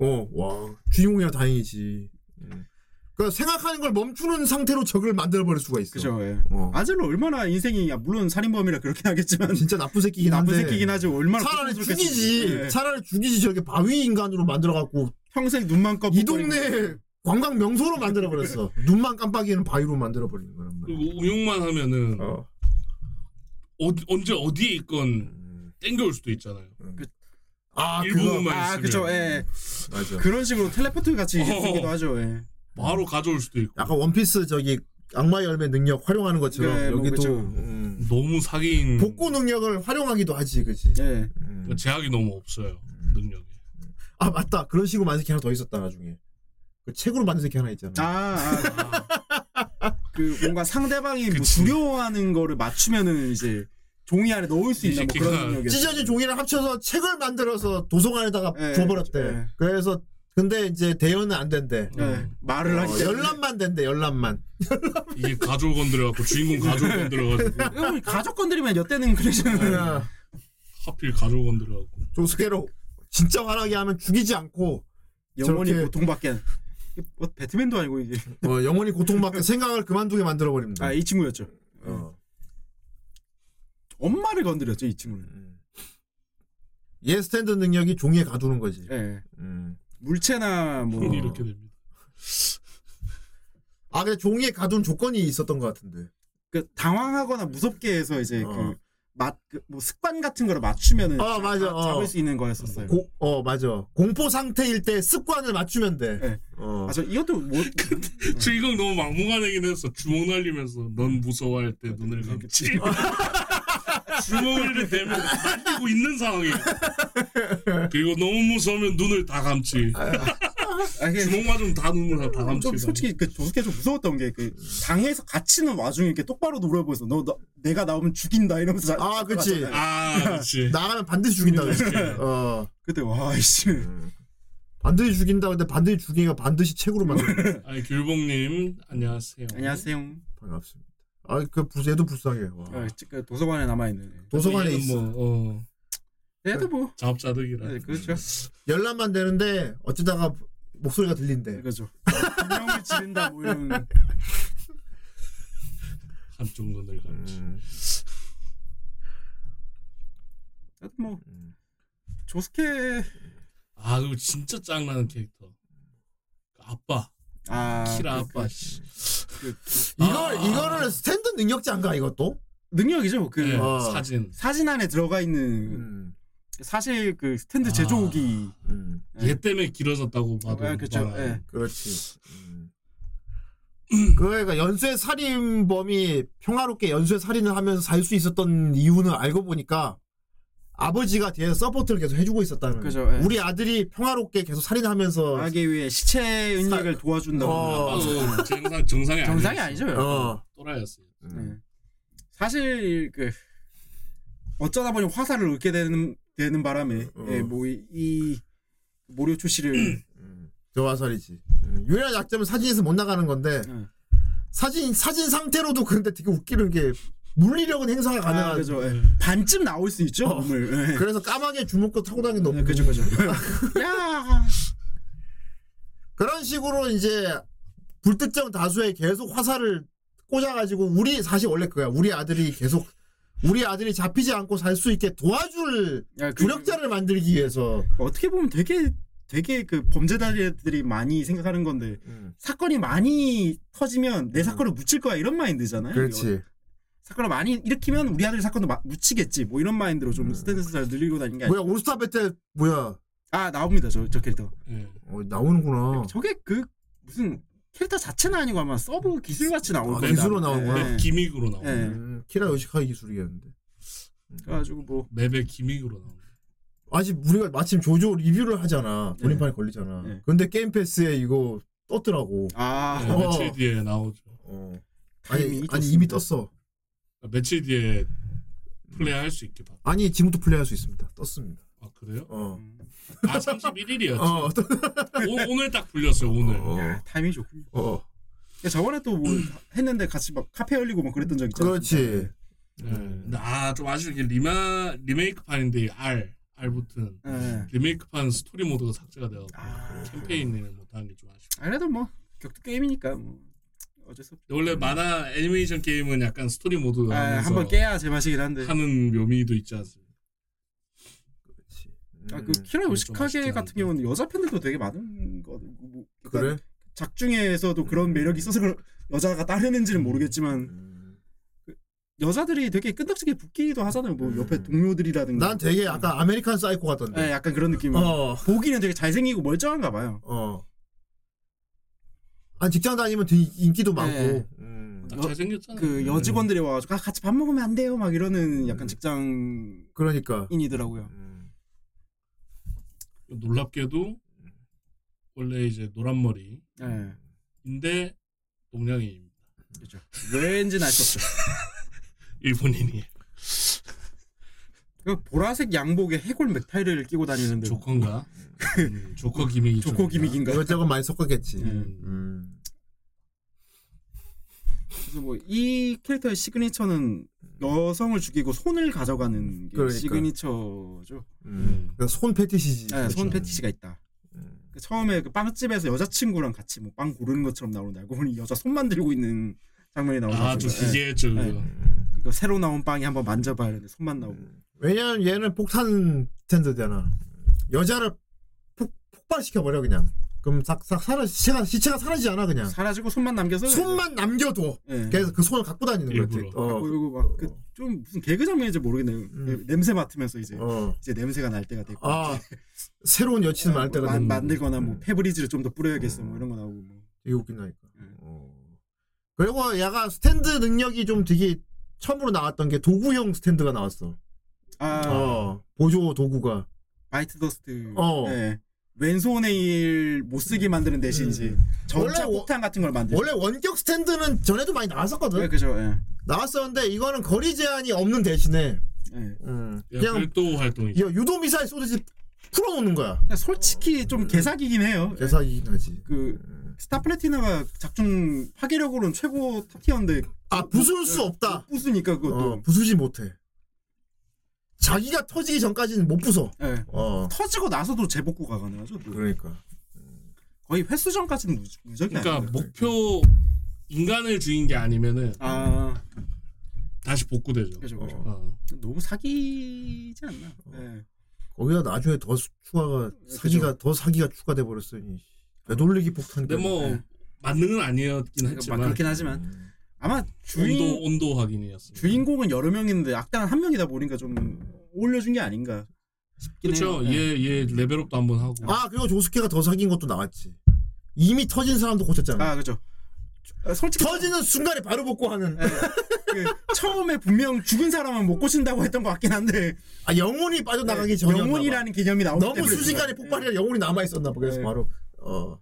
Speaker 6: 어, 와 주인공이야 다행이지. 음. 그러니까 생각하는 걸 멈추는 상태로 적을 만들어버릴 수가
Speaker 5: (laughs)
Speaker 6: 있어.
Speaker 5: 그죠 예.
Speaker 6: 어.
Speaker 5: 아젤로 얼마나 인생이 야 물론 살인범이라 그렇긴 하겠지만
Speaker 6: 진짜 나쁜 새끼긴
Speaker 5: 나쁜
Speaker 6: 한데
Speaker 5: 새끼긴 하지 얼마나
Speaker 6: 차라리
Speaker 5: 고통스럽겠어.
Speaker 6: 죽이지.
Speaker 5: 예.
Speaker 6: 차라리 죽이지 저렇게 바위 인간으로 만들어갖고 뭐
Speaker 5: 평생 눈만 꺾고
Speaker 6: 이 동네 관광 명소로 만들어 버렸어. 눈만 깜빡이는 바위로 만들어 버리는 거란 말이야.
Speaker 4: 그리고 응용만 하면은
Speaker 6: 어.
Speaker 4: 어, 언제 어디에 있건 땡겨올 수도 있잖아요.
Speaker 6: 음. 아 그거
Speaker 4: 일부분만
Speaker 5: 아
Speaker 4: 있으면
Speaker 5: 그죠 예
Speaker 6: 맞아.
Speaker 5: 그런 식으로 텔레포트 같이
Speaker 4: 어허허.
Speaker 5: 쓰기도 하죠 예
Speaker 4: 바로 가져올 수도 있고
Speaker 6: 약간 원피스 저기 악마의 열매 능력 활용하는 것처럼
Speaker 5: 네, 뭐
Speaker 6: 여기도
Speaker 5: 그쵸.
Speaker 6: 음,
Speaker 4: 너무 사기인 그러니까
Speaker 6: 복구 능력을 활용하기도 하지, 그치?
Speaker 5: 예.
Speaker 6: 음.
Speaker 4: 제약이 너무 없어요 능력이
Speaker 6: 아 맞다, 그런 식으로 만든 새끼 하나 더 있었다 나중에. 그 책으로 만든 새끼 하나 있잖아.
Speaker 5: 아그 그 뭔가 상대방이 뭐
Speaker 4: 그치.
Speaker 5: 두려워하는 거를 맞추면은 이제 종이 안에 넣을 수
Speaker 4: 이
Speaker 5: 있는 뭐
Speaker 4: 새끼가
Speaker 5: 그런 능력이
Speaker 6: 찢어진 종이를 합쳐서 책을 만들어서 도서관에다가
Speaker 5: 예,
Speaker 6: 줘버렸대.
Speaker 5: 예.
Speaker 6: 네, 그래서 근데 이제 대여는 안 된대.
Speaker 5: 예. 말을 하기
Speaker 6: 어,
Speaker 5: 때문에
Speaker 6: 열람만 된대, 열람만.
Speaker 4: 이게 가족 건드려갖고 주인공
Speaker 6: (laughs)
Speaker 4: 가족 건드려가지고
Speaker 5: 이거 가족 건드리면 여태는 그러잖아요
Speaker 4: 하필 가족 건드려갖고
Speaker 6: 네. 조스케로 진짜 화나게 하면 죽이지 않고
Speaker 5: 영원히
Speaker 6: 저렇게-
Speaker 5: 고통받게 하는. 이게 뭐 배트맨도 아니고 이게
Speaker 6: 어, 영원히 고통받게 생각을 그만두게 만들어 버립니다.
Speaker 5: 아 이 친구였죠
Speaker 6: 어.
Speaker 5: 엄마를 건드렸죠 이 친구는
Speaker 6: 음. 얘 스탠드 능력이 종이에 가두는 거지.
Speaker 5: 예
Speaker 6: 음.
Speaker 5: 물체나 뭐
Speaker 4: (laughs) 이렇게 됩니다
Speaker 6: 아, 근데 종이에 가둔 조건이 있었던 것 같은데.
Speaker 5: 그 당황하거나 무섭게 해서 이제 그
Speaker 6: 어.
Speaker 5: 그맛뭐 습관 같은 거를 맞추면은
Speaker 6: 어, 맞아. 어.
Speaker 5: 잡을 수 네. 있는 거였었어요.
Speaker 6: 고, 어, 맞아. 공포 상태일 때 습관을 맞추면 돼.
Speaker 5: 네.
Speaker 6: 어.
Speaker 5: 아 저 이것도 뭐
Speaker 4: 주인공 너무 막무가내긴 했어 주먹 날리면서 넌 무서워할 때 눈을 감지 주먹을 이렇게 대면 안뛰고 있는 상황이야 그리고 너무 무서우면 눈을 다 감지
Speaker 5: 아, 그냥
Speaker 4: 주먹 맞으면 다 눈을 다 감지
Speaker 5: 좀 솔직히 그 조스케 좀 무서웠던 게 그 방에서 갇히는 와중에 이렇게 똑바로 노려보면서 너, 너 내가 나오면 죽인다 이러면서 자-
Speaker 6: 아, 그치.
Speaker 5: 맞잖아요. 네.
Speaker 4: 아 그렇지
Speaker 6: 나가면 반드시 죽인다. 그랬지. 어.
Speaker 5: 그때 와 이씨
Speaker 6: 반드시 죽인다. 근데 반드시 죽이니까 반드시
Speaker 5: (laughs)
Speaker 6: 책으로 만들어.
Speaker 4: 아니 귤봉님 안녕하세요
Speaker 5: 안녕하세요.
Speaker 6: 반갑습니다. 아, 그, 불- 얘도 불쌍해. 와.
Speaker 5: 어, 지- 그 도서관에 남아 있는.
Speaker 6: 도서관에
Speaker 4: 얘는
Speaker 6: 있어.
Speaker 4: 뭐, 어,
Speaker 5: 얘도 뭐
Speaker 4: 자업자득이라
Speaker 5: 네, 그렇죠.
Speaker 6: 열람만 되는데, 어쩌다가 목소리가 들린대.
Speaker 5: 그렇죠. 분명히 지른다 뭐 이런.
Speaker 4: 한쪽 눈을 감지
Speaker 6: 음.
Speaker 5: 하여튼 뭐 조스케
Speaker 4: 아 그리고 진짜 짱나는 캐릭터 아빠
Speaker 5: 아
Speaker 4: 키라
Speaker 5: 그-
Speaker 4: 아빠
Speaker 5: 그-
Speaker 4: 씨.
Speaker 6: 이걸,
Speaker 4: 아.
Speaker 6: 이거를 스탠드 능력자인가, 이것도?
Speaker 5: 능력이죠. 그
Speaker 4: 네,
Speaker 6: 어.
Speaker 4: 사진
Speaker 5: 사진 안에 들어가 있는
Speaker 6: 음.
Speaker 5: 사실 그 스탠드
Speaker 4: 아.
Speaker 5: 제조기
Speaker 6: 음.
Speaker 4: 얘 때문에 길어졌다고 봐도
Speaker 5: 네. 아, 그쵸,
Speaker 4: 많아요.
Speaker 5: 예.
Speaker 6: 그렇지. 음. 그러니까 연쇄 살인범이 평화롭게 연쇄 살인을 하면서 살 수 있었던 이유는 알고 보니까 아버지가 뒤에서 서포트를 계속 해주고 있었다는.
Speaker 5: 그죠,
Speaker 6: 거예요.
Speaker 5: 예.
Speaker 6: 우리 아들이 평화롭게 계속 살인하면서
Speaker 5: 하기 위해 시체 은닉을 도와준다고
Speaker 6: 어.
Speaker 4: 아빠도 정상 정상이 아니었어.
Speaker 5: 정상이 아니죠.
Speaker 6: 어.
Speaker 4: 또라이였어요.
Speaker 5: 네. 사실 그 어쩌다 보니 화살을 얻게 되는 되는 바람에
Speaker 6: 어.
Speaker 5: 예, 뭐이 이 모료초 (clears throat) 씨를
Speaker 6: 음. 저화살이지. 음. 유일한 약점은 사진에서 못 나가는 건데
Speaker 5: 음.
Speaker 6: 사진 사진 상태로도 그런데 되게 웃기는 게 물리력은 행사가
Speaker 5: 아,
Speaker 6: 가능한.
Speaker 5: 그죠. 예. 반쯤 나올 수 있죠.
Speaker 6: 네. 어.
Speaker 5: 몸을. 예.
Speaker 6: 그래서 까마귀 주먹도 타고 다니는 너무
Speaker 5: 예, 그죠
Speaker 6: (laughs)
Speaker 5: 그죠. 야.
Speaker 6: 그런 식으로 이제 불특정 다수에 계속 화살을 꽂아가지고 우리 사실 원래 그거야. 우리 아들이 계속 우리 아들이 잡히지 않고 살 수 있게 도와줄
Speaker 5: 야, 그-
Speaker 6: 주력자를 만들기 위해서
Speaker 5: 어떻게 보면 되게 되게 그 범죄자들이 많이 생각하는 건데
Speaker 6: 음.
Speaker 5: 사건이 많이 터지면 내 사건을 묻힐 거야 이런 마인드잖아요.
Speaker 6: 그렇지.
Speaker 5: 사건을 많이 일으키면 우리 아들 사건도 마- 묻히겠지 뭐 이런 마인드로
Speaker 6: 음.
Speaker 5: 좀 스탠스 잘 늘리고 다니는 게 아니-
Speaker 6: 뭐야 올스타 배틀 뭐야
Speaker 5: 아 나옵니다 저 저 캐릭터
Speaker 4: 예.
Speaker 6: 어, 나오는구나.
Speaker 5: 저게 그 무슨 캐릭터 자체는 아니고 아마 서브 기술 같이 나올
Speaker 6: 아,
Speaker 5: 겁니다
Speaker 6: 기술로 나오구나.
Speaker 5: 예, 예.
Speaker 4: 기믹으로 나오는.
Speaker 5: 예.
Speaker 6: 음, 키라 요시카이 기술이겠는데.
Speaker 5: 그래가지고 뭐
Speaker 4: 맵의 기믹으로 나오는.
Speaker 6: 아직 우리가 마침 조조 리뷰를 하잖아. 돌림판에 걸리잖아.
Speaker 5: 네.
Speaker 6: 근데 게임 패스에 이거 떴더라고.
Speaker 5: 아,
Speaker 4: 예,
Speaker 6: 어.
Speaker 4: 며칠 뒤에 나오죠.
Speaker 6: 어. 아니
Speaker 5: 이미
Speaker 6: 아니 이미
Speaker 5: 떴습니다.
Speaker 6: 떴어.
Speaker 4: 그러니까 며칠 뒤에 플레이할 수 있게 봐.
Speaker 6: 아니 지금도 플레이할 수 있습니다. 떴습니다.
Speaker 4: 아 그래요?
Speaker 5: 음.
Speaker 6: 어.
Speaker 4: 아 31일이었지.
Speaker 6: 어, 떴-
Speaker 4: 오, 오늘 딱 불렸어요 오늘.
Speaker 6: 어.
Speaker 5: 예, 타이밍이 좋군요
Speaker 6: (laughs) 어.
Speaker 5: 근데 저번에 또 뭐 했는데 같이 막 카페 열리고 막 그랬던 적 있잖아요
Speaker 6: 그렇지.
Speaker 5: 네.
Speaker 4: 예. 근데 아좀 아쉬운 게 리마 리메이크판인데 이 R R 붙은
Speaker 5: 예.
Speaker 4: 리메이크판 스토리 모드가 삭제가 되어 캠페인을 못하는 게 좀 아쉽.
Speaker 5: 아, 그래도 뭐 격투 게임이니까 뭐 어쩔 수 없죠
Speaker 4: 원래 만화 애니메이션 게임은 약간 스토리 모드
Speaker 5: 아,
Speaker 4: 하면서
Speaker 5: 한번 깨야 제맛이긴 한데
Speaker 4: 하는 묘미도 있지 않습니까?
Speaker 5: 아, 그 키라
Speaker 6: 음,
Speaker 4: 좀 아쉽긴
Speaker 5: 요시카게
Speaker 4: 한데.
Speaker 5: 같은 경우는 여자 팬들도 되게 많은 거 뭐, 약간
Speaker 6: 그래?
Speaker 5: 작중에서도 그런 매력이 있어서 그 여자가 따르는지는 모르겠지만
Speaker 6: 음.
Speaker 5: 여자들이 되게 끈덕지게 붙기도 하잖아요. 뭐 옆에 동료들이라든가.
Speaker 6: 난 되게 약간 아메리칸 사이코 같던데.
Speaker 5: 음. 네, 약간 그런 느낌. 어.
Speaker 6: 어,
Speaker 5: 보기는 되게 잘생기고 멀쩡한가 봐요.
Speaker 6: 어. 아 직장 다니면 되게 인기도 많고.
Speaker 5: 네.
Speaker 6: 음.
Speaker 4: 딱 잘생겼잖아.
Speaker 5: 그 여직원들이 와가지고 아, 같이 밥 먹으면 안 돼요 막 이러는 약간 직장인이더라고요.
Speaker 6: 그러니까. 음.
Speaker 4: 놀랍게도 원래 이제 노란 머리인데
Speaker 5: 예.
Speaker 4: 동양인입니다.
Speaker 5: 그렇죠. 왠지는 알 수 없죠.
Speaker 4: 일본인이
Speaker 5: 그 보라색 양복에 해골 넥타이를 끼고 다니는데
Speaker 4: 조커인가? 음, 조커 기믹이
Speaker 5: 조코 기믹인가?
Speaker 6: 이것저것 많이 섞었겠지.
Speaker 5: 음.
Speaker 6: 음.
Speaker 5: 그래서 뭐 이 캐릭터의 시그니처는 여성을 죽이고 손을 가져가는 게
Speaker 6: 음. 그러니까.
Speaker 5: 시그니처죠.
Speaker 6: 음. 그러니까 손 패티시지.
Speaker 5: 예, 손 패티시가 있다.
Speaker 6: 그렇죠. 음.
Speaker 5: 그 처음에 그 빵집에서 여자친구랑 같이 뭐 빵 고르는 것처럼 나오는데 알고 보니 여자 손 만들고 있는 장면이 나오죠.
Speaker 4: 아저 기재했죠.
Speaker 5: 네.
Speaker 4: 그거.
Speaker 5: 이거 새로 나온 빵이 한번 만져봐야 되는데 손만 나오고
Speaker 6: 음. 왜냐면 얘는 폭탄 텐드잖아. 여자를 폭, 폭발시켜 버려 그냥. 그럼 싹싹 사라 시체가 시체가 사라지지 않아 그냥.
Speaker 5: 사라지고 손만 남겨서
Speaker 6: 손만 남겨둬.
Speaker 5: 예.
Speaker 6: 그래서 그 손을 갖고 다니는 거지.
Speaker 4: 일부러.
Speaker 6: 어.
Speaker 5: 그리고 막그좀 무슨 개그 장면인지 모르겠네요. 예,
Speaker 6: 음.
Speaker 5: 냄새 맡으면서 이제
Speaker 6: 어.
Speaker 5: 이제 냄새가 날 때가 되고
Speaker 6: 아 새로운 여친을 만날 때가
Speaker 5: 만-
Speaker 6: 됐네.
Speaker 5: 만들거나 뭐
Speaker 6: 음.
Speaker 5: 페브리즈를 좀 더 뿌려야겠어 뭐 이런 거 나오고 뭐.
Speaker 6: 되게 웃긴다니까.
Speaker 5: 음.
Speaker 6: 어. 그리고 약간 스탠드 능력이 좀 되게 처음으로 나왔던 게 도구형 스탠드가 나왔어.
Speaker 5: 아
Speaker 6: 어, 보조 도구가.
Speaker 5: 바이트 더스트
Speaker 6: 어.
Speaker 5: 네. 왼손의 일못 쓰게 만드는 대신 이제
Speaker 6: 원래
Speaker 5: 전차
Speaker 6: 원-
Speaker 5: 폭탄 같은 걸 만들.
Speaker 6: 원래 원격 스탠드는 전에도 많이 나왔었거든.
Speaker 5: 네, 그죠. 예.
Speaker 6: 나왔었는데 이거는 거리 제한이 없는 대신에
Speaker 5: 예.
Speaker 6: 음,
Speaker 4: 야,
Speaker 6: 그냥
Speaker 4: 별도 활동이죠.
Speaker 6: 야, 유도 미사일 쏘듯이 풀어놓는 거야.
Speaker 5: 근데 솔직히 좀 개사기긴 해요. 예.
Speaker 6: 대사이긴 하지.
Speaker 5: 그 스타 플래티나가 작중 파괴력으로는 최고 탑티어인데
Speaker 6: 아 부술 수 없다.
Speaker 5: 부수니까 그것도
Speaker 6: 어, 부수지 못해. 자기가 터지기 전까지는 못 부숴.
Speaker 5: 예.
Speaker 6: 어,
Speaker 5: 터지고 나서도 재복구가 가능하죠. 또.
Speaker 6: 그러니까.
Speaker 5: 거의 횟수전까지는 무적- 무적이
Speaker 4: 그러니까
Speaker 5: 아니에요.
Speaker 4: 목표 인간을 죽인 게 아니면은
Speaker 5: 아
Speaker 4: 다시 복구되죠.
Speaker 5: 그죠 그죠.
Speaker 6: 어.
Speaker 4: 어.
Speaker 5: 너무 사기지 않나. 예.
Speaker 6: 거기다 나중에 더 수- 추가가 사기가 더 사기가 추가돼 버렸으니 되돌리기 폭탄.
Speaker 4: 근데 뭐 만능은 아니었긴
Speaker 5: 그러니까 막
Speaker 4: 했지만
Speaker 5: 그렇긴 하지만 아마 주인
Speaker 4: 온도 온도 확인이었어요.
Speaker 5: 주인공은 여러 명인데 악당은 한 명이다 보니까 좀 올려준 게 아닌가 싶긴
Speaker 4: 그렇죠.
Speaker 5: 해요.
Speaker 4: 얘 얘 레벨업도 한번 하고.
Speaker 6: 아 그리고 조스케가 더 사귄 것도 나왔지. 이미 터진 사람도 고쳤잖아.
Speaker 5: 아 그렇죠. 아, 솔직히
Speaker 6: 터지는 순간에 바로 복구하는.
Speaker 5: 그 처음에 분명 죽은 사람은 못 고친다고 했던 것 같긴 한데
Speaker 6: 아 영혼이 빠져나가기 전이었나 봐.
Speaker 5: 네, 영혼이라는 개념이 나오기
Speaker 6: 너무
Speaker 5: 때문에 예.
Speaker 6: 순식간에 폭발이라 영혼이 남아 있었나 봐. 그래서
Speaker 5: 네.
Speaker 6: 바로 어.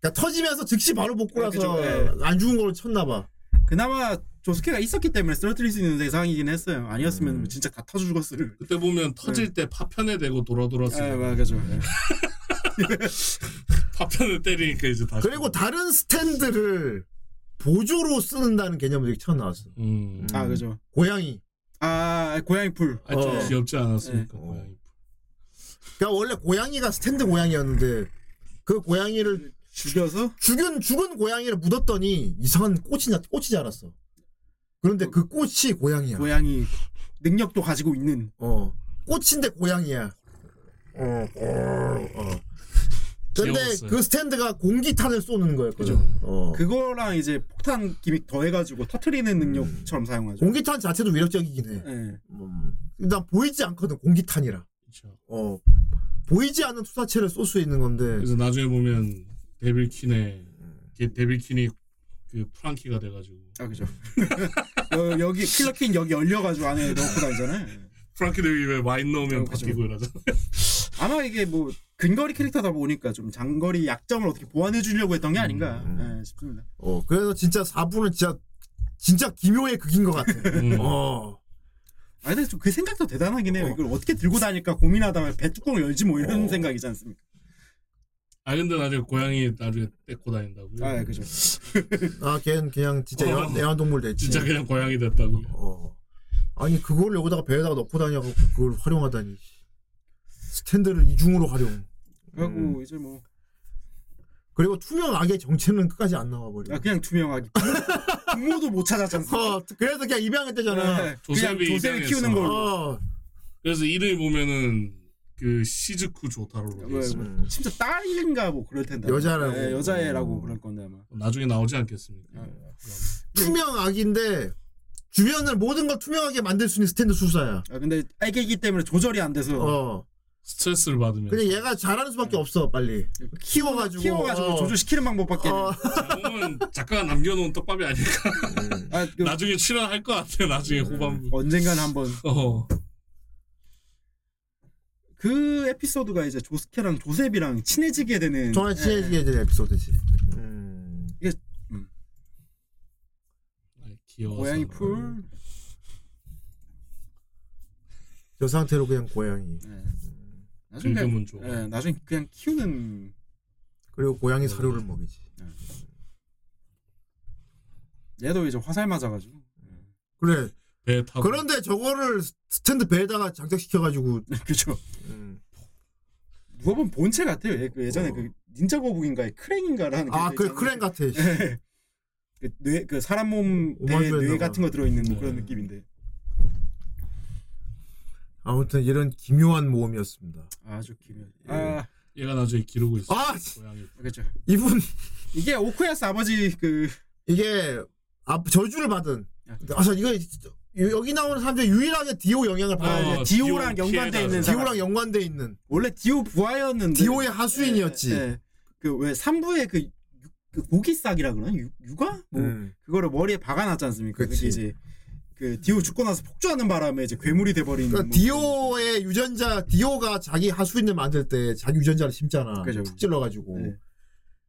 Speaker 6: 그러니까 터지면서 즉시 바로 복구라서
Speaker 5: 네, 그죠.
Speaker 6: 안 죽은 걸로 쳤나 봐.
Speaker 5: 그나마 조스케가 있었기 때문에 쓰러뜨릴 수 있는 대상이긴 했어요. 아니었으면
Speaker 6: 음.
Speaker 5: 진짜 다 터져 죽었을.
Speaker 4: 그때 보면 터질 때 파편에 대고 돌아 돌아서
Speaker 5: 예, 맞아죠.
Speaker 6: 네.
Speaker 5: 예.
Speaker 4: 파편을 때리니까 이제 다시.
Speaker 6: 그리고 다른 스탠드를 보조로 쓰는다는 개념이 되게 처음 나왔어.
Speaker 4: 음.
Speaker 5: 아 그죠.
Speaker 6: 고양이.
Speaker 5: 아 고양이 풀.
Speaker 4: 아, 좀
Speaker 6: 어.
Speaker 4: 귀엽지
Speaker 6: 네.
Speaker 4: 않았습니까? 고양이.
Speaker 6: 그러니까 원래 고양이가 스탠드 고양이였는데 그 고양이를
Speaker 5: 죽여서
Speaker 6: 죽은 죽은 고양이를 묻었더니 이상한 꽃이 나 꽃이 자랐어. 그런데 그 꽃이 고양이야.
Speaker 5: 고양이 능력도 가지고 있는
Speaker 6: 어. 꽃인데 고양이야. 어. 어. 근데
Speaker 4: 귀여웠어요.
Speaker 6: 그 스탠드가 공기탄을 쏘는 거였거든. 어.
Speaker 5: 그거랑 이제 폭탄 기믹 더해가지고 터트리는 능력처럼 사용하죠.
Speaker 6: 공기탄 자체도 위력적이긴 해.
Speaker 5: 예.
Speaker 6: 음. 난 보이지 않거든 공기탄이라.
Speaker 4: 그렇죠.
Speaker 6: 어. 보이지 않는 투사체를 쏠 수 있는 건데.
Speaker 4: 그래서 나중에 보면 데빌킨의
Speaker 5: 음.
Speaker 4: 걔 데빌킨이 그 프랑키가 돼가지고
Speaker 5: 아 그죠. (laughs) 여, 여기 킬러킨 여기 열려가지고 안에 넣고 다니잖아요. 예.
Speaker 4: 프랑키 데빌 왜 와인 넣으면
Speaker 5: 어, 그죠.
Speaker 4: 바뀌고 이러잖아.
Speaker 5: 아마 이게 뭐 근거리 캐릭터다 보니까 좀 장거리 약점을 어떻게 보완해 주려고 했던 게 아닌가 예, 싶습니다.
Speaker 6: 어. 그래서 진짜 4부는 진짜 진짜 기묘의 극인 것 같아.
Speaker 4: (laughs) 음.
Speaker 6: 어.
Speaker 5: 아 근데 좀 그 생각도 대단하긴 해요. 이걸 어떻게 들고 다닐까 고민하다가 배 뚜껑을 열지 뭐 이런
Speaker 6: 어.
Speaker 5: 생각이지 않습니까?
Speaker 4: 아 근데 나중에 고양이 나중에 떼고
Speaker 6: 음.
Speaker 4: 다닌다고요.
Speaker 5: 아 예, 그죠.
Speaker 6: 아, 걔는 그냥 진짜
Speaker 4: 어.
Speaker 6: 애완, 애완동물 됐지.
Speaker 5: 네.
Speaker 4: 진짜 그냥 고양이 됐다고.
Speaker 6: 어. 아니 그걸 여기다가 배에다가 넣고 다녀갖고 그걸 활용하다니. 스탠드를 이중으로 활용.
Speaker 5: 그리고
Speaker 6: 음.
Speaker 5: 이제 뭐
Speaker 6: 그리고 투명 악의 정체는 끝까지 안 나와버려.
Speaker 5: 아, 그냥 투명하기. 부모도 못 찾았지 않습니까?
Speaker 6: 어, 그래서 그냥 입양했대잖아.
Speaker 5: 아, 네, 그냥
Speaker 4: 조셉이
Speaker 5: 조세를
Speaker 4: 입양했어.
Speaker 5: 키우는 걸로.
Speaker 6: 어,
Speaker 4: 그래서 이름이 보면은 그 시즈쿠 조타로로 돼
Speaker 5: 뭐,
Speaker 4: 있어요.
Speaker 5: 뭐, 진짜 딸인가 뭐 그럴 텐데.
Speaker 6: 음. 여자라고. 음.
Speaker 5: 예, 네. 여자애라고 그럴 건데 아마.
Speaker 4: 나중에 나오지 않겠습니까?
Speaker 6: 투명 악인데 주변을 모든 걸 투명하게 만들 수 있는 스탠드 수사야.
Speaker 5: 아, 근데 애기이기 때문에 조절이 안 돼서
Speaker 6: 어.
Speaker 4: 스트레스를 받으면
Speaker 6: 근데 얘가 잘하는 수밖에 없어 빨리. 키워가지고.
Speaker 5: 키워가지고
Speaker 6: 어.
Speaker 5: 조절시키는 방법밖에.
Speaker 6: 어.
Speaker 4: 그러면 작가가 남겨놓은 떡밥이 아닐까
Speaker 5: 아, 그 네.
Speaker 4: 나중에 출연할 것 같아요 나중에 후반부
Speaker 5: 언젠간 한번
Speaker 4: 어
Speaker 5: 그 에피소드가 이제 조스케랑 조셉이랑 친해지게 되는.
Speaker 6: 정말
Speaker 5: 예.
Speaker 6: 친해지게 된 에피소드지. 음.
Speaker 4: 아이, 귀여워서
Speaker 5: 고양이 풀.
Speaker 6: 저 상태로 그냥 고양이.
Speaker 5: 네. 나중에 그냥,
Speaker 4: 늙으면 좋아
Speaker 5: 예, 나중에 그냥 키우는
Speaker 6: 그리고 고양이 사료를 먹이지.
Speaker 5: 얘도 이제 화살 맞아가지고 (laughs)
Speaker 6: 그래.
Speaker 4: 배 타고
Speaker 6: 그런데 저거를 스탠드 배에다가 장착시켜가지고.
Speaker 5: 그죠
Speaker 6: 음.
Speaker 5: 누가 보면 본체 같아요 얘, 그 예전에
Speaker 6: 어.
Speaker 5: 그 닌자 거북인가의 크랭인가라는
Speaker 6: 아,
Speaker 5: 그
Speaker 6: 그래 크랭 같아.
Speaker 5: 그뇌그 사람 몸에
Speaker 6: 오마주였나
Speaker 5: 뇌
Speaker 6: 봐.
Speaker 5: 같은 거 들어있는
Speaker 4: 네.
Speaker 5: 그런 느낌인데
Speaker 6: 아무튼 이런 기묘한 모험이었습니다.
Speaker 5: 아주 기묘
Speaker 6: 예.
Speaker 5: 아
Speaker 4: 얘가 나중에 기르고 있어
Speaker 6: 아
Speaker 4: 고양이
Speaker 5: 그렇죠
Speaker 6: 이분
Speaker 5: 이게 오쿠야스 아버지 그
Speaker 6: 이게 아, 저주를 받은.
Speaker 5: 그렇죠.
Speaker 6: 아, 저 이거 진짜 여기 나오는 사람들 유일하게 디오 영향을 받아.
Speaker 5: 이제 디오랑 연관돼 있는 사람.
Speaker 6: 디오랑 연관돼 있는
Speaker 5: 원래 디오 부하였는데 네,
Speaker 6: 디오의 하수인이었지.
Speaker 5: 그왜 3부에 그, 유- 그 고기싹이라 그러나 유, 육아 뭐
Speaker 6: 음.
Speaker 5: 그거를 머리에 박아놨지 않습니까?
Speaker 6: 그치.
Speaker 5: 그게 이제 그 디오 죽고 나서 폭주하는 바람에 이제 괴물이 돼버린. 뭐
Speaker 6: 그러니까 디오의 유전자 디오가 자기 하수인을 만들 때 자기 유전자를 심잖아.
Speaker 5: 그죠.
Speaker 6: 푹 찔러가지고
Speaker 5: 네.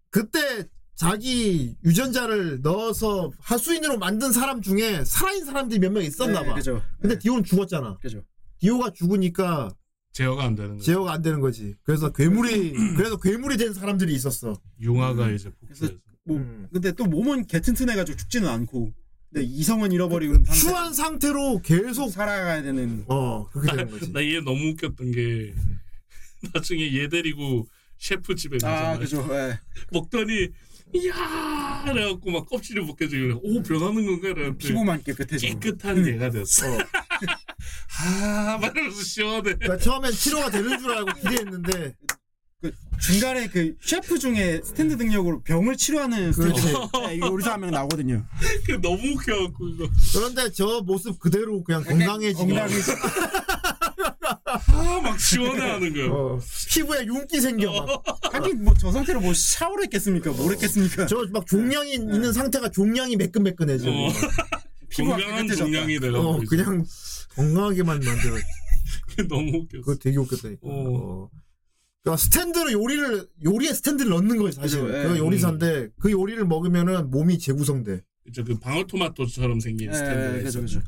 Speaker 6: 그때 자기 유전자를 넣어서 하수인으로 만든 사람 중에 살아있는 사람들이 몇 명 있었나 봐.
Speaker 5: 그죠.
Speaker 6: 근데
Speaker 5: 네,
Speaker 6: 디오는 죽었잖아.
Speaker 5: 그죠.
Speaker 6: 디오가 죽으니까
Speaker 4: 제어가 안 되는 거야
Speaker 6: 제어가 안 되는 거지. 그래서 괴물이 그래서 괴물이 된 사람들이 있었어.
Speaker 5: 음.
Speaker 4: 융화가 이제 폭주해서
Speaker 5: 뭐
Speaker 6: 음.
Speaker 5: 근데 또 몸은 개튼튼해가지고 죽지는 않고 근데 이성은 잃어버리고 상태-
Speaker 6: 추한 상태로 계속
Speaker 5: 살아가야 되는.
Speaker 6: 어 그렇게 되는 거지.
Speaker 4: 나 얘 너무 웃겼던 게 (laughs) 나중에 얘 데리고 셰프 집에 가잖아
Speaker 5: 아 그죠. 예.
Speaker 4: 먹더니 이야 그래갖고 막 껍질을 벗겨주길래 오 변하는 건가 이랬더니
Speaker 5: 피부만 그 음. 깨끗해지고.
Speaker 4: 깨끗한 얘가 됐어 (laughs) 아막 이러면서 시원해
Speaker 6: 그러니까 처음엔 치료가 되는 줄 알고 기대했는데
Speaker 5: 그 중간에 그 셰프 중에 스탠드 능력으로 병을 치료하는
Speaker 6: 음. 그렇지.
Speaker 5: 스탠드. 예, 이거 의사 한명 나오거든요.
Speaker 4: 그 너무 웃겨갖고 이거
Speaker 6: 그런데 저 모습 그대로 그냥 건강해지고
Speaker 5: 건강해지-
Speaker 4: 아막 시원해하는 거야
Speaker 6: 어, 피부에 윤기 생겨
Speaker 5: 하긴 뭐 저 상태로 뭐 샤워를 했겠습니까? 뭘 했겠습니까?
Speaker 6: 저 막 종양이 있는 상태가 종양이 매끈매끈해져
Speaker 4: 어.
Speaker 5: 피부가
Speaker 4: 건강한
Speaker 5: 깨끗해졌다.
Speaker 4: 종양이 돼가지고
Speaker 6: 어,
Speaker 4: 이제.
Speaker 6: 그냥 건강하게만 만들어
Speaker 4: 너무 웃겼어
Speaker 6: 그거 되게 웃겼다니까
Speaker 4: 어.
Speaker 6: 어. 그러니까 스탠드로 요리를 요리에 스탠드를 넣는 거지 사실
Speaker 5: 그죠, 예.
Speaker 6: 그 요리사인데 그 요리를 먹으면은 몸이 재구성돼
Speaker 4: 이제 그 방울토마토처럼 생긴
Speaker 5: 예,
Speaker 4: 스탠드가
Speaker 5: 그죠
Speaker 4: 있어
Speaker 5: 그죠.
Speaker 6: 네,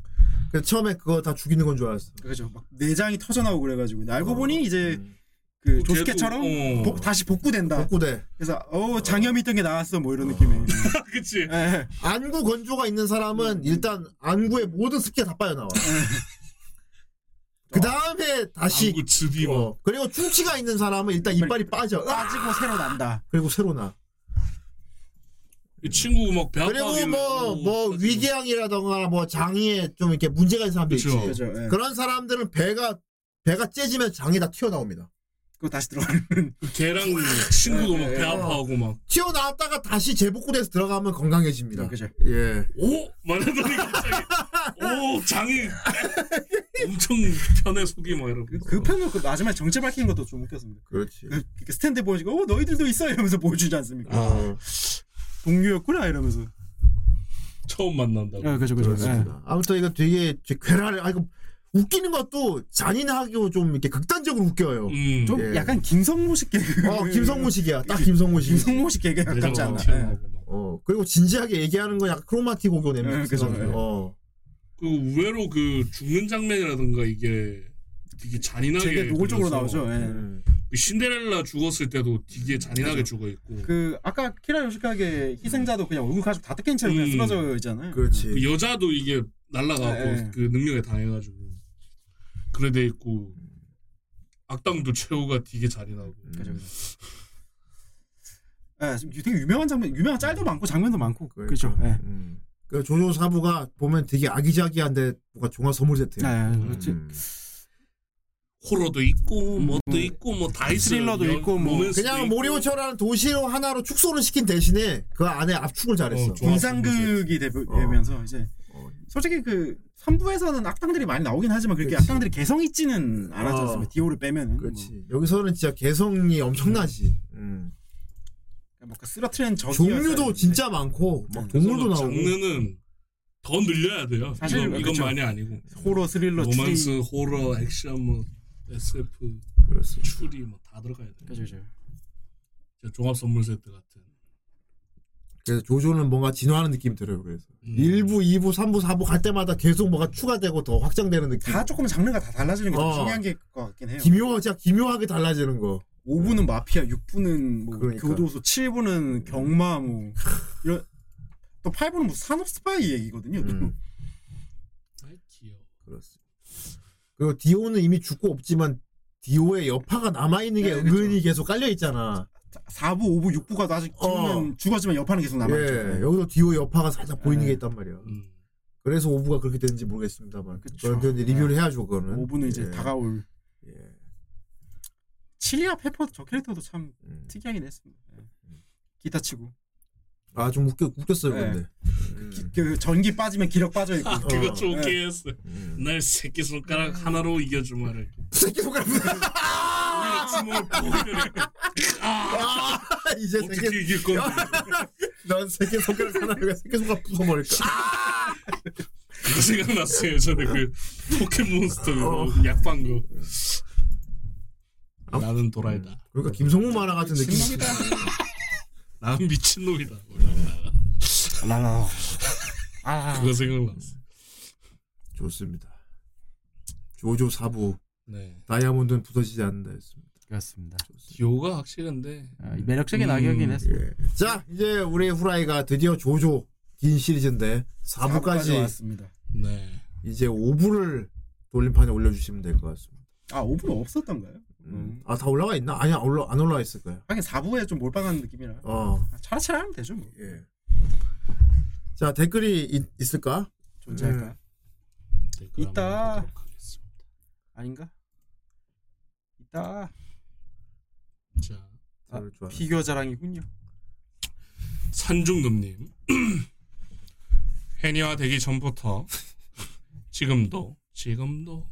Speaker 6: 그래서 처음에 그거 다 죽이는 건 줄 알았어
Speaker 5: 그죠. 막 내장이 터져나오고 그래가지고 근데 알고
Speaker 6: 어.
Speaker 5: 보니 이제
Speaker 6: 음.
Speaker 5: 그
Speaker 4: 어,
Speaker 5: 조스케처럼
Speaker 4: 걔도, 어.
Speaker 5: 복- 다시 복구된다.
Speaker 6: 복구대 음.
Speaker 5: 그래서 어 장염이 있던 게 나왔어 뭐 이런 느낌에.
Speaker 4: 그치
Speaker 5: 예, 예.
Speaker 6: 안구 건조가 있는
Speaker 4: 음.
Speaker 6: 사람은 일단 안구의 모든 습기가 다 빠져나와
Speaker 4: (laughs)
Speaker 6: 그 다음에
Speaker 5: 아,
Speaker 6: 다시
Speaker 4: 안구 즙이 막
Speaker 6: 어, 그리고 충치가 있는 사람은 일단 이빨이 빠져.
Speaker 4: 아!
Speaker 6: 으악!
Speaker 5: 빠지고 새로 난다.
Speaker 6: 그리고 새로 나.
Speaker 4: 이 친구 막배 어,
Speaker 6: 그리고
Speaker 4: 아파하게
Speaker 6: 뭐, 뭐,
Speaker 4: 그
Speaker 6: 위궤양이라던가, 뭐, 장이에 좀 이렇게 문제가 있는 사람도
Speaker 4: 그쵸. 네.
Speaker 6: 있지.
Speaker 5: 그죠. 예.
Speaker 6: 그런 사람들은 배가, 배가 째지면 장이 다 튀어나옵니다.
Speaker 5: 그거 다시 들어가는.
Speaker 4: 걔랑 친구도 막 배
Speaker 6: 어.
Speaker 4: 아파하고 막
Speaker 6: 튀어나왔다가 다시 재복구돼서 들어가면 건강해집니다.
Speaker 4: 음,
Speaker 5: 그죠.
Speaker 6: 예.
Speaker 4: 오! 말하더니 어? 갑자기 오 장이 엄청 편해 속이 막 이러고
Speaker 5: 그 편은 그 마지막에 정체 밝힌 것도 좀 웃겼습니다.
Speaker 6: 그렇지.
Speaker 5: 그- 그 스탠드 보여주고 어 너희들도 있어 이러면서 보여주지 않습니까?
Speaker 6: 어,
Speaker 5: 동료였구나 이러면서.
Speaker 4: 처음 만난다고
Speaker 5: 예, 그죠 그죠. 예.
Speaker 6: 그렇습니다. 네. 아무튼 이거 되게, 제 괴랄해. 아, 이거 웃기는 것도 잔인하고 좀 이렇게 극단적으로 웃겨요.
Speaker 4: 음.
Speaker 5: 좀
Speaker 6: 예.
Speaker 5: 약간 김성모식 개그.
Speaker 6: 어, 김성모식이야. 딱 김성모식.
Speaker 5: 음. 김성모식 개그에 가깝지 않나. 예.
Speaker 6: 어, 그리고 진지하게 얘기하는 건 약간 크로마티 고교 냄새.
Speaker 5: 예, 그죠. 예.
Speaker 6: 어.
Speaker 4: 그 의외로 그 죽는 장면이라든가 이게 되게 잔인하게
Speaker 5: 되게 노골적으로
Speaker 4: 그려서
Speaker 5: 나오죠. 예.
Speaker 6: 음.
Speaker 4: 그 신데렐라 죽었을 때도 되게 잔인하게 죽어 있고 그,
Speaker 5: 그 아까 키라 요시카게 희생자도 그냥 얼굴 가지고 다 뜯긴 채로 그냥
Speaker 4: 음.
Speaker 5: 쓰러져 있잖아요.
Speaker 6: 그렇지.
Speaker 4: 여자도 이게 날라가고
Speaker 5: 네, 네.
Speaker 4: 그 능력에 당해가지고 그래 돼 있고 악당도 최후가 되게 잔인하고
Speaker 5: 그죠, 그죠. 예, 되게 유명한 장면, 유명한 짤도 많고 장면도 많고. 그렇죠. 예.
Speaker 6: 음. 그 조조 사부가 보면 되게 아기자기한데 뭔가 종합 선물 세트야.
Speaker 5: 예, 그렇지.
Speaker 6: 음.
Speaker 4: 호러도 있고 뭐도 있고 뭐 다 있어요.
Speaker 5: 음. 스릴러도 있고, 뭐.
Speaker 4: 로맨스도
Speaker 6: 그냥
Speaker 4: 있고.
Speaker 6: 모리오처라는 도시로 하나로 축소를 시킨 대신에 그 안에 압축을 잘했어.
Speaker 4: 어, 좋아.
Speaker 5: 공상극이 되- 되면서 이제
Speaker 6: 어.
Speaker 5: 솔직히 그 3부에서는 악당들이 많이 나오긴 하지만 그렇게
Speaker 6: 그치.
Speaker 5: 악당들이 개성 있지는 않았지
Speaker 6: 어.
Speaker 5: 않습니까? 디오를 빼면은 뭐
Speaker 6: 그렇지. 여기서는 진짜 개성이 엄청나지. 음.
Speaker 5: 뭐, 뭔가 쓰러트리는 적이
Speaker 6: 종류도 진짜 많고 막 동물도
Speaker 4: 그래서
Speaker 6: 나오고.
Speaker 4: 장르는 더 늘려야 돼요.
Speaker 5: 사실
Speaker 4: 이건, 이건
Speaker 5: 그렇죠.
Speaker 4: 많이 아니고
Speaker 5: 호러 스릴러
Speaker 4: 로맨스,
Speaker 5: 추리
Speaker 4: 호러, 액션, 뭐 SF,
Speaker 6: 그렇습니다.
Speaker 4: 추리 뭐 다 들어가야 돼.
Speaker 5: 그죠, 그죠.
Speaker 4: 진짜 종합 선물 세트 같은.
Speaker 6: 그래서 조조는 뭔가 진화하는 느낌이 들어요. 그래서
Speaker 4: 음.
Speaker 6: 1부, 2부, 3부, 4부 갈 때마다 계속 뭐가 추가되고 더 확장되는 느낌.
Speaker 5: 다 조금 장르가 다 달라지는 게 더
Speaker 6: 어.
Speaker 5: 중요한 게 것 같긴 해요.
Speaker 6: 기묘하, 진짜 기묘하게 달라지는 거.
Speaker 5: 5부는 마피아, 6부는 뭐
Speaker 6: 그러니까. 음.
Speaker 5: 교도소, 7부는 경마 뭐 이런 또 8부는 뭐 산업 스파이 얘기거든요. 또.
Speaker 6: 음,
Speaker 4: 아이 귀여워.
Speaker 6: 그렇습니다. 그리고 디오는 이미 죽고 없지만 디오의 여파가 남아 있는
Speaker 5: 네,
Speaker 6: 게 은근히 계속 깔려 있잖아.
Speaker 5: 4부, 5부, 6부가 아직
Speaker 6: 어.
Speaker 5: 죽으면 죽었지만 여파는 계속 남아 있죠. 네.
Speaker 6: 예, 여기서 디오 여파가 살짝 보이는
Speaker 5: 예.
Speaker 6: 게 있단 말이야.
Speaker 4: 음.
Speaker 6: 그래서 5부가 그렇게 되는지 모르겠습니다만.
Speaker 5: 그쵸.
Speaker 6: 그건 이제 리뷰를 해야죠, 그거는.
Speaker 5: 5부는 이제
Speaker 6: 예,
Speaker 5: 다가올
Speaker 6: 예.
Speaker 5: 칠리아 페퍼 저 캐릭터도 참
Speaker 6: 음.
Speaker 5: 특이하긴 했습니다. 예. 기타 치고
Speaker 6: 아, 좀 웃겨, 웃겼어요,
Speaker 5: 예.
Speaker 6: 근데. 음.
Speaker 5: 기- 그 전기 빠지면 기력 빠져 있고
Speaker 4: 아 그거 좀
Speaker 5: 네.
Speaker 4: 웃기겠어.
Speaker 6: 음.
Speaker 4: 날 새끼 손가락 하나로 이겨주마를.
Speaker 6: (laughs) 새끼손가락.
Speaker 5: 아.
Speaker 4: 우리가 주먹을 푹 때려.
Speaker 6: 아, 이제 새끼
Speaker 4: 어떻게 이길 건데?
Speaker 6: 난 새끼 손가락 하나가 새끼 손가락 부숴버릴까?
Speaker 5: 아!
Speaker 4: 그거 생각났어요. 전에 그 포켓몬스터
Speaker 6: 어.
Speaker 4: 그거 약방 거. 나는 도라이다.
Speaker 6: 그러니까 김성우 만화 같은
Speaker 5: 아,
Speaker 6: 느낌. 어?
Speaker 4: 난 미친놈이다.
Speaker 5: 라라. 아
Speaker 4: 그거 생각났어.
Speaker 6: 좋습니다. 조조 사부
Speaker 4: 네.
Speaker 6: 다이아몬드는 부서지지 않는다였습니다.
Speaker 5: 그렇습니다.
Speaker 4: 기호가 확실한데
Speaker 5: 매력적인
Speaker 4: 음,
Speaker 5: 아, 악역이긴 했습니다.
Speaker 6: 자 이제 우리 후라이가 드디어 조조 긴 시리즈인데 4부까지
Speaker 5: 왔습니다.
Speaker 4: 네.
Speaker 6: 이제 5부를 돌림판에 올려주시면 될 것 같습니다.
Speaker 5: 아 5부는 없었던가요?
Speaker 6: 음. 아다 올라가 있나? 아니 안 올라 안 올라와 있을 거야.
Speaker 5: 하긴 4부에 좀 몰빵한 느낌이라
Speaker 6: 어
Speaker 5: 아, 차라차라 하면 되죠 뭐
Speaker 6: 예. 자 댓글이 있, 있을까? 네.
Speaker 5: 존재할까요?
Speaker 4: 댓글 한번
Speaker 5: 이따.
Speaker 4: 보도록 하겠습니다.
Speaker 5: 아닌가? 있다
Speaker 4: 자,
Speaker 5: 아,
Speaker 6: 댓글 좋아.
Speaker 5: 피규어 자랑이군요
Speaker 4: 산중놈님. (clears throat) 해니와 되기 전부터 지금도 지금도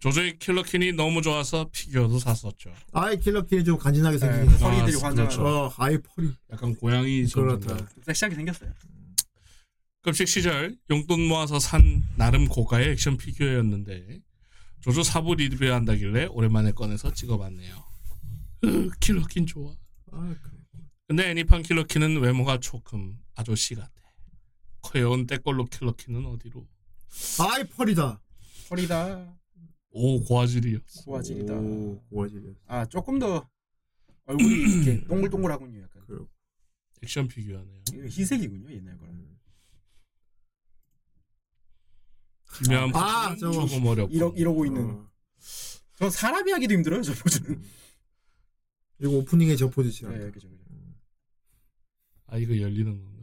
Speaker 4: 조조의 킬러퀸이 너무 좋아서 피규어도 샀었죠.
Speaker 6: 아이 킬러킬이 좀 간지나게 생긴.
Speaker 5: 네, 허리들이
Speaker 4: 아,
Speaker 5: 환장하죠
Speaker 4: 그렇죠.
Speaker 6: 어 아이 펄이
Speaker 4: 약간 고양이
Speaker 6: 그렇다.
Speaker 4: 정도인가.
Speaker 5: 섹시하게 생겼어요
Speaker 4: 급식 시절 용돈 모아서 산 나름 고가의 액션 피규어였는데 조조 사부 리뷰 한다길래 오랜만에 꺼내서 찍어봤네요. 으, 킬러퀸 좋아.
Speaker 6: 아 그래.
Speaker 4: 근데 애니판 킬러퀸은 외모가 조금 아저씨 같아. 커여운 때꼴로 킬러퀸은 어디로?
Speaker 6: 아이 펄이다.
Speaker 5: 허리다
Speaker 4: 오 고화질이었어.
Speaker 5: 고화질이다
Speaker 6: 오, 고화질이다.
Speaker 5: 아 조금 더 얼굴이 이렇게 동글동글하군요 약간
Speaker 6: 그리고
Speaker 4: 액션 피규어네요.
Speaker 5: 이거 흰색이군요 옛날 거랑
Speaker 4: 기묘한
Speaker 6: 아,
Speaker 4: 포즈는
Speaker 6: 저거.
Speaker 4: 조금 어렵고.
Speaker 5: 이러, 이러고 있는
Speaker 6: 어.
Speaker 5: 저 사람이 하기도 힘들어요 저 포즈는
Speaker 6: 이거 오프닝에 저 포지션.
Speaker 5: 네
Speaker 6: 네.
Speaker 5: 그죠 그죠
Speaker 4: 아 이거 열리는 건가?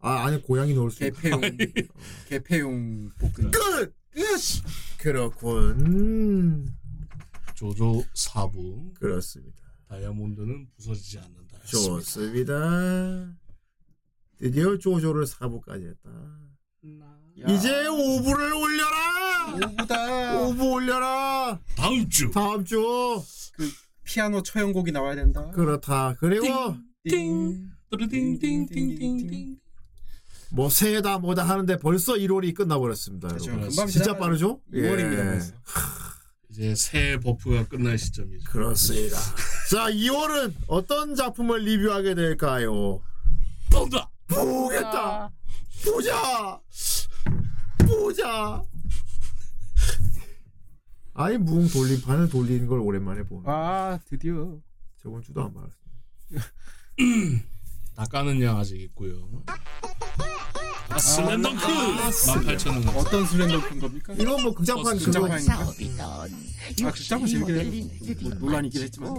Speaker 6: 아 안에 고양이 넣을 수. 있
Speaker 5: 개폐용
Speaker 6: (laughs)
Speaker 5: 개폐용 복근
Speaker 6: 끝. 끝. 그렇군.
Speaker 4: 조조 사부
Speaker 6: 그렇습니다.
Speaker 4: 다이아몬드는 부서지지 않는다.
Speaker 6: 좋습니다. 드디어 조조를 4부까지 했다.
Speaker 5: 야,
Speaker 6: 이제 5부를 올려라.
Speaker 5: 오부다
Speaker 6: 5부 올려라.
Speaker 4: 다음 주.
Speaker 6: 다음 주.
Speaker 5: 피아노 초연곡이 나와야 된다
Speaker 6: 그렇다. 그리고
Speaker 4: 띵. 띵띵띵띵띵.
Speaker 6: 뭐 새해다 뭐다 하는데 벌써 1월이 끝나버렸습니다.
Speaker 5: 그렇죠.
Speaker 6: 여러분.
Speaker 5: 금방
Speaker 6: 진짜
Speaker 5: 지나가-
Speaker 6: 빠르죠?
Speaker 5: 2월입니다
Speaker 6: 예.
Speaker 5: 벌써
Speaker 4: 이제 새해 버프가 끝날 시점이죠.
Speaker 6: 그렇습니다. 자, 2월은 어떤 작품을 리뷰하게 될까요?
Speaker 4: 떤다.
Speaker 6: 보겠다. 보자. 보자. 아이 무궁 돌림판을 돌리는 걸 오랜만에 보네.
Speaker 5: 아 드디어
Speaker 6: 저번 주도 안 봤어.
Speaker 4: 낚아는 양 아직 있고요. 아, 슬램덩크 18,000원.
Speaker 5: 어떤 슬램덩크인 겁니까?
Speaker 6: 이건 뭐 극장판
Speaker 4: 버스
Speaker 6: 그거
Speaker 5: 극장판인가? 아 극장판 아, 재밌긴 했는데 뭐 논란이 있긴 했지만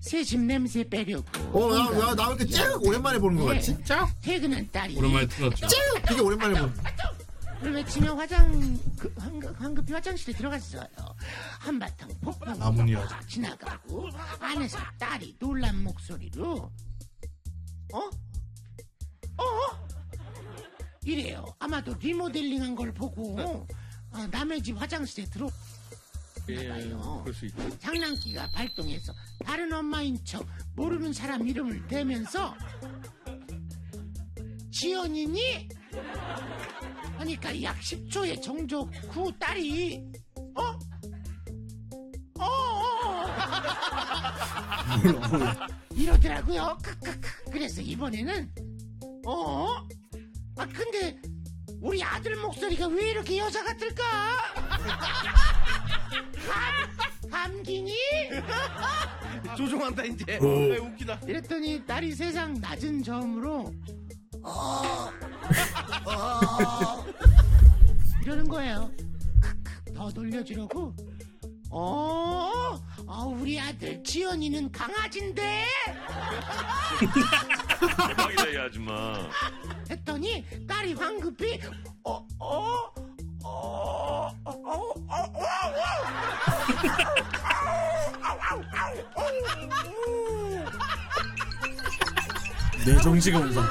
Speaker 10: 새집 냄새 빼려고
Speaker 6: 어나나왜 이렇게 쨍 오랜만에 보는 거 같지?
Speaker 10: 진짜? 퇴근한 딸이
Speaker 4: 오랜만에 틀었죠.
Speaker 6: 되게 오랜만에 보는. 거.
Speaker 10: 그러면 지금 화장 그, 황급, 황급히 화장실에 들어갔어요 한바탕 폭풍
Speaker 4: 나문이
Speaker 10: 지나가고 안에서 딸이 놀란 목소리로 어? 어? 이래요. 아마도 리모델링한 걸
Speaker 4: 네.
Speaker 10: 보고 아, 남의 집 화장실에 들어
Speaker 4: 예, 그럴 수 있고.
Speaker 10: 장난기가 발동해서 다른 엄마인 척 모르는 사람 이름을 대면서 지연이니? 하니까 약 10초의 정적 후 딸이 어? 어,
Speaker 4: (laughs)
Speaker 10: 어, 어. 이러더라고요. 크크크. 그래서 이번에는 어? 아 근데 우리 아들 목소리가 왜 이렇게 여자 같을까? 감, 감기니?
Speaker 11: 조종한다 이제.
Speaker 10: 오.
Speaker 11: 아, 웃기다.
Speaker 10: 이랬더니 딸이 세상 낮은 저음으로 어, 어 이러는 거예요. 크크, 더 놀려주려고. 어, 아, 우리 아들 지연이는 강아지인데
Speaker 12: 대박이다 이 아줌마.
Speaker 10: 했더니 딸이 황급히 어, 어, 어, 어, 어, 어, 어,
Speaker 5: 내 정지가 온상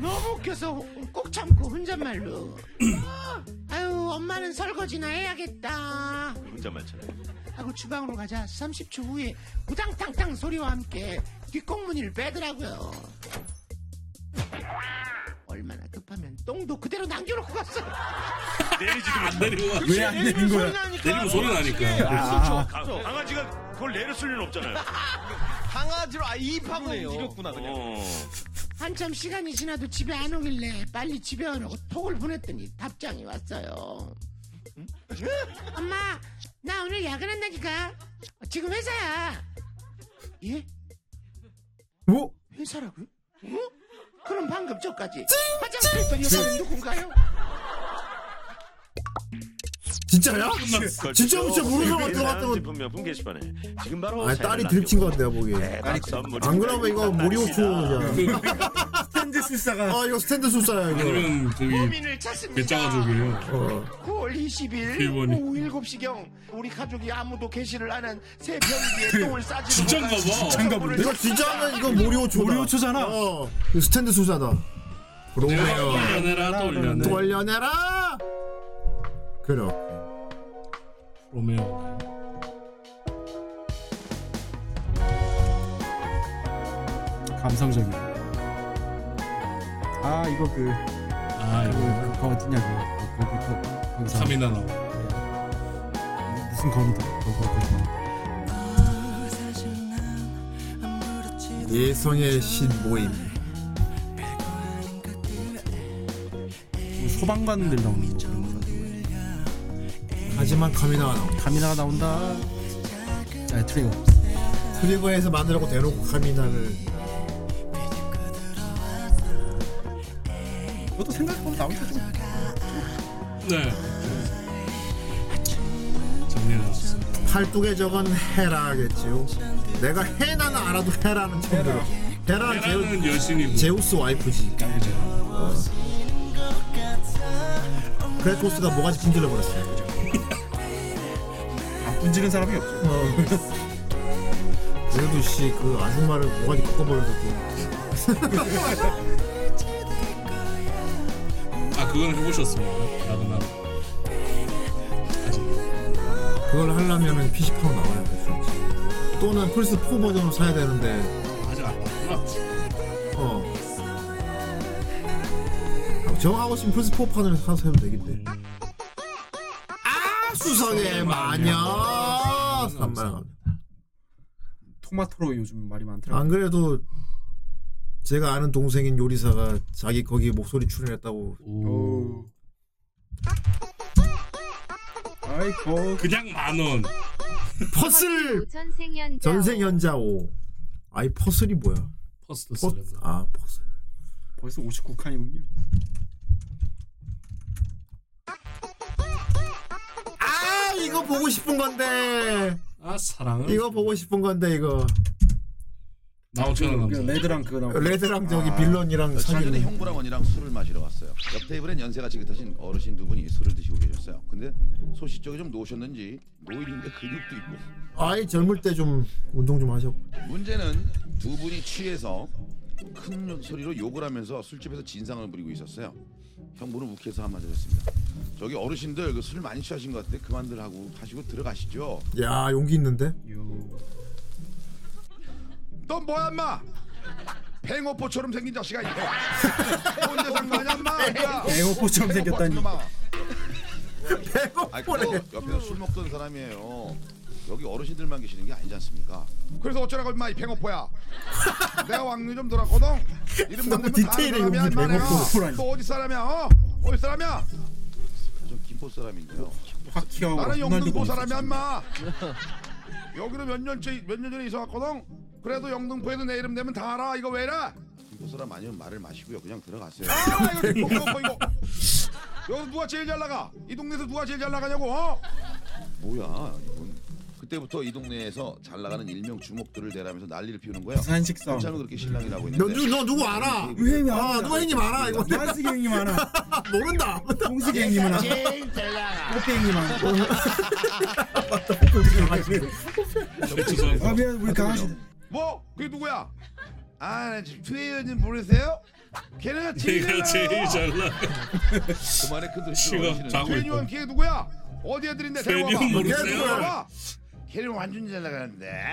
Speaker 10: 너무 웃겨서 꼭 참고 혼잣말로 어, 아유 엄마는 설거지나 해야겠다
Speaker 12: 혼자만 잖아
Speaker 10: 하고 주방으로 가자 30초 후에 우당탕탕 소리와 함께 뒷꽁무니를 빼더라고요 얼마나 급하면 똥도 그대로 남겨놓고 갔어
Speaker 12: 내리지도
Speaker 4: 안 내리고
Speaker 12: 그치,
Speaker 4: 왜안 내리는
Speaker 12: 내리면
Speaker 4: 거야?
Speaker 12: 소리 나니까.
Speaker 4: 내리면 소리 나니까.
Speaker 12: 아, 강- 강아지가 그걸 내릴 수는 없잖아요.
Speaker 11: 강아지로 아예 입하고
Speaker 12: 그러네요.
Speaker 11: 이겼구나 그냥.
Speaker 10: 한참 시간이 지나도 집에 안 오길래 빨리 집에 오라고 톡을 보냈더니 답장이 왔어요. 응? 엄마, 나 오늘 야근한다니까. 지금 회사야. 예?
Speaker 6: 뭐?
Speaker 10: 회사라고요? 어? 그럼 방금 전까지 화장실 했던 여자는 누군가요?
Speaker 6: 진짜야?
Speaker 12: 걸쳐
Speaker 6: 진짜 진짜 모르는 사람
Speaker 12: 있는
Speaker 6: 들어갔던 네, 거.
Speaker 12: 제품 명품 게시판에 지금 바로
Speaker 6: 아 딸이 들친 것 같아 내가 보기에.
Speaker 12: 딸이 선물이
Speaker 6: 안 그러면 이거 모리오초
Speaker 5: 아,
Speaker 6: 그냥.
Speaker 5: 스탠드 술사가.
Speaker 6: 아 이거 스탠드 술사야 이거.
Speaker 4: 아니면 저기
Speaker 10: 고민을 찾습니다.
Speaker 4: 배짜가지고요.
Speaker 10: 9월 20일
Speaker 4: 일본이.
Speaker 10: 오후 7시경 우리 가족이 아무도 게시를 안 한 새 변기에 똥을 싸지
Speaker 4: 진짠가 봐. 진짠가 보네.
Speaker 6: 이거 진짜면 이거 모리오초. 모리오초잖아. 어. 네. 이거 스탠드 술사다.
Speaker 4: 내가 올려내라, 또 올려내.
Speaker 6: 또 올려내라. 그래.
Speaker 4: 로메오.
Speaker 5: 감성적이야. 아 이거 그.
Speaker 4: 아
Speaker 5: 이거 그거 어디냐고. 거기 거 거기서.
Speaker 4: 카미나 나오.
Speaker 5: 무슨 검도 그거 그거.
Speaker 6: 예성의 신 모임.
Speaker 5: 그 소방관들 나오는 거.
Speaker 6: 하지만 카미나가 나온다.
Speaker 5: 카미나가 나온다. 자 트리거.
Speaker 6: 트리거에서 만들라고 대놓고 카미나를.
Speaker 5: 이것도 생각해보면 나올 때좀
Speaker 4: 네. 정리해 나왔어.
Speaker 6: 팔뚝에 적은 헤라겠지요. 내가 헤나는 알아도 헤라는 처음 들어. 헤라는,
Speaker 4: 헤라는 여신이고.
Speaker 6: 제우스 와이프지. 어. 크레토스가 뭐가지 분질러 버렸어요.
Speaker 5: 안 분지는 사람이 없어.
Speaker 6: 그래도 씨그 아줌마를 뭐가지 꺾어버려서 또.
Speaker 4: 아 그건 해보셨습니까? 나도 나도.
Speaker 6: 그걸 하려면은 PC판으로 나와야 돼. 또는 플스4 버전으로 사야 되는데.
Speaker 4: 아직 안 나왔구나.
Speaker 6: 어. 아, 저 하고 싶은 플스4 판을 사서 해도 되겠네. 아, 수성의 마녀! 아, 산만.
Speaker 5: 토마토로 요즘 말이 많더라고.
Speaker 6: 안 그래도 제가 아는 동생인 요리사가 자기 거기 목소리 출연했다고.
Speaker 4: 오.
Speaker 5: 아이고.
Speaker 4: 그냥 만 원.
Speaker 6: 퍼즐
Speaker 13: 전생연자
Speaker 6: 전생연자 5. 아이 퍼즐이 뭐야?
Speaker 4: 퍼즐
Speaker 6: 퍼, 아 퍼즐.
Speaker 5: 벌써 59칸이군요.
Speaker 6: 아 이거 보고 싶은 건데.
Speaker 4: 아 사랑은.
Speaker 6: 이거 보고 싶은 건데 이거.
Speaker 4: 나오잖아
Speaker 5: 그
Speaker 4: 남자.
Speaker 5: 레드랑 그거 나오고.
Speaker 6: 레드랑 저기 빌런이랑
Speaker 14: 며칠 전에
Speaker 6: 사귀는.
Speaker 14: 형부랑 언니랑 술을 마시러 왔어요. 옆 테이블엔 연세가 지긋하신 어르신 두 분이 술을 드시고 계셨어요. 근데 소식 쪽이 좀 노셨는지 노인인데 근육도 있고.
Speaker 6: 아이 젊을 때 좀 운동 좀 하셔.
Speaker 14: 문제는 두 분이 취해서 큰 소리로 욕을 하면서 술집에서 진상을 부리고 있었어요. 형부는 욱해서 한마디 했습니다. 저기 어르신들 그 술 많이 취하신 것 같은데 그만들 하고 하시고 들어가시죠.
Speaker 6: 야 용기 있는데?
Speaker 14: 너 뭐야 인마 팽오포처럼 생긴 자식아 이거 혼자 상관하냐 인마
Speaker 5: 뱅어포처럼 생겼다니.
Speaker 14: 팽오포래 어, 옆에서 술 먹던 사람이에요 여기 어르신들만 계시는 게 아니지 않습니까 그래서 어쩌라고 인마 이 팽오포야 내가 왕류 좀 돌았거든 이름
Speaker 6: 너무
Speaker 14: 만들면 다
Speaker 6: 디테일해,
Speaker 14: 사람이야,
Speaker 6: 여기
Speaker 14: 인마 내가.
Speaker 6: 팽오포라니.
Speaker 14: 또 어디 사람이야 어? 어디 사람이야 전 김포 사람인데요
Speaker 5: 확키하고
Speaker 14: 나는 영등포
Speaker 5: 호날두가
Speaker 14: 사람이야 인마 여기로 몇 년째 몇 년 전에 이사 왔거든. 그래도 영등포에도 내 이름 되면 다 알아. 이거 왜라? 김포사람 아니면 말을 마시고요. 그냥 들어가세요. 아 이거 김포 김포 이거. 여기서 누가 제일 잘 나가? 이 동네에서 누가 제일 잘 나가냐고? 어? 뭐야 이건. 그때부터 이 동네에서 잘 나가는 일명 주목들을 대라면서 난리를 피우는 거야.
Speaker 5: 산식성.
Speaker 14: 한창은 그렇게 신랑이라고
Speaker 6: 너,
Speaker 14: 했는데.
Speaker 6: 누, 너 누구 알아?
Speaker 5: 왜, 왜
Speaker 6: 아, 누가 형님 알아? 이거
Speaker 5: 한식이 형님 알아.
Speaker 6: 모른다. (laughs)
Speaker 5: 홍식이 형님은 알아.
Speaker 10: 제일 잘 나가.
Speaker 5: 호피 형님 알아. 아, 미안, 우리 강아지.
Speaker 14: 뭐? 그게 누구야? 아, 나 지금 트레이너님 모르세요? 걔네가 제일 잘
Speaker 4: 내가 제일
Speaker 14: 나가.
Speaker 4: 잘 나가.
Speaker 14: 그만해 큰소리
Speaker 4: 지금 자고
Speaker 14: 괜히
Speaker 4: 있고.
Speaker 14: 원 걔 누구야? 어디 애들인데 데리고
Speaker 4: 괜히
Speaker 14: 와봐.
Speaker 4: 형 모르세요?
Speaker 14: 걔 데리고 와봐. 걔는 완전 잘 나가는데.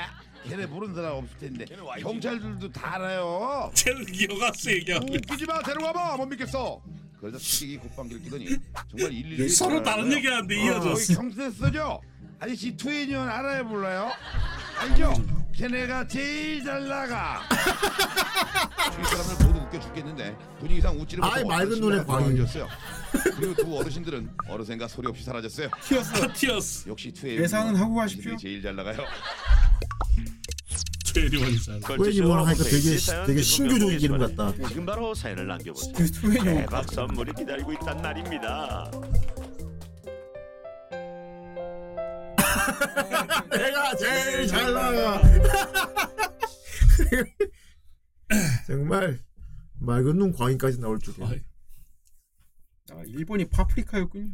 Speaker 14: 걔네 모르는 사람 없을 텐데. 경찰들도 다 알아요.
Speaker 4: 쟤는 이어가서 얘기하고.
Speaker 14: 웃기지 마. 데리고 와봐. 못 믿겠어. 그러다 시기 곱방기를 끼더니 정말 일일이 전화를
Speaker 4: 서로 다른
Speaker 14: 하고요.
Speaker 4: 얘기하는데
Speaker 14: 어,
Speaker 4: 이어졌어.
Speaker 14: 거의 경찰서죠? 아저씨 투애니언 알아요 몰라요? 알죠? 걔네가 제일 잘 나가. 주위 사람들 모두 웃겨 죽겠는데 분위기상 웃지를
Speaker 6: 아이,
Speaker 14: 못하고
Speaker 6: 맑은
Speaker 14: 어르신들
Speaker 6: 눈에 광이.
Speaker 14: 사라졌어요. 그리고 두 어르신들은 어르신과 소리 없이 사라졌어요.
Speaker 4: 튀었어. 튀었어.
Speaker 14: 역시 투애
Speaker 5: 예상은 하고 가십시오.
Speaker 14: 제일 잘 나가요.
Speaker 4: 최리원이잖아.
Speaker 6: 소연이 뭐라 하니까 되게 시- 되게 신규적인 이름 같다.
Speaker 12: 지금 바로 사연을 남겨보세요.
Speaker 5: 그 소연이 형.
Speaker 12: 대박 선물이 기다리고 있단 말입니다.
Speaker 6: 내가 제일 잘 나가. (laughs) 정말 맑은 눈 광인까지 나올 줄이야.
Speaker 5: 아, 일본이 파프리카였군요.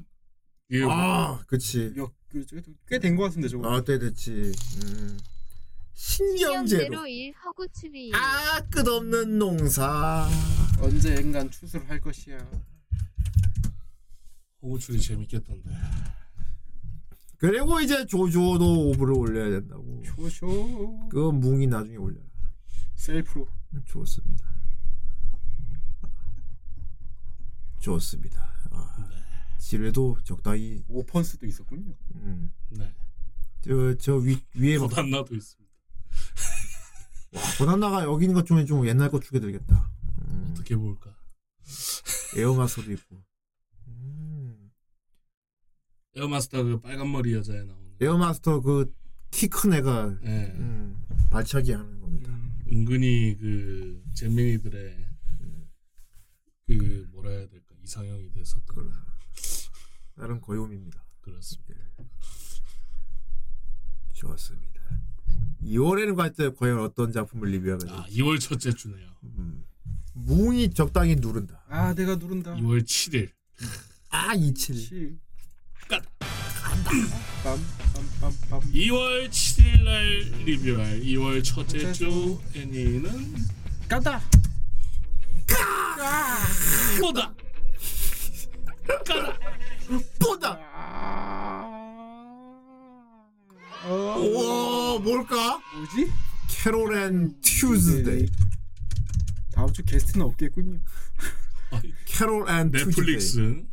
Speaker 6: 아, 그치.
Speaker 5: 꽤된 것 같은데 저거.
Speaker 6: 아, 때 됐지. 음. 신경제로.
Speaker 13: 일 허구 추리.
Speaker 6: 아, 끝없는 농사.
Speaker 5: 언젠간 추수를 할 것이야.
Speaker 4: 호구출이 재밌겠던데.
Speaker 6: 그리고 이제 조조도 오브를 올려야 된다고.
Speaker 5: 조쇼
Speaker 6: 그 뭉이 나중에 올려라.
Speaker 5: 셀프로.
Speaker 6: 좋습니다. 좋습니다. 아, 지뢰도 적당히.
Speaker 5: 오펀스도 있었군요.
Speaker 6: 음.
Speaker 4: 네.
Speaker 6: 저, 저 위, 위에 막.
Speaker 4: 보단 나도 뭐 있습니다.
Speaker 6: 고난나가 여기 있는 것 중에 좀 옛날 거 주게 되겠다.
Speaker 4: 어떻게 볼까?
Speaker 6: 에어마스도 있고. 음.
Speaker 4: 에어마스터 그 빨간 머리 여자에 나오는
Speaker 6: 에어마스터 그 키 큰 애가
Speaker 4: 예.
Speaker 6: 음, 발차기 하는 겁니다.
Speaker 4: 은근히 그 잼민이들의 그 뭐라 해야 될까 이상형이 됐었던
Speaker 6: 다른 고요미입니다.
Speaker 4: 그렇습니다.
Speaker 6: 좋았습니다. 2월에는 갈때 과연 어떤 작품을 리뷰하게 될지.
Speaker 4: 아 2월 첫째 주네요.
Speaker 6: 뭉이 적당히 누른다.
Speaker 5: 아 내가 누른다.
Speaker 4: 2월 7일
Speaker 6: 아, 이칠.
Speaker 5: 시.
Speaker 4: 깜.
Speaker 5: 빰빰빰빰.
Speaker 4: 2월 7일 날 리뷰할 2월 첫째 주 애니는
Speaker 5: 간다.
Speaker 4: 뭐다
Speaker 6: 보다! 우와, 뭘까?
Speaker 5: 뭐지? 네.
Speaker 6: 캐롤앤
Speaker 4: 네.
Speaker 6: 튜즈데이.
Speaker 5: 다음 주 게스트는 없겠군요.
Speaker 6: 캐롤앤 튜즈데이.
Speaker 4: 넷플릭스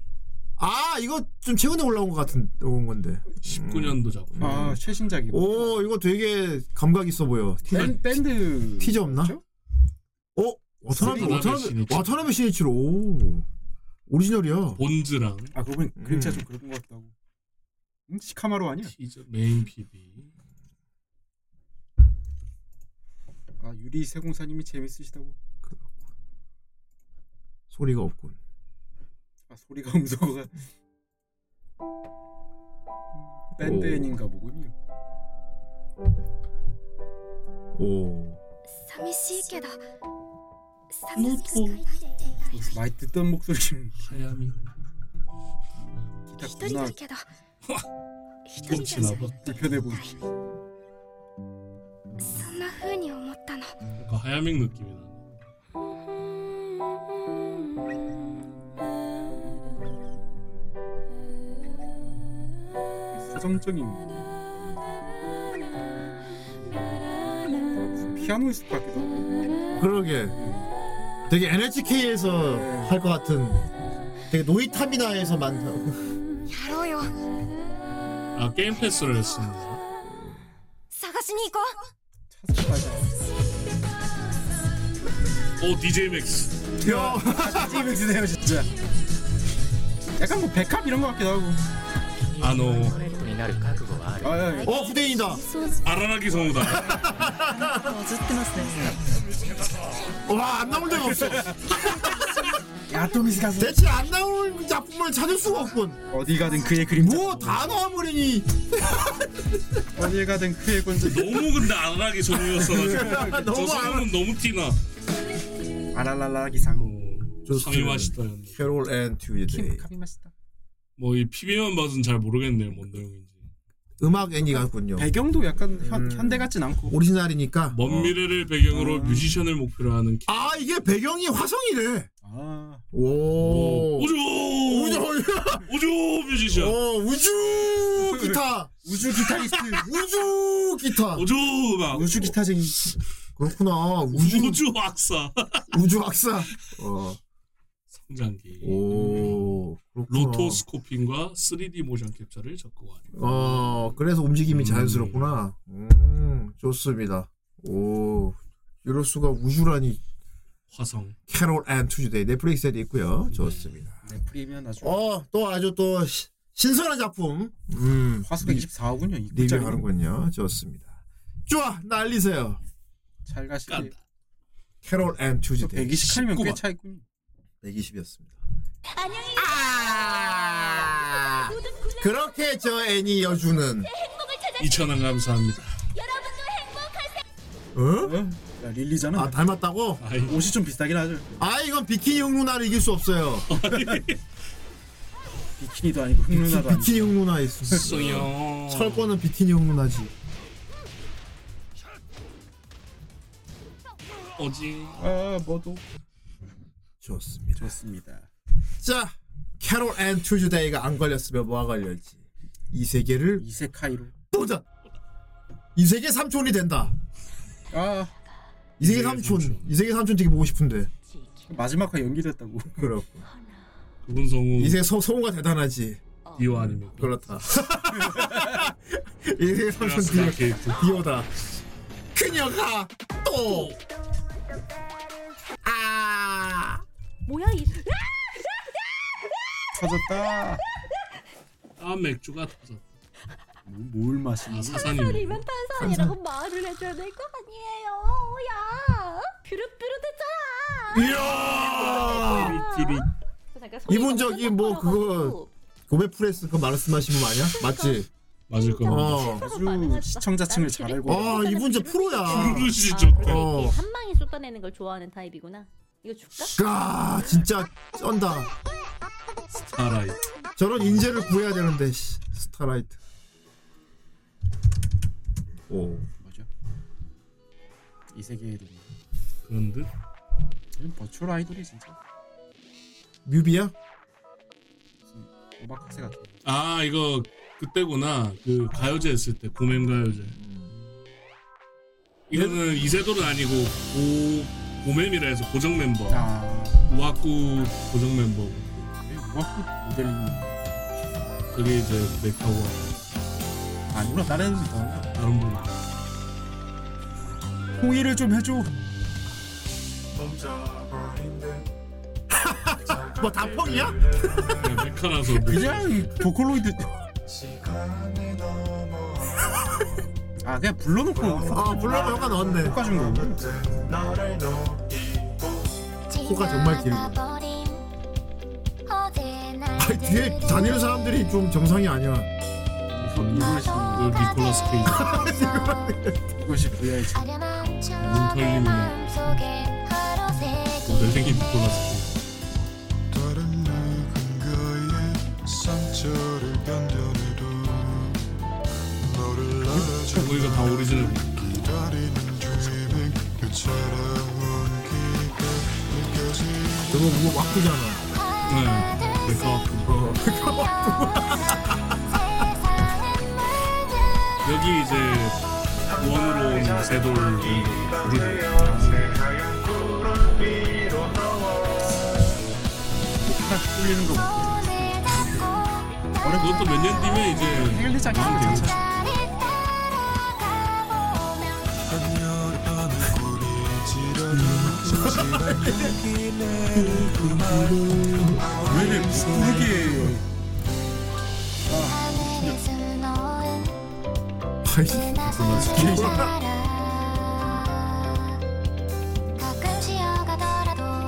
Speaker 6: 아, 이거 좀 최근에 올라온 것 같은, 온 건데.
Speaker 4: 19년도 작품
Speaker 5: 아 최신작이고.
Speaker 6: 음. 오, 이거 되게 감각 있어 보여. 티저,
Speaker 4: 그러니까
Speaker 5: 밴, 밴드.
Speaker 6: 티저 없나? 어? 와타나베,
Speaker 4: 와타나베
Speaker 6: 와타나베,
Speaker 4: 신이치.
Speaker 6: 와타나베 신이치로. 오. 오리지널이야.
Speaker 4: 본즈랑
Speaker 5: 아 그러고 보니 그림자
Speaker 6: 음.
Speaker 5: 좀 그런 것 같다고. 응? 시카마루 아니야?
Speaker 4: 티저 메인 PD
Speaker 5: 아 유리 세공사님이 재밌으시다고.
Speaker 6: 소리가 없군.
Speaker 5: 아 소리가 (laughs) 음소거가. 음, 밴드
Speaker 6: 오.
Speaker 5: 애인가 보군요.
Speaker 6: 오.
Speaker 3: 寂しいけど寂しく
Speaker 4: 노토
Speaker 3: ないって言いたい
Speaker 5: 많이 듣던 목소리 지금
Speaker 4: 하야미
Speaker 5: (laughs)
Speaker 3: 一
Speaker 5: 기타
Speaker 3: 人
Speaker 5: 누나
Speaker 3: だけど一人じゃない
Speaker 4: 꽂히나봐
Speaker 5: 불편해 보이.
Speaker 3: そんな風に思ったの
Speaker 4: 약간 하야밍 느낌이 나네
Speaker 3: 아
Speaker 5: 가정적인 그 피아노였을 것 같기도 하고
Speaker 6: 그러게 되게 NHK에서 할 것 같은 되게 노이타미나에서 만든
Speaker 3: 열어요.
Speaker 4: 아 게임 패스를 했습니다.
Speaker 3: 探しに行こう。
Speaker 4: 오 DJ 어, 맥스.
Speaker 5: 야 DJ 맥스네요 진짜 약간 뭐 백합 이런 것 같기도 하고
Speaker 4: 아노.
Speaker 5: 아,
Speaker 6: 어 후대인이다.
Speaker 4: 아라나기 성우다.
Speaker 6: 와안 나올 데가 없어. 야토미스 가서 대체 안 나올 작품을 찾을 수가 없군.
Speaker 5: 네? 어디 가든 그의 그림
Speaker 6: 뭐다 나와버리니.
Speaker 5: 어디 가든 그의 군자
Speaker 4: 너무 근데 아라나기
Speaker 6: (laughs) 아,
Speaker 4: 성우였어가지고 저
Speaker 5: 너무
Speaker 4: 성우는 너무 티나.
Speaker 5: 아랄랄라 기상
Speaker 4: 카미마시다.
Speaker 6: 캐롤 앤 튜즈데이.
Speaker 4: 뭐이 PB만 봐서는 잘 모르겠네요 뭔 내용인지.
Speaker 6: 음악 애니 같군요.
Speaker 5: 배경도 약간 현, 현대 같진 않고
Speaker 6: 오리지널이니까.
Speaker 4: 먼 미래를 배경으로 뮤지션을 목표로 하는. 캐-
Speaker 6: 아 이게 배경이 화성이래.
Speaker 5: 아.
Speaker 6: 오.
Speaker 4: 우주
Speaker 6: 우주
Speaker 4: 우주 뮤지션.
Speaker 6: 어, 우주 기타.
Speaker 4: (laughs)
Speaker 5: 우주 기타리스트.
Speaker 6: 우주 기타.
Speaker 4: 우주 음악.
Speaker 5: (laughs) 우주 기타쟁이.
Speaker 6: 그렇구나. 우주
Speaker 4: 우주 학사.
Speaker 6: 우주 학사. 어.
Speaker 4: 성장기.
Speaker 6: 오. 그렇구나.
Speaker 4: 로토스코핑과 3D 모션 캡처를 적용한.
Speaker 6: 어, 그래서 움직임이 자연스럽구나. 음, 좋습니다. 오, 이럴 수가 우주라니.
Speaker 4: 화성.
Speaker 6: 캐롤 앤 투즈데이 넷플릭스에도 있고요. 좋습니다.
Speaker 5: 프리미엄 아주
Speaker 6: 어, 또 아주 또 시- 신선한 작품. 음,
Speaker 5: 화수가 24호군요 이 글자리는.
Speaker 6: 리뷰하는군요. 좋습니다. 좋아, 날리세요.
Speaker 5: 잘 가시게
Speaker 6: 네. 캐롤 앤 투즈데이.
Speaker 5: 120칼이면 꽤
Speaker 6: 19번.
Speaker 5: 차이군요
Speaker 6: 120이었습니다. 아! 그렇게 저 애니 여주는
Speaker 4: 2천원 감사합니다.
Speaker 6: 어?
Speaker 5: 야, 릴리잖아.
Speaker 6: 아 닮았다고?
Speaker 5: 옷이 좀 비슷하긴 하죠.
Speaker 6: 아 이건 비키니 흑누나를 이길 수 없어요.
Speaker 5: 비키니도 아니고 흑누나도
Speaker 6: 비-
Speaker 5: 아니고.
Speaker 6: 비키니 흑누나 있어.
Speaker 4: 써요.
Speaker 6: 철권은 비키니 흑누나지.
Speaker 4: 어지.
Speaker 5: 아 뭐도.
Speaker 6: 좋습니다.
Speaker 5: 좋습니다.
Speaker 6: 자, 캐롤 앤 투즈데이가 안 걸렸으면 뭐가 걸렸지? 이 세계를
Speaker 5: 이세카이로
Speaker 6: 보자. 이 세계 삼촌이 된다.
Speaker 5: 아
Speaker 6: 이 세계 삼촌. 이 세계 삼촌 되게 보고 싶은데.
Speaker 5: 마지막화 연기됐다고. (laughs)
Speaker 6: 그렇고.
Speaker 4: 그분 성우.
Speaker 6: 이 세계 서- 성우가 대단하지.
Speaker 4: 디오 아닙니까?
Speaker 6: 그렇다. (laughs) 이 세계 삼촌
Speaker 4: 플라스틱
Speaker 6: 디오,
Speaker 4: 케이프.
Speaker 6: 디오다. 그녀가 또. 아.
Speaker 3: 뭐야 이?
Speaker 5: 터졌다.
Speaker 4: 아 맥주가 터졌다.
Speaker 5: 뭘 마시는
Speaker 4: 사사님.
Speaker 3: 탄산이라고 말을 해줘야 될 것 아니에요. 야, 뷰릇뷰릇했잖아.
Speaker 6: 이야.
Speaker 3: 잠깐 소리가
Speaker 6: 이분 저기 뭐 그거 고베 프레스 그 말씀하신 분 아니야? 맞지?
Speaker 4: 맞을
Speaker 6: 어.
Speaker 5: 아주 시청자층을 잘 알고.
Speaker 6: 아 이분 진짜 프로야.
Speaker 4: 부르시 좋다.
Speaker 6: 어.
Speaker 13: 한 방에 쏟아내는 걸 좋아하는 타입이구나. 이거 줄까?
Speaker 6: 아 진짜 쩐다.
Speaker 4: 스타라이트.
Speaker 6: 저런 인재를 구해야 되는데 씨, 스타라이트. 오.
Speaker 5: 뭐죠? 이 세계의 룰.
Speaker 4: 그런 듯.
Speaker 5: 이건 버추얼 아이돌이 진짜.
Speaker 6: 뮤비야?
Speaker 5: 음악 학생 같아.
Speaker 4: 아 이거 그때구나. 그 가요제 했을 때 고맨 가요제. 이거는 이세돌은 아니고 고 고맨이라 해서 고정 멤버.
Speaker 5: 아.
Speaker 4: 우아쿠 고정 멤버.
Speaker 5: 우아쿠 모델링.
Speaker 4: 그게 이제 메카와
Speaker 5: 아니구나 다른 분.
Speaker 4: 다른 분.
Speaker 5: 호의를 좀 해줘.
Speaker 6: 뭐 단펑이야?
Speaker 4: 그냥 메카라서
Speaker 5: (laughs)
Speaker 4: 뭐
Speaker 5: 그냥 보컬로이드. (laughs) 아 그냥 불러놓고.
Speaker 6: 아 물론 효과 넣었네.
Speaker 5: 깎아준 거고.
Speaker 6: 코가 정말 길고. 아 뒤에 다니는 사람들이 좀 정상이 아니야.
Speaker 4: 그 니콜라스 케이지.
Speaker 5: 이것이 VI.
Speaker 4: 눈 털리면 모델링이 어, 니콜라스 케이지. 뭐 이거 다 오리지널.
Speaker 6: 저거 그거 왁구잖아.
Speaker 4: 네. 메카 와쿠.
Speaker 6: 어.
Speaker 4: 여기 이제 원으로 온 세돌
Speaker 5: 풀리는 거
Speaker 4: 원래 그것도 몇 년 뒤면 이제 하면 되겠지.
Speaker 5: 왜 이렇게 부르게
Speaker 6: 아이씨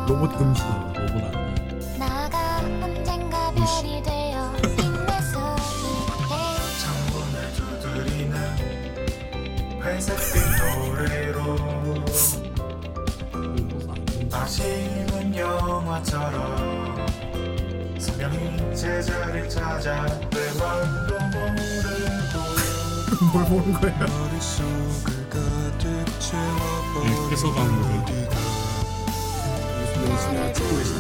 Speaker 6: 로봇 금지
Speaker 4: 로봇 안
Speaker 3: 나가 언젠가 별이 되어
Speaker 6: (laughs)
Speaker 3: 빛내서 창문을 두드리는
Speaker 15: 회색빛 노래로 아쉬운 영화처럼 선명히 제자를 찾아 내 맘도 모르고
Speaker 6: 뭘 보는 거야 (laughs)
Speaker 15: 머릿속을 가득 채워버린
Speaker 4: 네, 그래서 가는 거예요.
Speaker 5: 열심히 찍고
Speaker 6: 있어.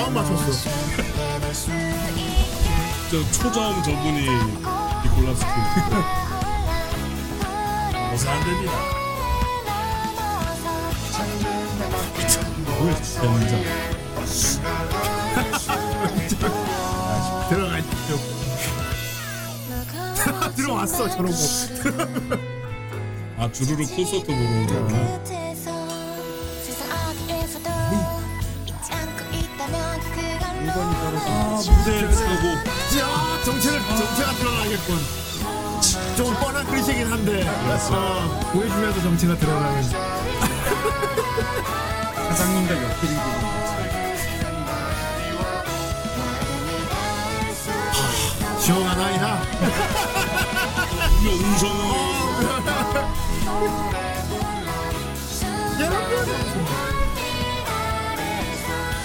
Speaker 6: 어 맞췄어.
Speaker 4: 저 초점 저분이 니콜라스키.
Speaker 5: (laughs)
Speaker 4: 어서 안 됩니다. 네,
Speaker 6: 들어가시죠. 들어왔어 저러고.
Speaker 4: 아 주르르 콘서트 보러
Speaker 5: 네.
Speaker 4: 온다.
Speaker 3: 세상 어디에서도 잊지 않고 있다면 그걸로
Speaker 6: 아 무대를 쓰고. 야 정체를 정체가 드러나겠군. 좀 뻔한 그릇이긴 한데. 어, 보여주면서 정체가 드러나는.
Speaker 5: (laughs) 사장님과 옆길인 거
Speaker 6: 시원한 아이다. 어, 여러분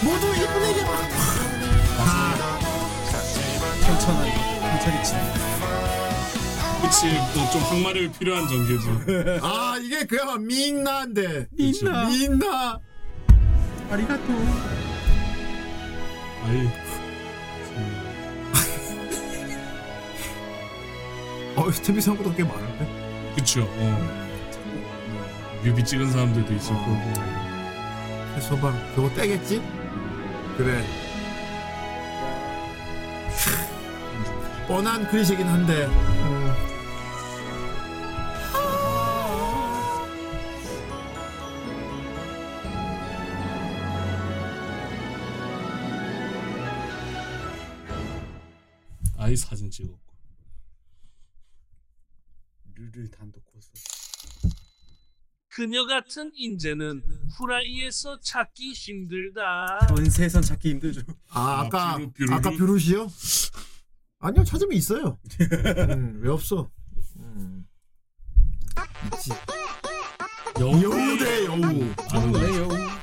Speaker 6: 모두 이분에게
Speaker 5: 천천한 천천히 치는
Speaker 4: 그치 또 좀 항마를 필요한 전개지.
Speaker 6: 아 이게 그야말로 민나인데
Speaker 4: 민나.
Speaker 6: 민나
Speaker 5: 아리가또
Speaker 4: 아이.
Speaker 6: 어 스텝이 생각보다 꽤 많은데
Speaker 4: 그쵸. 어. 뮤비 찍은 사람들도 있을 거고.
Speaker 6: 해소방 저거 떼겠지? 그래 뻔한 그릇이긴 한데 음.
Speaker 4: 아이 사진 찍었고.
Speaker 5: 룰을 단독 콘서트
Speaker 16: 그녀 같은 인재는 후라이에서 찾기 힘들다.
Speaker 5: 전세선 찾기 힘들죠
Speaker 6: 아, 아까 아까 뷰루시요? 아니요 찾으면 (laughs) 있어요. 음, 왜 없어? 음. 있지. 여우대 여우.
Speaker 4: 여우대
Speaker 6: 여우.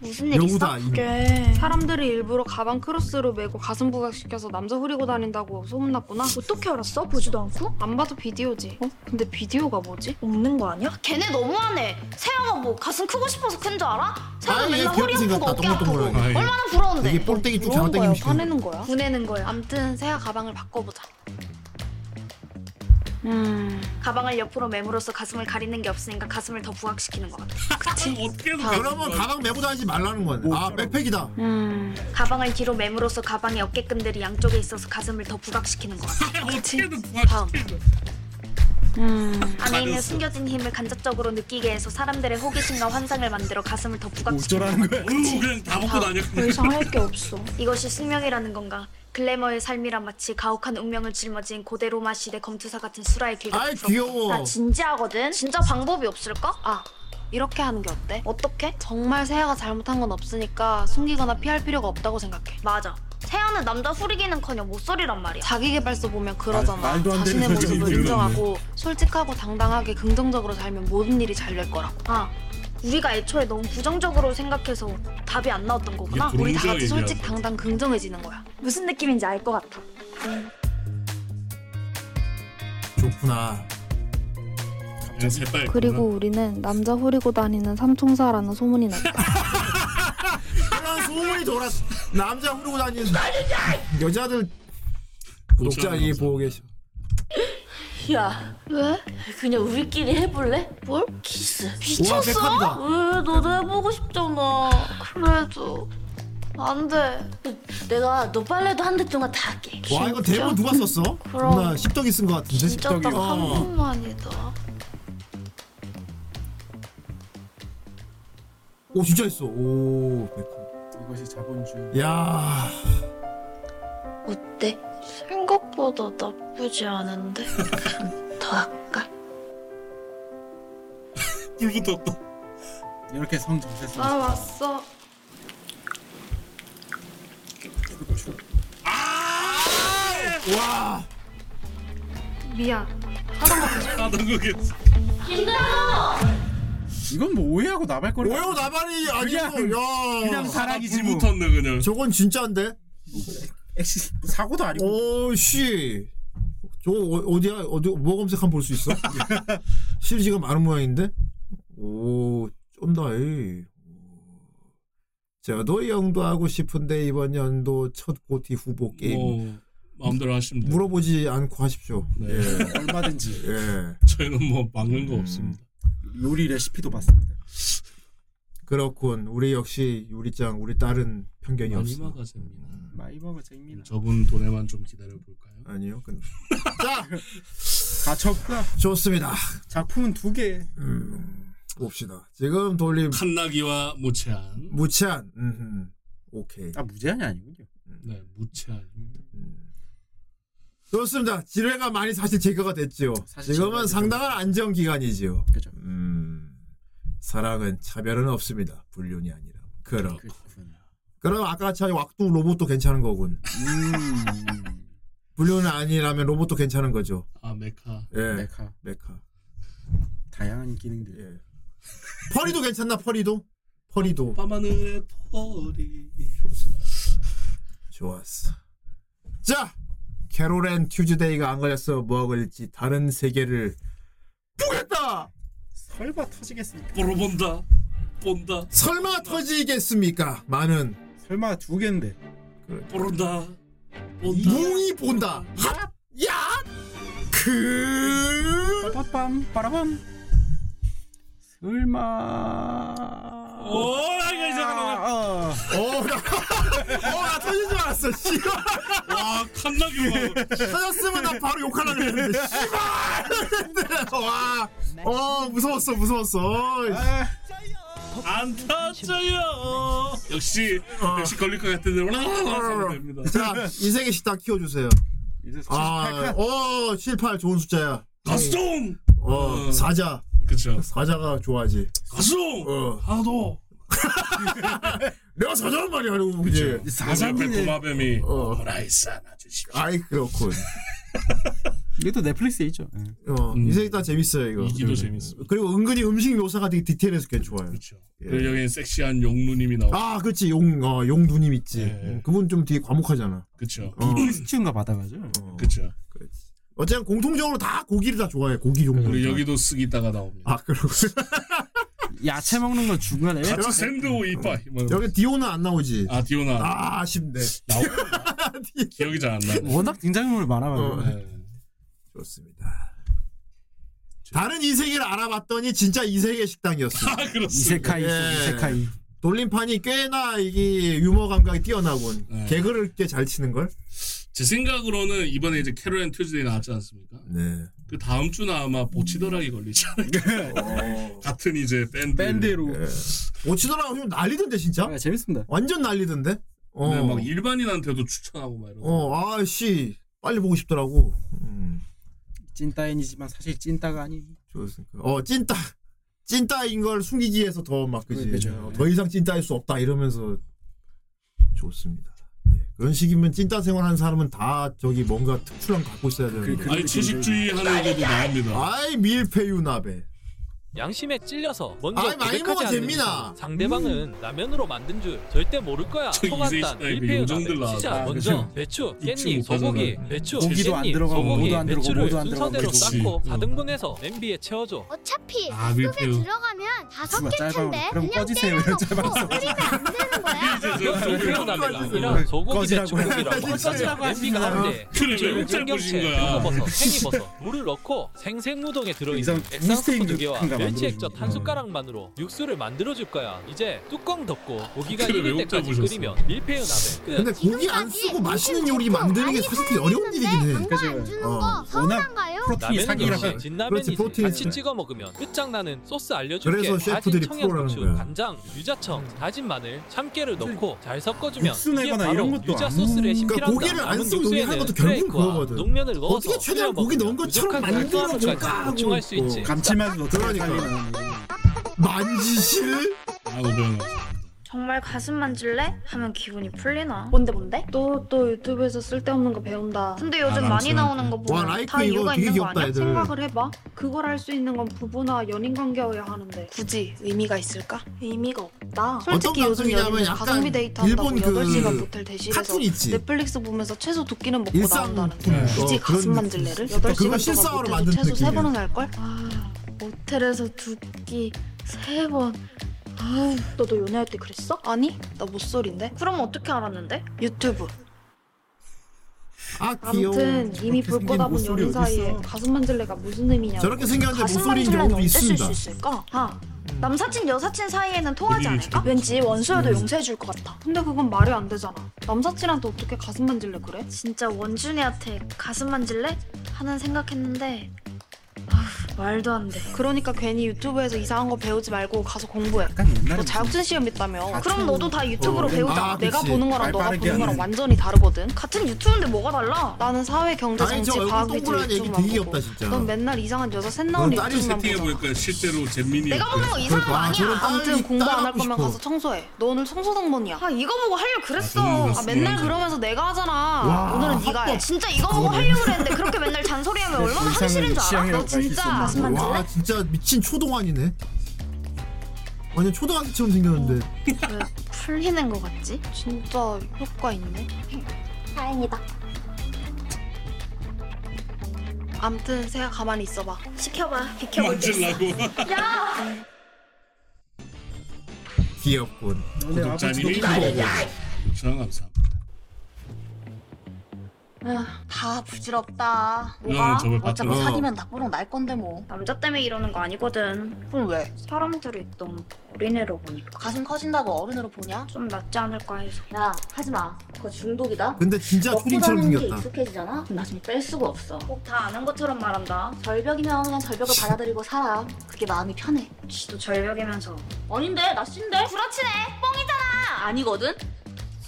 Speaker 17: 무슨 일
Speaker 6: 여우다, 아,
Speaker 17: 있어? 그 사람들이 일부러 가방 크로스로 메고 가슴 부각시켜서 남자 후리고 다닌다고 소문났구나. 어떻게 알았어? 보지도 않고? 안 봐도 비디오지. 어? 근데 비디오가 뭐지? 없는 거 아니야?
Speaker 18: 걔네 너무하네. 세영아 뭐 가슴 크고 싶어서 큰 줄 알아? 세영아
Speaker 6: 아, 얘
Speaker 18: 맨날
Speaker 6: 귀엽게
Speaker 18: 허리 아프고
Speaker 6: 생겼다.
Speaker 18: 어깨 아프고
Speaker 6: 동글동글하게. 아, 예.
Speaker 18: 얼마나 부러운데.
Speaker 6: 되게 볼때기 쭉 잡아당기면 시키는
Speaker 17: 화내는 거야? 보내는 거야. 암튼 세아 가방을 바꿔보자.
Speaker 18: 음.
Speaker 17: 가방을 옆으로 매물로써 가슴을 가리는 게 없으니까 가슴을 더 부각시키는 것 같아. 그치?
Speaker 6: 그러면 가방 메고 다니지 말라는 거네. 아 백팩이다.
Speaker 17: 음. 가방을 뒤로 매물로써 가방의 어깨끈들이 양쪽에 있어서 가슴을 더 부각시키는 것 같아. 그치? 다음. 안에 있는
Speaker 18: 가렸어.
Speaker 17: 숨겨진 힘을 간접적으로 느끼게 해서 사람들의 호기심과 환상을 만들어 가슴을 더 부각시키는
Speaker 4: 어쩌라는 거야? 어, 그냥 다 먹고 다녀.
Speaker 17: 더 이상 할 게 없어. 이것이 숙명이라는 건가? 글래머의 삶이란 마치 가혹한 운명을 짊어진 고대 로마 시대 검투사 같은 수라의 길가.
Speaker 18: 아이, 귀여워.
Speaker 17: 나 진지하거든. 진짜 방법이 없을까? 아. 이렇게 하는 게 어때? 어떻게? 정말 세아가 잘못한 건 없으니까 숨기거나 피할 필요가 없다고 생각해. 맞아.
Speaker 18: 세영은 남자 후리기는커녕 못소리란 말이야.
Speaker 17: 자기 개발서 보면 그러잖아.
Speaker 18: 말- 말도 안 되는
Speaker 17: 자신의
Speaker 18: 소리
Speaker 17: 모습을
Speaker 18: 들으네.
Speaker 17: 인정하고 솔직하고 당당하게 긍정적으로 살면 모든 일이 잘 될 거라고. 아, 우리가 애초에 너무 부정적으로 생각해서 답이 안 나왔던
Speaker 18: 거구나.
Speaker 17: 우리 다
Speaker 18: 부정적
Speaker 17: 같이
Speaker 18: 얘기야.
Speaker 17: 솔직 당당 긍정해지는 거야. 무슨 느낌인지 알 것 같아.
Speaker 6: 좋구나.
Speaker 4: 네,
Speaker 17: 그리고 우리는 남자 후리고 다니는 삼총사라는 소문이 (laughs) 났다.
Speaker 6: 그런 소문이 돌았. 남자 후르고 다니는 여자들 독자이 보고 계셔.
Speaker 18: 야 왜? 그냥 우리끼리 해볼래? 뭘? 키스
Speaker 6: 우와, 백합이다.
Speaker 18: 왜 너도 해보고 싶잖아 그래도 안돼 내가 너 빨래도 한 달 동안 다 할게
Speaker 6: 와 이거 대본 누가 썼어?
Speaker 18: 그럼.
Speaker 6: 나 십덕이 쓴 것 같은데
Speaker 18: 진짜
Speaker 6: 십덕이.
Speaker 18: 딱 한
Speaker 6: 어.
Speaker 18: 번만이다
Speaker 6: 오 진짜 있어. 오 백합.
Speaker 5: 이것이 자본주의.
Speaker 6: 야.
Speaker 18: 어때? 생각보다 나쁘지 않은데 더 할까?
Speaker 4: 불부터 없다.
Speaker 5: 이렇게 성 정체
Speaker 17: 나 왔어.
Speaker 6: 와.
Speaker 17: 미안.
Speaker 4: 하던 거겠
Speaker 5: 이건 뭐 오해하고 나발거리.
Speaker 6: 오해하고 나발이 아니고, 야.
Speaker 5: 그냥 사랑이지
Speaker 6: 불
Speaker 5: 뭐.
Speaker 4: 붙었네 그냥.
Speaker 6: 저건 진짜인데?
Speaker 5: 엑시 사고도
Speaker 6: 아니고. 오씨. 저거 어- 어디야? 어디 뭐 검색하면 볼 수 있어? (laughs) 실지가 많은 모양인데. 오 쫀다이. 저도 영도 하고 싶은데 이번 연도 첫 고티 후보 게임.
Speaker 4: 뭐, 마음대로 하시면 돼요.
Speaker 6: 물어보지 않고 하십시오.
Speaker 4: 네.
Speaker 6: 예.
Speaker 5: 네, 얼마든지.
Speaker 6: 예.
Speaker 4: 저희는 뭐 막는 거 없습니다.
Speaker 5: 요리 레시피도 봤습니다.
Speaker 6: 그렇군. 우리 역시 요리장 우리 딸은
Speaker 5: 음,
Speaker 6: 편견이
Speaker 4: 많이
Speaker 6: 없어.
Speaker 4: 막아셉니다.
Speaker 5: 많이 막아셉니다.
Speaker 4: 저분 돈에만 좀 기다려 볼까요?
Speaker 6: 아니요. 근데
Speaker 5: 가첩가
Speaker 6: 좋습니다. 음,
Speaker 5: 작품은 두 개.
Speaker 6: 봅시다. 지금 돌림
Speaker 4: 칸나기와 무채한.
Speaker 6: 무채한. 음흠. 오케이.
Speaker 5: 아 무제한이 아니군요.
Speaker 4: 네, 무채한.
Speaker 6: 좋습니다. 지뢰가 많이 사실 제거가 됐죠.
Speaker 5: 사실
Speaker 6: 지금은
Speaker 5: 제거가
Speaker 6: 상당한 안정 기간이지요.
Speaker 5: 그죠.
Speaker 6: 음, 사랑은 차별은 없습니다. 불륜이 아니라. 그렇군. 그럼 아까 차이 왁도 로봇도 괜찮은 거군.
Speaker 5: 음.
Speaker 6: 불륜은 아니라면 로봇도 괜찮은 거죠.
Speaker 4: 아 메카.
Speaker 6: 예.
Speaker 5: 메카.
Speaker 6: 메카.
Speaker 5: 네.
Speaker 6: 예.
Speaker 5: 다양한 기능들. 예.
Speaker 6: 퍼리도 괜찮나 퍼리도? 퍼리도.
Speaker 4: 밤하늘의 펄이.
Speaker 6: 좋았어. 자, 캐롤앤 튜즈데이가 안 걸렸어 뭐 걸릴지 다른 세계를 보겠다.
Speaker 5: 설마 터지겠습니까?
Speaker 4: 보러 본다. 본다.
Speaker 6: 설마 터지겠습니까? 많은
Speaker 5: 설마 두 개인데.
Speaker 4: 모른다.
Speaker 5: 뭐?
Speaker 6: 뭉이 본다. 핫! 야! 그
Speaker 5: 빠밤 빠라밤. 설마.
Speaker 4: 오, 나 이거 이제
Speaker 5: 아, 어.
Speaker 6: 오, 나, (laughs) 어, 나 터진 줄 알았어, 씨발.
Speaker 4: 와, 아, 칸나기 와.
Speaker 6: 터졌으면 나 바로 욕하려고 했는데, 씨발! (laughs) 와, 어, 무서웠어, 무서웠어.
Speaker 4: 안 터져요. 역시 역시 걸릴 것 같은데.
Speaker 6: 어.
Speaker 4: 올라가면 됩니다.
Speaker 6: 자, 인생의 식탁 키워주세요. 아, 어, 78 좋은 숫자야.
Speaker 4: 가스통.
Speaker 6: 어,
Speaker 4: 어.
Speaker 6: 사자.
Speaker 4: 그쵸.
Speaker 6: 사자가 좋아하지.
Speaker 4: 가스통.
Speaker 6: 어.
Speaker 4: 하도.
Speaker 6: 내가 사자란 말이야, 그리고 예. 그지.
Speaker 4: 사장님의 고마뱀이
Speaker 6: 어.
Speaker 4: 라이산 아저씨.
Speaker 6: 아이, 그렇군.
Speaker 5: 이게 또 넷플릭스에 있죠.
Speaker 6: 어, 인생이 다 재밌어요, 이거.
Speaker 4: 이기도 재밌어.
Speaker 6: 그리고 은근히 음식 묘사가 되게 디테일해서 꽤 좋아요.
Speaker 4: 그렇죠.
Speaker 6: 예.
Speaker 4: 그리고 여기 섹시한 용루님이 나오고.
Speaker 6: 아, 그렇지. 용, 어, 용두님 있지.
Speaker 4: 네,
Speaker 6: 음, 그분 좀 되게 과묵하잖아.
Speaker 4: 그쵸.
Speaker 6: 어.
Speaker 5: 스튜인가 받아가죠.
Speaker 4: 그쵸.
Speaker 6: 어쨌든 공통적으로 다 고기를 다 좋아해. 고기 용두.
Speaker 4: 그리고 여기도 쓰기다가
Speaker 6: 그러니까. 아,
Speaker 4: 나옵니다. (laughs)
Speaker 6: 그러고.
Speaker 5: 야채 먹는 건 중간에.
Speaker 4: 같이 샌드오 이빠. 뭐.
Speaker 6: 여기 디오는 안 나오지.
Speaker 4: 아 디오나
Speaker 6: 아, 아쉽네. (laughs)
Speaker 4: 나오 기억이 잘 안 예. 나.
Speaker 5: 워낙 등장인물 많아가지고.
Speaker 4: 어.
Speaker 6: 좋습니다. 다른 이세계를 알아봤더니 진짜 이세계 식당이었어.
Speaker 4: (laughs) 아 그렇습니다.
Speaker 5: 이세카이 있어,
Speaker 6: 예.
Speaker 5: 이세카이.
Speaker 6: 돌림판이 꽤나 이게 유머 감각이 뛰어나군.
Speaker 4: 네.
Speaker 6: 개그를 꽤 잘 치는 걸.
Speaker 4: 제 생각으로는 이번에 이제 캐롤앤 튜즈데이 나왔지 않습니까?
Speaker 6: 네.
Speaker 4: 그 다음 주는 아마 보치더락이 걸리지 않을까. 같은 이제 밴드.
Speaker 5: 밴드로.
Speaker 6: 예. 뭐 오치더라 좀 난리던데 진짜.
Speaker 5: 예. 아, 재밌습니다.
Speaker 6: 완전 난리던데. 어.
Speaker 4: 네, 막 일반인한테도 추천하고 막 이러고.
Speaker 6: 어, 아씨 빨리 보고 싶더라고. 음.
Speaker 5: 찐따인이지만 사실 찐따가 아니.
Speaker 6: 좋습니다. 어 찐따 찐따인 걸 숨기기 위해서 더 막 그지
Speaker 5: 그죠.
Speaker 6: 어, 더 이상 찐따일 수 없다 이러면서 좋습니다. 예, 그런 식이면 찐따 생활하는 사람은 다 저기 뭔가 특출한 거 갖고 있어야 되는 데
Speaker 4: 그, 아. 아니 채식주의 하는 것도 나옵니다.
Speaker 6: 아이 밀푀유나베
Speaker 19: 양심에 찔려서 먼저
Speaker 6: 아이, 많이
Speaker 19: 고백하지
Speaker 6: 먹어,
Speaker 19: 않는
Speaker 6: 재민아.
Speaker 19: 이상 상대방은 라면으로 만든 줄 절대 모를 거야
Speaker 4: 저
Speaker 19: 소간단,
Speaker 4: 인쇄시다에 요정들
Speaker 19: 밀푀유라면
Speaker 4: 나왔다. 아,
Speaker 19: 치자 먼저
Speaker 4: 그죠?
Speaker 19: 배추,
Speaker 4: 입추
Speaker 19: 깻잎,
Speaker 4: 못 하잖아.
Speaker 19: 소고기, 배추,
Speaker 4: 고기도 안
Speaker 19: 깻잎,
Speaker 4: 들어가고
Speaker 19: 소고기,
Speaker 4: 뭐도 안 들어가고
Speaker 19: 배추를
Speaker 4: 뭐도 안
Speaker 19: 순서대로
Speaker 4: 들어가고 음.
Speaker 19: 쌓고
Speaker 4: 그치.
Speaker 19: 4등분해서 냄비에 채워줘
Speaker 3: 어차피
Speaker 19: 아,
Speaker 3: 속에
Speaker 19: 밀푀유.
Speaker 3: 들어가면 다
Speaker 19: 수가
Speaker 3: 섞일
Speaker 19: 짧아.
Speaker 3: 텐데
Speaker 19: 그럼
Speaker 3: 그냥
Speaker 19: 꺼지세요. 이런
Speaker 3: (laughs) 때려
Speaker 19: 짧은
Speaker 6: (laughs)
Speaker 3: 넣고
Speaker 19: 소리.
Speaker 3: 끓이면 안 되는 거야
Speaker 19: 이런 소고기 배추
Speaker 15: 꺼지라고 해.
Speaker 6: (laughs)
Speaker 19: 고기라고
Speaker 15: 꺼지라고
Speaker 19: 냄비가
Speaker 15: 하시잖아.
Speaker 19: 한대
Speaker 15: 그래, 왜
Speaker 19: 청경채,
Speaker 15: 꼬신 거야.
Speaker 19: 표고버섯, 팽이버섯, 물을 넣고 생생무동에 들어있는
Speaker 15: 이상-
Speaker 19: 액상스프
Speaker 15: 미스테인
Speaker 19: 두 개와
Speaker 15: 그런가
Speaker 19: 멸치액젓 한 숟가락만으로 육수를 만들어줄 거야 이제 뚜껑 덮고 고기가
Speaker 6: 그래, 왜
Speaker 19: 익을 때까지
Speaker 6: 혼자
Speaker 19: 끓이면 밀푀유 나베 그 끝
Speaker 6: 근데 고기 안 쓰고 맛있는 요리 만드는 게 솔직히 어려운 일이긴 해.
Speaker 3: 그죠.
Speaker 6: 어.
Speaker 19: 라면은
Speaker 6: 사기라.
Speaker 19: 역시
Speaker 6: 그렇지,
Speaker 19: 진라면이지
Speaker 6: 프로틴이
Speaker 19: 같이
Speaker 6: 있어요.
Speaker 19: 찍어 먹으면 끝장나는 소스 알려줄게
Speaker 6: 그래서
Speaker 19: 다진
Speaker 6: 셰프들이 프로라는
Speaker 19: 청양고추,
Speaker 6: 거야.
Speaker 19: 간장, 유자청, 다진 마늘, 참깨를 넣고 잘 섞어주면
Speaker 6: 육수
Speaker 19: 이게
Speaker 6: 내거나
Speaker 19: 바로
Speaker 6: 이런 것도
Speaker 19: 유자
Speaker 6: 안-
Speaker 19: 소스를
Speaker 6: 그러니까
Speaker 19: 심필한다
Speaker 6: 고기를 안
Speaker 19: 남은
Speaker 6: 쓰고 요리하는
Speaker 19: 육수에는
Speaker 6: 것도 결국
Speaker 19: 프레이크와
Speaker 6: 그거거든.
Speaker 19: 녹면을 넣어서
Speaker 6: 어떻게 최대한
Speaker 19: 끓여
Speaker 6: 고기
Speaker 19: 먹으면
Speaker 6: 넣은 것처럼
Speaker 19: 부족한
Speaker 6: 만들어
Speaker 19: 깔끔함까지
Speaker 6: 볼까 하고.
Speaker 19: 보충할 수 있지
Speaker 5: 감칠맛을 어떻게
Speaker 6: 그러니까.
Speaker 5: 살리는
Speaker 6: 만지실?
Speaker 4: 아, 그러면
Speaker 17: 정말 가슴 만질래? 하면 기분이 풀리나? 뭔데 뭔데? 너 또 유튜브에서 쓸데없는 거 배운다. 근데 요즘
Speaker 6: 아,
Speaker 17: 많이
Speaker 6: 맞아.
Speaker 17: 나오는 거 보면
Speaker 6: 와, 라이크
Speaker 17: 다
Speaker 6: 이거
Speaker 17: 이유가
Speaker 6: 되게
Speaker 17: 있는 거
Speaker 6: 귀엽다,
Speaker 17: 아니야?
Speaker 6: 애들.
Speaker 17: 생각을 해봐. 그걸 할 수 있는 건 부부나 연인 관계여야 하는데 굳이 의미가 있을까? 의미가 없다. 솔직히
Speaker 6: 어떤
Speaker 17: 요즘
Speaker 6: 방송이냐면
Speaker 17: 연인은
Speaker 6: 약간
Speaker 17: 가성비 데이트 한다고
Speaker 6: 일본 그
Speaker 17: 8시간 모텔 대실에서
Speaker 6: 카툰 있지?
Speaker 17: 넷플릭스 보면서 채소 두 끼는 먹고
Speaker 6: 일상
Speaker 17: 뭐 나온다는데
Speaker 6: 품.
Speaker 17: 굳이
Speaker 6: 어,
Speaker 17: 가슴
Speaker 6: 그런
Speaker 17: 만질래를?
Speaker 6: 느낌. 그건
Speaker 17: 8시간
Speaker 6: 실사화로
Speaker 17: 동안
Speaker 6: 만든
Speaker 17: 모텔에서 채소 세
Speaker 6: 느낌이야.
Speaker 17: 번은 갈걸? 아 모텔에서 두끼세 번. 아우, 너도 연애할 때 그랬어? 아니, 나 못소린데. 그럼 어떻게 알았는데? 유튜브.
Speaker 6: 아 귀여워.
Speaker 17: 아무튼 이미
Speaker 6: 저렇게
Speaker 17: 볼
Speaker 6: 생긴
Speaker 17: 거다 본
Speaker 6: 모쏠이
Speaker 17: 연인
Speaker 6: 어딨어?
Speaker 17: 사이에 가슴 만질레가 무슨 의미냐?
Speaker 6: 저렇게 생겼는데 모쏠인 경우도 있습니다.
Speaker 17: 쓸수 있을까? 아, 남사친 여사친 사이에는 통하지
Speaker 6: 의미를
Speaker 17: 않을까? 왠지 원수여도
Speaker 6: 음.
Speaker 17: 용서해 줄 것 같아. 근데 그건 말이 안 되잖아. 남사친한테 어떻게 가슴 만질레 그래? 진짜 원준이한테 가슴 만질레 하는 생각했는데 말도 안 돼. 그러니까 괜히 유튜브에서 이상한 거 배우지 말고 가서 공부해. 너 자격증 시험 있다며.
Speaker 18: 아,
Speaker 17: 그럼
Speaker 18: 참.
Speaker 17: 너도 다 유튜브로
Speaker 18: 어.
Speaker 17: 배우자.
Speaker 18: 아,
Speaker 17: 내가
Speaker 18: 그치.
Speaker 17: 보는 거랑
Speaker 18: 말
Speaker 17: 너가
Speaker 18: 빠르게
Speaker 17: 보는 거랑
Speaker 18: 하는.
Speaker 17: 완전히 다르거든. 같은 유튜브인데 뭐가 달라? 나는 사회, 경제,
Speaker 6: 아니,
Speaker 17: 정치,
Speaker 6: 저 얼굴
Speaker 17: 과학 위주
Speaker 6: 동그란 얘기
Speaker 17: 유튜브만
Speaker 6: 되게
Speaker 17: 보고.
Speaker 6: 없다, 진짜.
Speaker 17: 넌 맨날 이상한 여자 셋 나오는
Speaker 4: 딸이
Speaker 17: 유튜브만
Speaker 4: 세팅해
Speaker 17: 보잖아.
Speaker 4: 보니까 실제로 잼민이
Speaker 17: 내가 보는 거 이상한 거
Speaker 4: 그러니까.
Speaker 17: 아니야. 아무튼 공부 안 할 거면
Speaker 4: 싶어.
Speaker 17: 가서 청소해. 너 오늘 청소 당번이야. 아 이거 보고 하려 그랬어.
Speaker 4: 아, 저는
Speaker 17: 아,
Speaker 4: 그랬어,
Speaker 17: 맨날
Speaker 4: 맞아.
Speaker 17: 그러면서 내가 하잖아.
Speaker 4: 와,
Speaker 17: 오늘은 네가 해.
Speaker 18: 합법.
Speaker 17: 진짜 이거 보고
Speaker 6: 그거네.
Speaker 17: 하려 그랬는데 그렇게 맨날 잔소리하면 얼마나 하기 싫은 줄 알아? 너 진짜
Speaker 6: 와 진짜 미친 초동안이네. 완전 초등학생처럼 생겼는데.
Speaker 17: 왜 풀리는 거 같지? 진짜 효과 있네. 다행이다. 암튼 세아 가만히 있어봐. 시켜봐. 비켜볼게. 야.
Speaker 6: 귀엽군.
Speaker 4: 구독자님이
Speaker 6: 아버지도
Speaker 4: 저랑 (laughs) 감사합니다.
Speaker 18: 다 부질없다.
Speaker 4: 뭐가? 응, 저걸
Speaker 18: 어차피
Speaker 4: 봤잖아.
Speaker 18: 사귀면 닭보롱 날 건데 뭐.
Speaker 17: 남자 때문에 이러는 거 아니거든. 그럼 왜? 사람들이 너무 어린애로 보니까.
Speaker 18: 가슴 커진다고 어른으로 보냐?
Speaker 17: 좀 낫지 않을까 해서.
Speaker 18: 야, 하지 마. 그거 중독이다.
Speaker 6: 근데 진짜
Speaker 18: 먹고
Speaker 6: 초딩처럼
Speaker 18: 사는 게
Speaker 6: 생겼다.
Speaker 18: 익숙해지잖아. 그럼 나중에 뺄 수가 없어.
Speaker 17: 꼭 다 아는 것처럼 말한다.
Speaker 18: 절벽이면 그냥 절벽을 받아들이고 살아. 그게 마음이 편해.
Speaker 17: 지도 절벽이면서.
Speaker 18: 아닌데, 나 씬데. 구라치네. 뻥이잖아. 아니거든.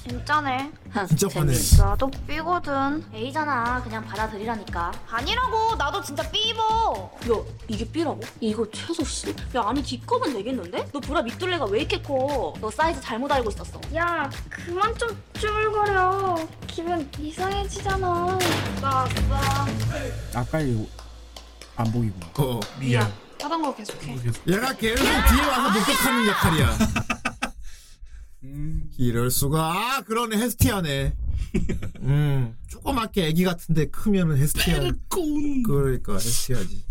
Speaker 17: 진짜네.
Speaker 6: 진짜 화내.
Speaker 17: 나도 삐거든.
Speaker 18: A잖아. 그냥 받아들이라니까.
Speaker 17: 아니라고. 나도 진짜 삐버.
Speaker 18: 야, 이게 삐라고? 이거 최소 씨? 야, 아니 뒷컵은 되겠는데? 너 보라 밑둘레가 왜 이렇게 커? 너 사이즈 잘못 알고 있었어.
Speaker 17: 야, 그만 좀 쭈물거려. 기분 이상해지잖아. 나왔어.
Speaker 5: 아까 이거 안보이고.
Speaker 6: 어
Speaker 5: 미안.
Speaker 17: 다른 거 계속해.
Speaker 6: 얘가 계속 뒤에 와서 목격하는 역할이야. 이럴 수가. 아 그러네 헤스티아네. 음 조그맣게 애기 같은데 크면은 헤스티아. 그러니까 헤스티아지.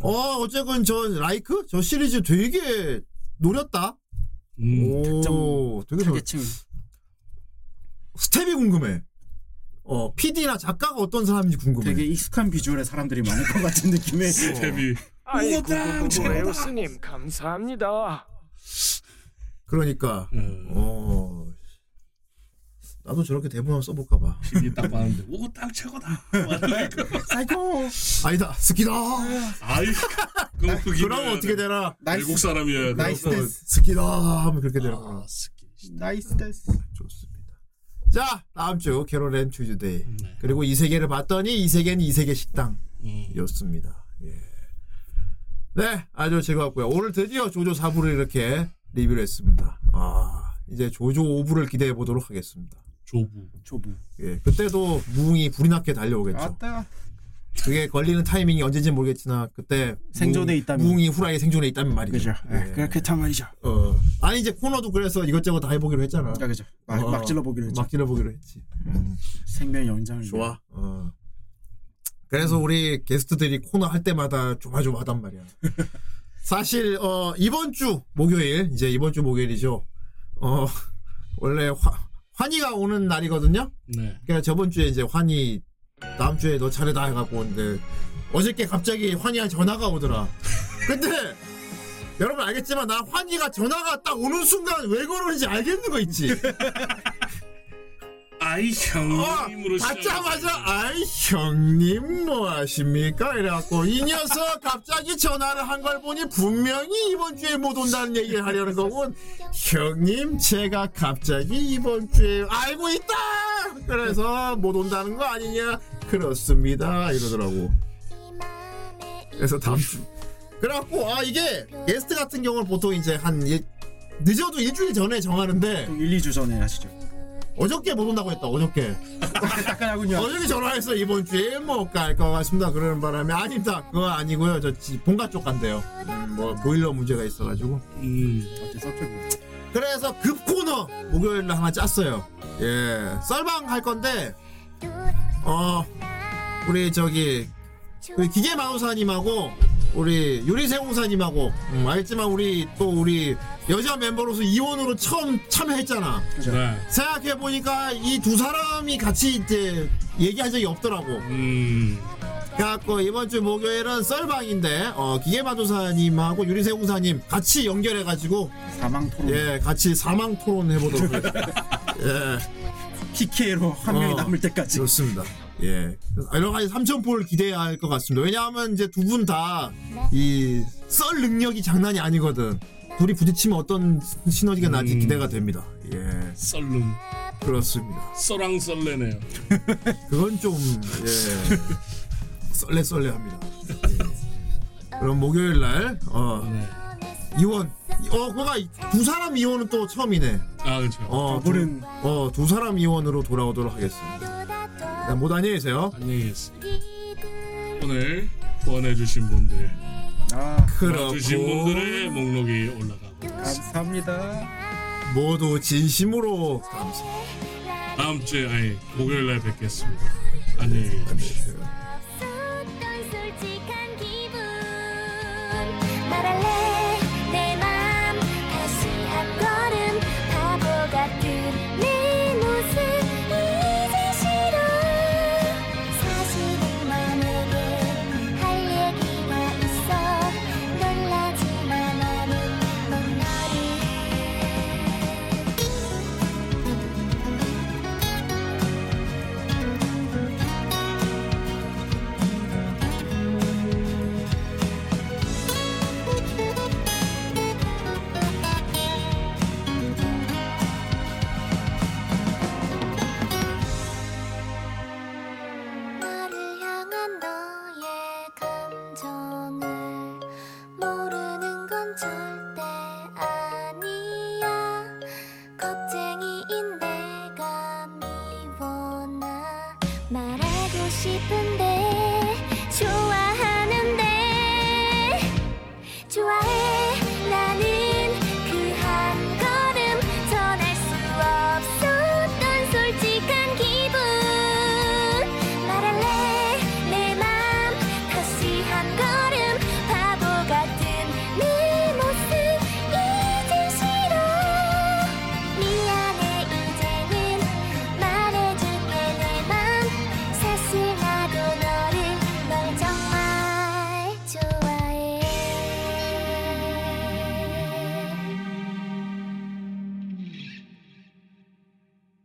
Speaker 6: 어 어쨌건 저 라이크 저 시리즈 되게 노렸다.
Speaker 4: 음,
Speaker 6: 오 되게 노. 스텝이 궁금해. 어 PD나 작가가 어떤 사람인지 궁금해.
Speaker 5: 되게 익숙한 비주얼의 사람들이 많을 것 같은 느낌의
Speaker 4: 어.
Speaker 6: 스텝이.
Speaker 9: 아이고
Speaker 5: 오담,
Speaker 9: 구
Speaker 5: 제발.
Speaker 9: 에우스님 감사합니다.
Speaker 6: 그러니까 어 나도 저렇게 대본 한번 써볼까 봐.
Speaker 4: 이게 딱 봤는데 오고 딱 최고다. (laughs)
Speaker 6: 사이코. 아니다 스키다.
Speaker 4: 아이 그럼 그
Speaker 6: 그럼 어떻게 되나?
Speaker 4: 나이스. 외국 사람이어야 아, 돼.
Speaker 6: 나이스
Speaker 4: 그래서
Speaker 6: 데스. 스키다 하면 그렇게 되나?
Speaker 5: 나이스 데스.
Speaker 6: 자 다음 주 캐롤앤 튜즈데이
Speaker 4: 네.
Speaker 6: 그리고 이 세계를 봤더니 이 세계는 이
Speaker 4: 음.
Speaker 6: 세계 식당이었습니다. 예. 네 아주 즐거웠고요. 오늘 드디어 조조 4부를 이렇게 리뷰를 했습니다. 아 이제 조조 5부를 기대해 보도록 하겠습니다.
Speaker 4: 조부.
Speaker 5: 조부. 그렇죠. 아.
Speaker 6: 예 그때도 무웅이 불이 났게 달려오겠죠.
Speaker 5: 아따.
Speaker 6: 그게 걸리는 타이밍이 언제인지 모르겠지만 그때
Speaker 5: 생존에
Speaker 6: 있다면 무궁이 후라이 생존에 있다면 말이죠.
Speaker 5: 그죠. 예, 그렇게 말이죠.
Speaker 6: 어. 아니 이제 코너도 그래서 이것저것 다 해보기로 했잖아.
Speaker 5: 그러니까
Speaker 6: 어.
Speaker 5: 그죠. 막- 막 질러보기로 했죠.
Speaker 6: 막 질러보기로 했지.
Speaker 5: 생명 연장을
Speaker 6: 좋아. 어. 그래서 우리 게스트들이 코너 할 때마다
Speaker 5: (laughs)
Speaker 6: 조마조마하단 말이야. 사실 어, 이번 주 목요일 이제 이번 주 목요일이죠. 어, 원래 화, 환희가 오는 날이거든요.
Speaker 4: 네.
Speaker 6: 그러니까 저번 주에 이제 환희 다음 주에 너 차례다 해갖고 오는데 어저께 갑자기 환희한 전화가 오더라. 근데 여러분 알겠지만 나 환희가 전화가 딱 오는 순간 왜 그러는지 알겠는 거 있지.
Speaker 4: 아이 형님으로
Speaker 6: 어, 받자마자 아이 형님 뭐 하십니까 이래갖고 이 녀석 갑자기 전화를 한 걸 보니 분명히 이번 주에 못 온다는 얘기를 하려는 거군 형님 제가 갑자기 이번 주에 알고 있다 그래서 못 온다는 거 아니냐 그렇습니다 이러더라고 그래서 다음 주 그래갖고 아 이게 게스트 같은 경우는 보통 이제 한 일- 늦어도 일주일 전에 정하는데
Speaker 5: 1, 2주 전에 하시죠
Speaker 6: 어저께 못 온다고 했다 어저께 어저께 전화해서 이번 주에 못 갈 것 같습니다 그러는 바람에 아닙니다 그거 아니고요 저 지- 본가 쪽 간대요 음, 뭐 보일러 문제가 있어가지고
Speaker 4: 음,
Speaker 6: 그래서 급 코너 목요일날 하나 짰어요 예 썰방 할 건데 어 우리 저기 우리 기계 마우사님하고 우리 유리세공사님하고 음, 알지만 우리 또 우리 여자 멤버로서 이원으로 처음 참여했잖아.
Speaker 4: 그죠. 네.
Speaker 6: 생각해 보니까 이 두 사람이 같이 이제 얘기한 적이 없더라고.
Speaker 4: 음,
Speaker 6: 그래갖고 이번 주 목요일은 썰방인데 어, 기계 마도사님하고 유리세공사님 같이 연결해가지고
Speaker 5: 사망 토론.
Speaker 6: 예, 같이 사망 토론 해보도록. 예.
Speaker 5: PK로 한 명이 남을
Speaker 6: 때까지. 그렇습니다. 예. 그래서 여러 가지 삼천포를 기대해야 할 것 같습니다. 왜냐하면 이제 두 분 다 이 썰 능력이 장난이 아니거든. 둘이 부딪히면 어떤 시너지가 나지 기대가 됩니다. 예.
Speaker 4: 썰룸.
Speaker 6: 그렇습니다.
Speaker 4: 썰랑썰레네요.
Speaker 6: 그건 좀 예. 썰레썰레합니다. 예. 그럼 목요일 날 어. 이원 어 그가 두 사람 이원은 또 처음이네.
Speaker 4: 아 그렇죠.
Speaker 6: 어,
Speaker 5: 저분은-
Speaker 6: 두, 어, 두 사람 이원으로 돌아오도록 하겠습니다. 일단 모두 안녕히 계세요.
Speaker 4: 안녕히 계세요. 오늘 후원해주신 분들,
Speaker 5: 아,
Speaker 4: 주신 분들의 목록이 올라가.
Speaker 5: 감사합니다
Speaker 6: 모두 진심으로 감사.
Speaker 4: 다음 주에 아니 목요일 날 뵙겠습니다. 안녕히 계십시오.
Speaker 3: 어떤 솔직한 기분 말할래 내 맘 다시 한 걸음 바보 같은 내 모습 이제 싫어 사실은 너에게 할 얘기가 있어 놀라지만 나는 넌 나를 향한 너의 감정을 모르는 건 절대 아니야 겁쟁이인 내가 미워 나 말하고
Speaker 17: 네
Speaker 3: 싶은 그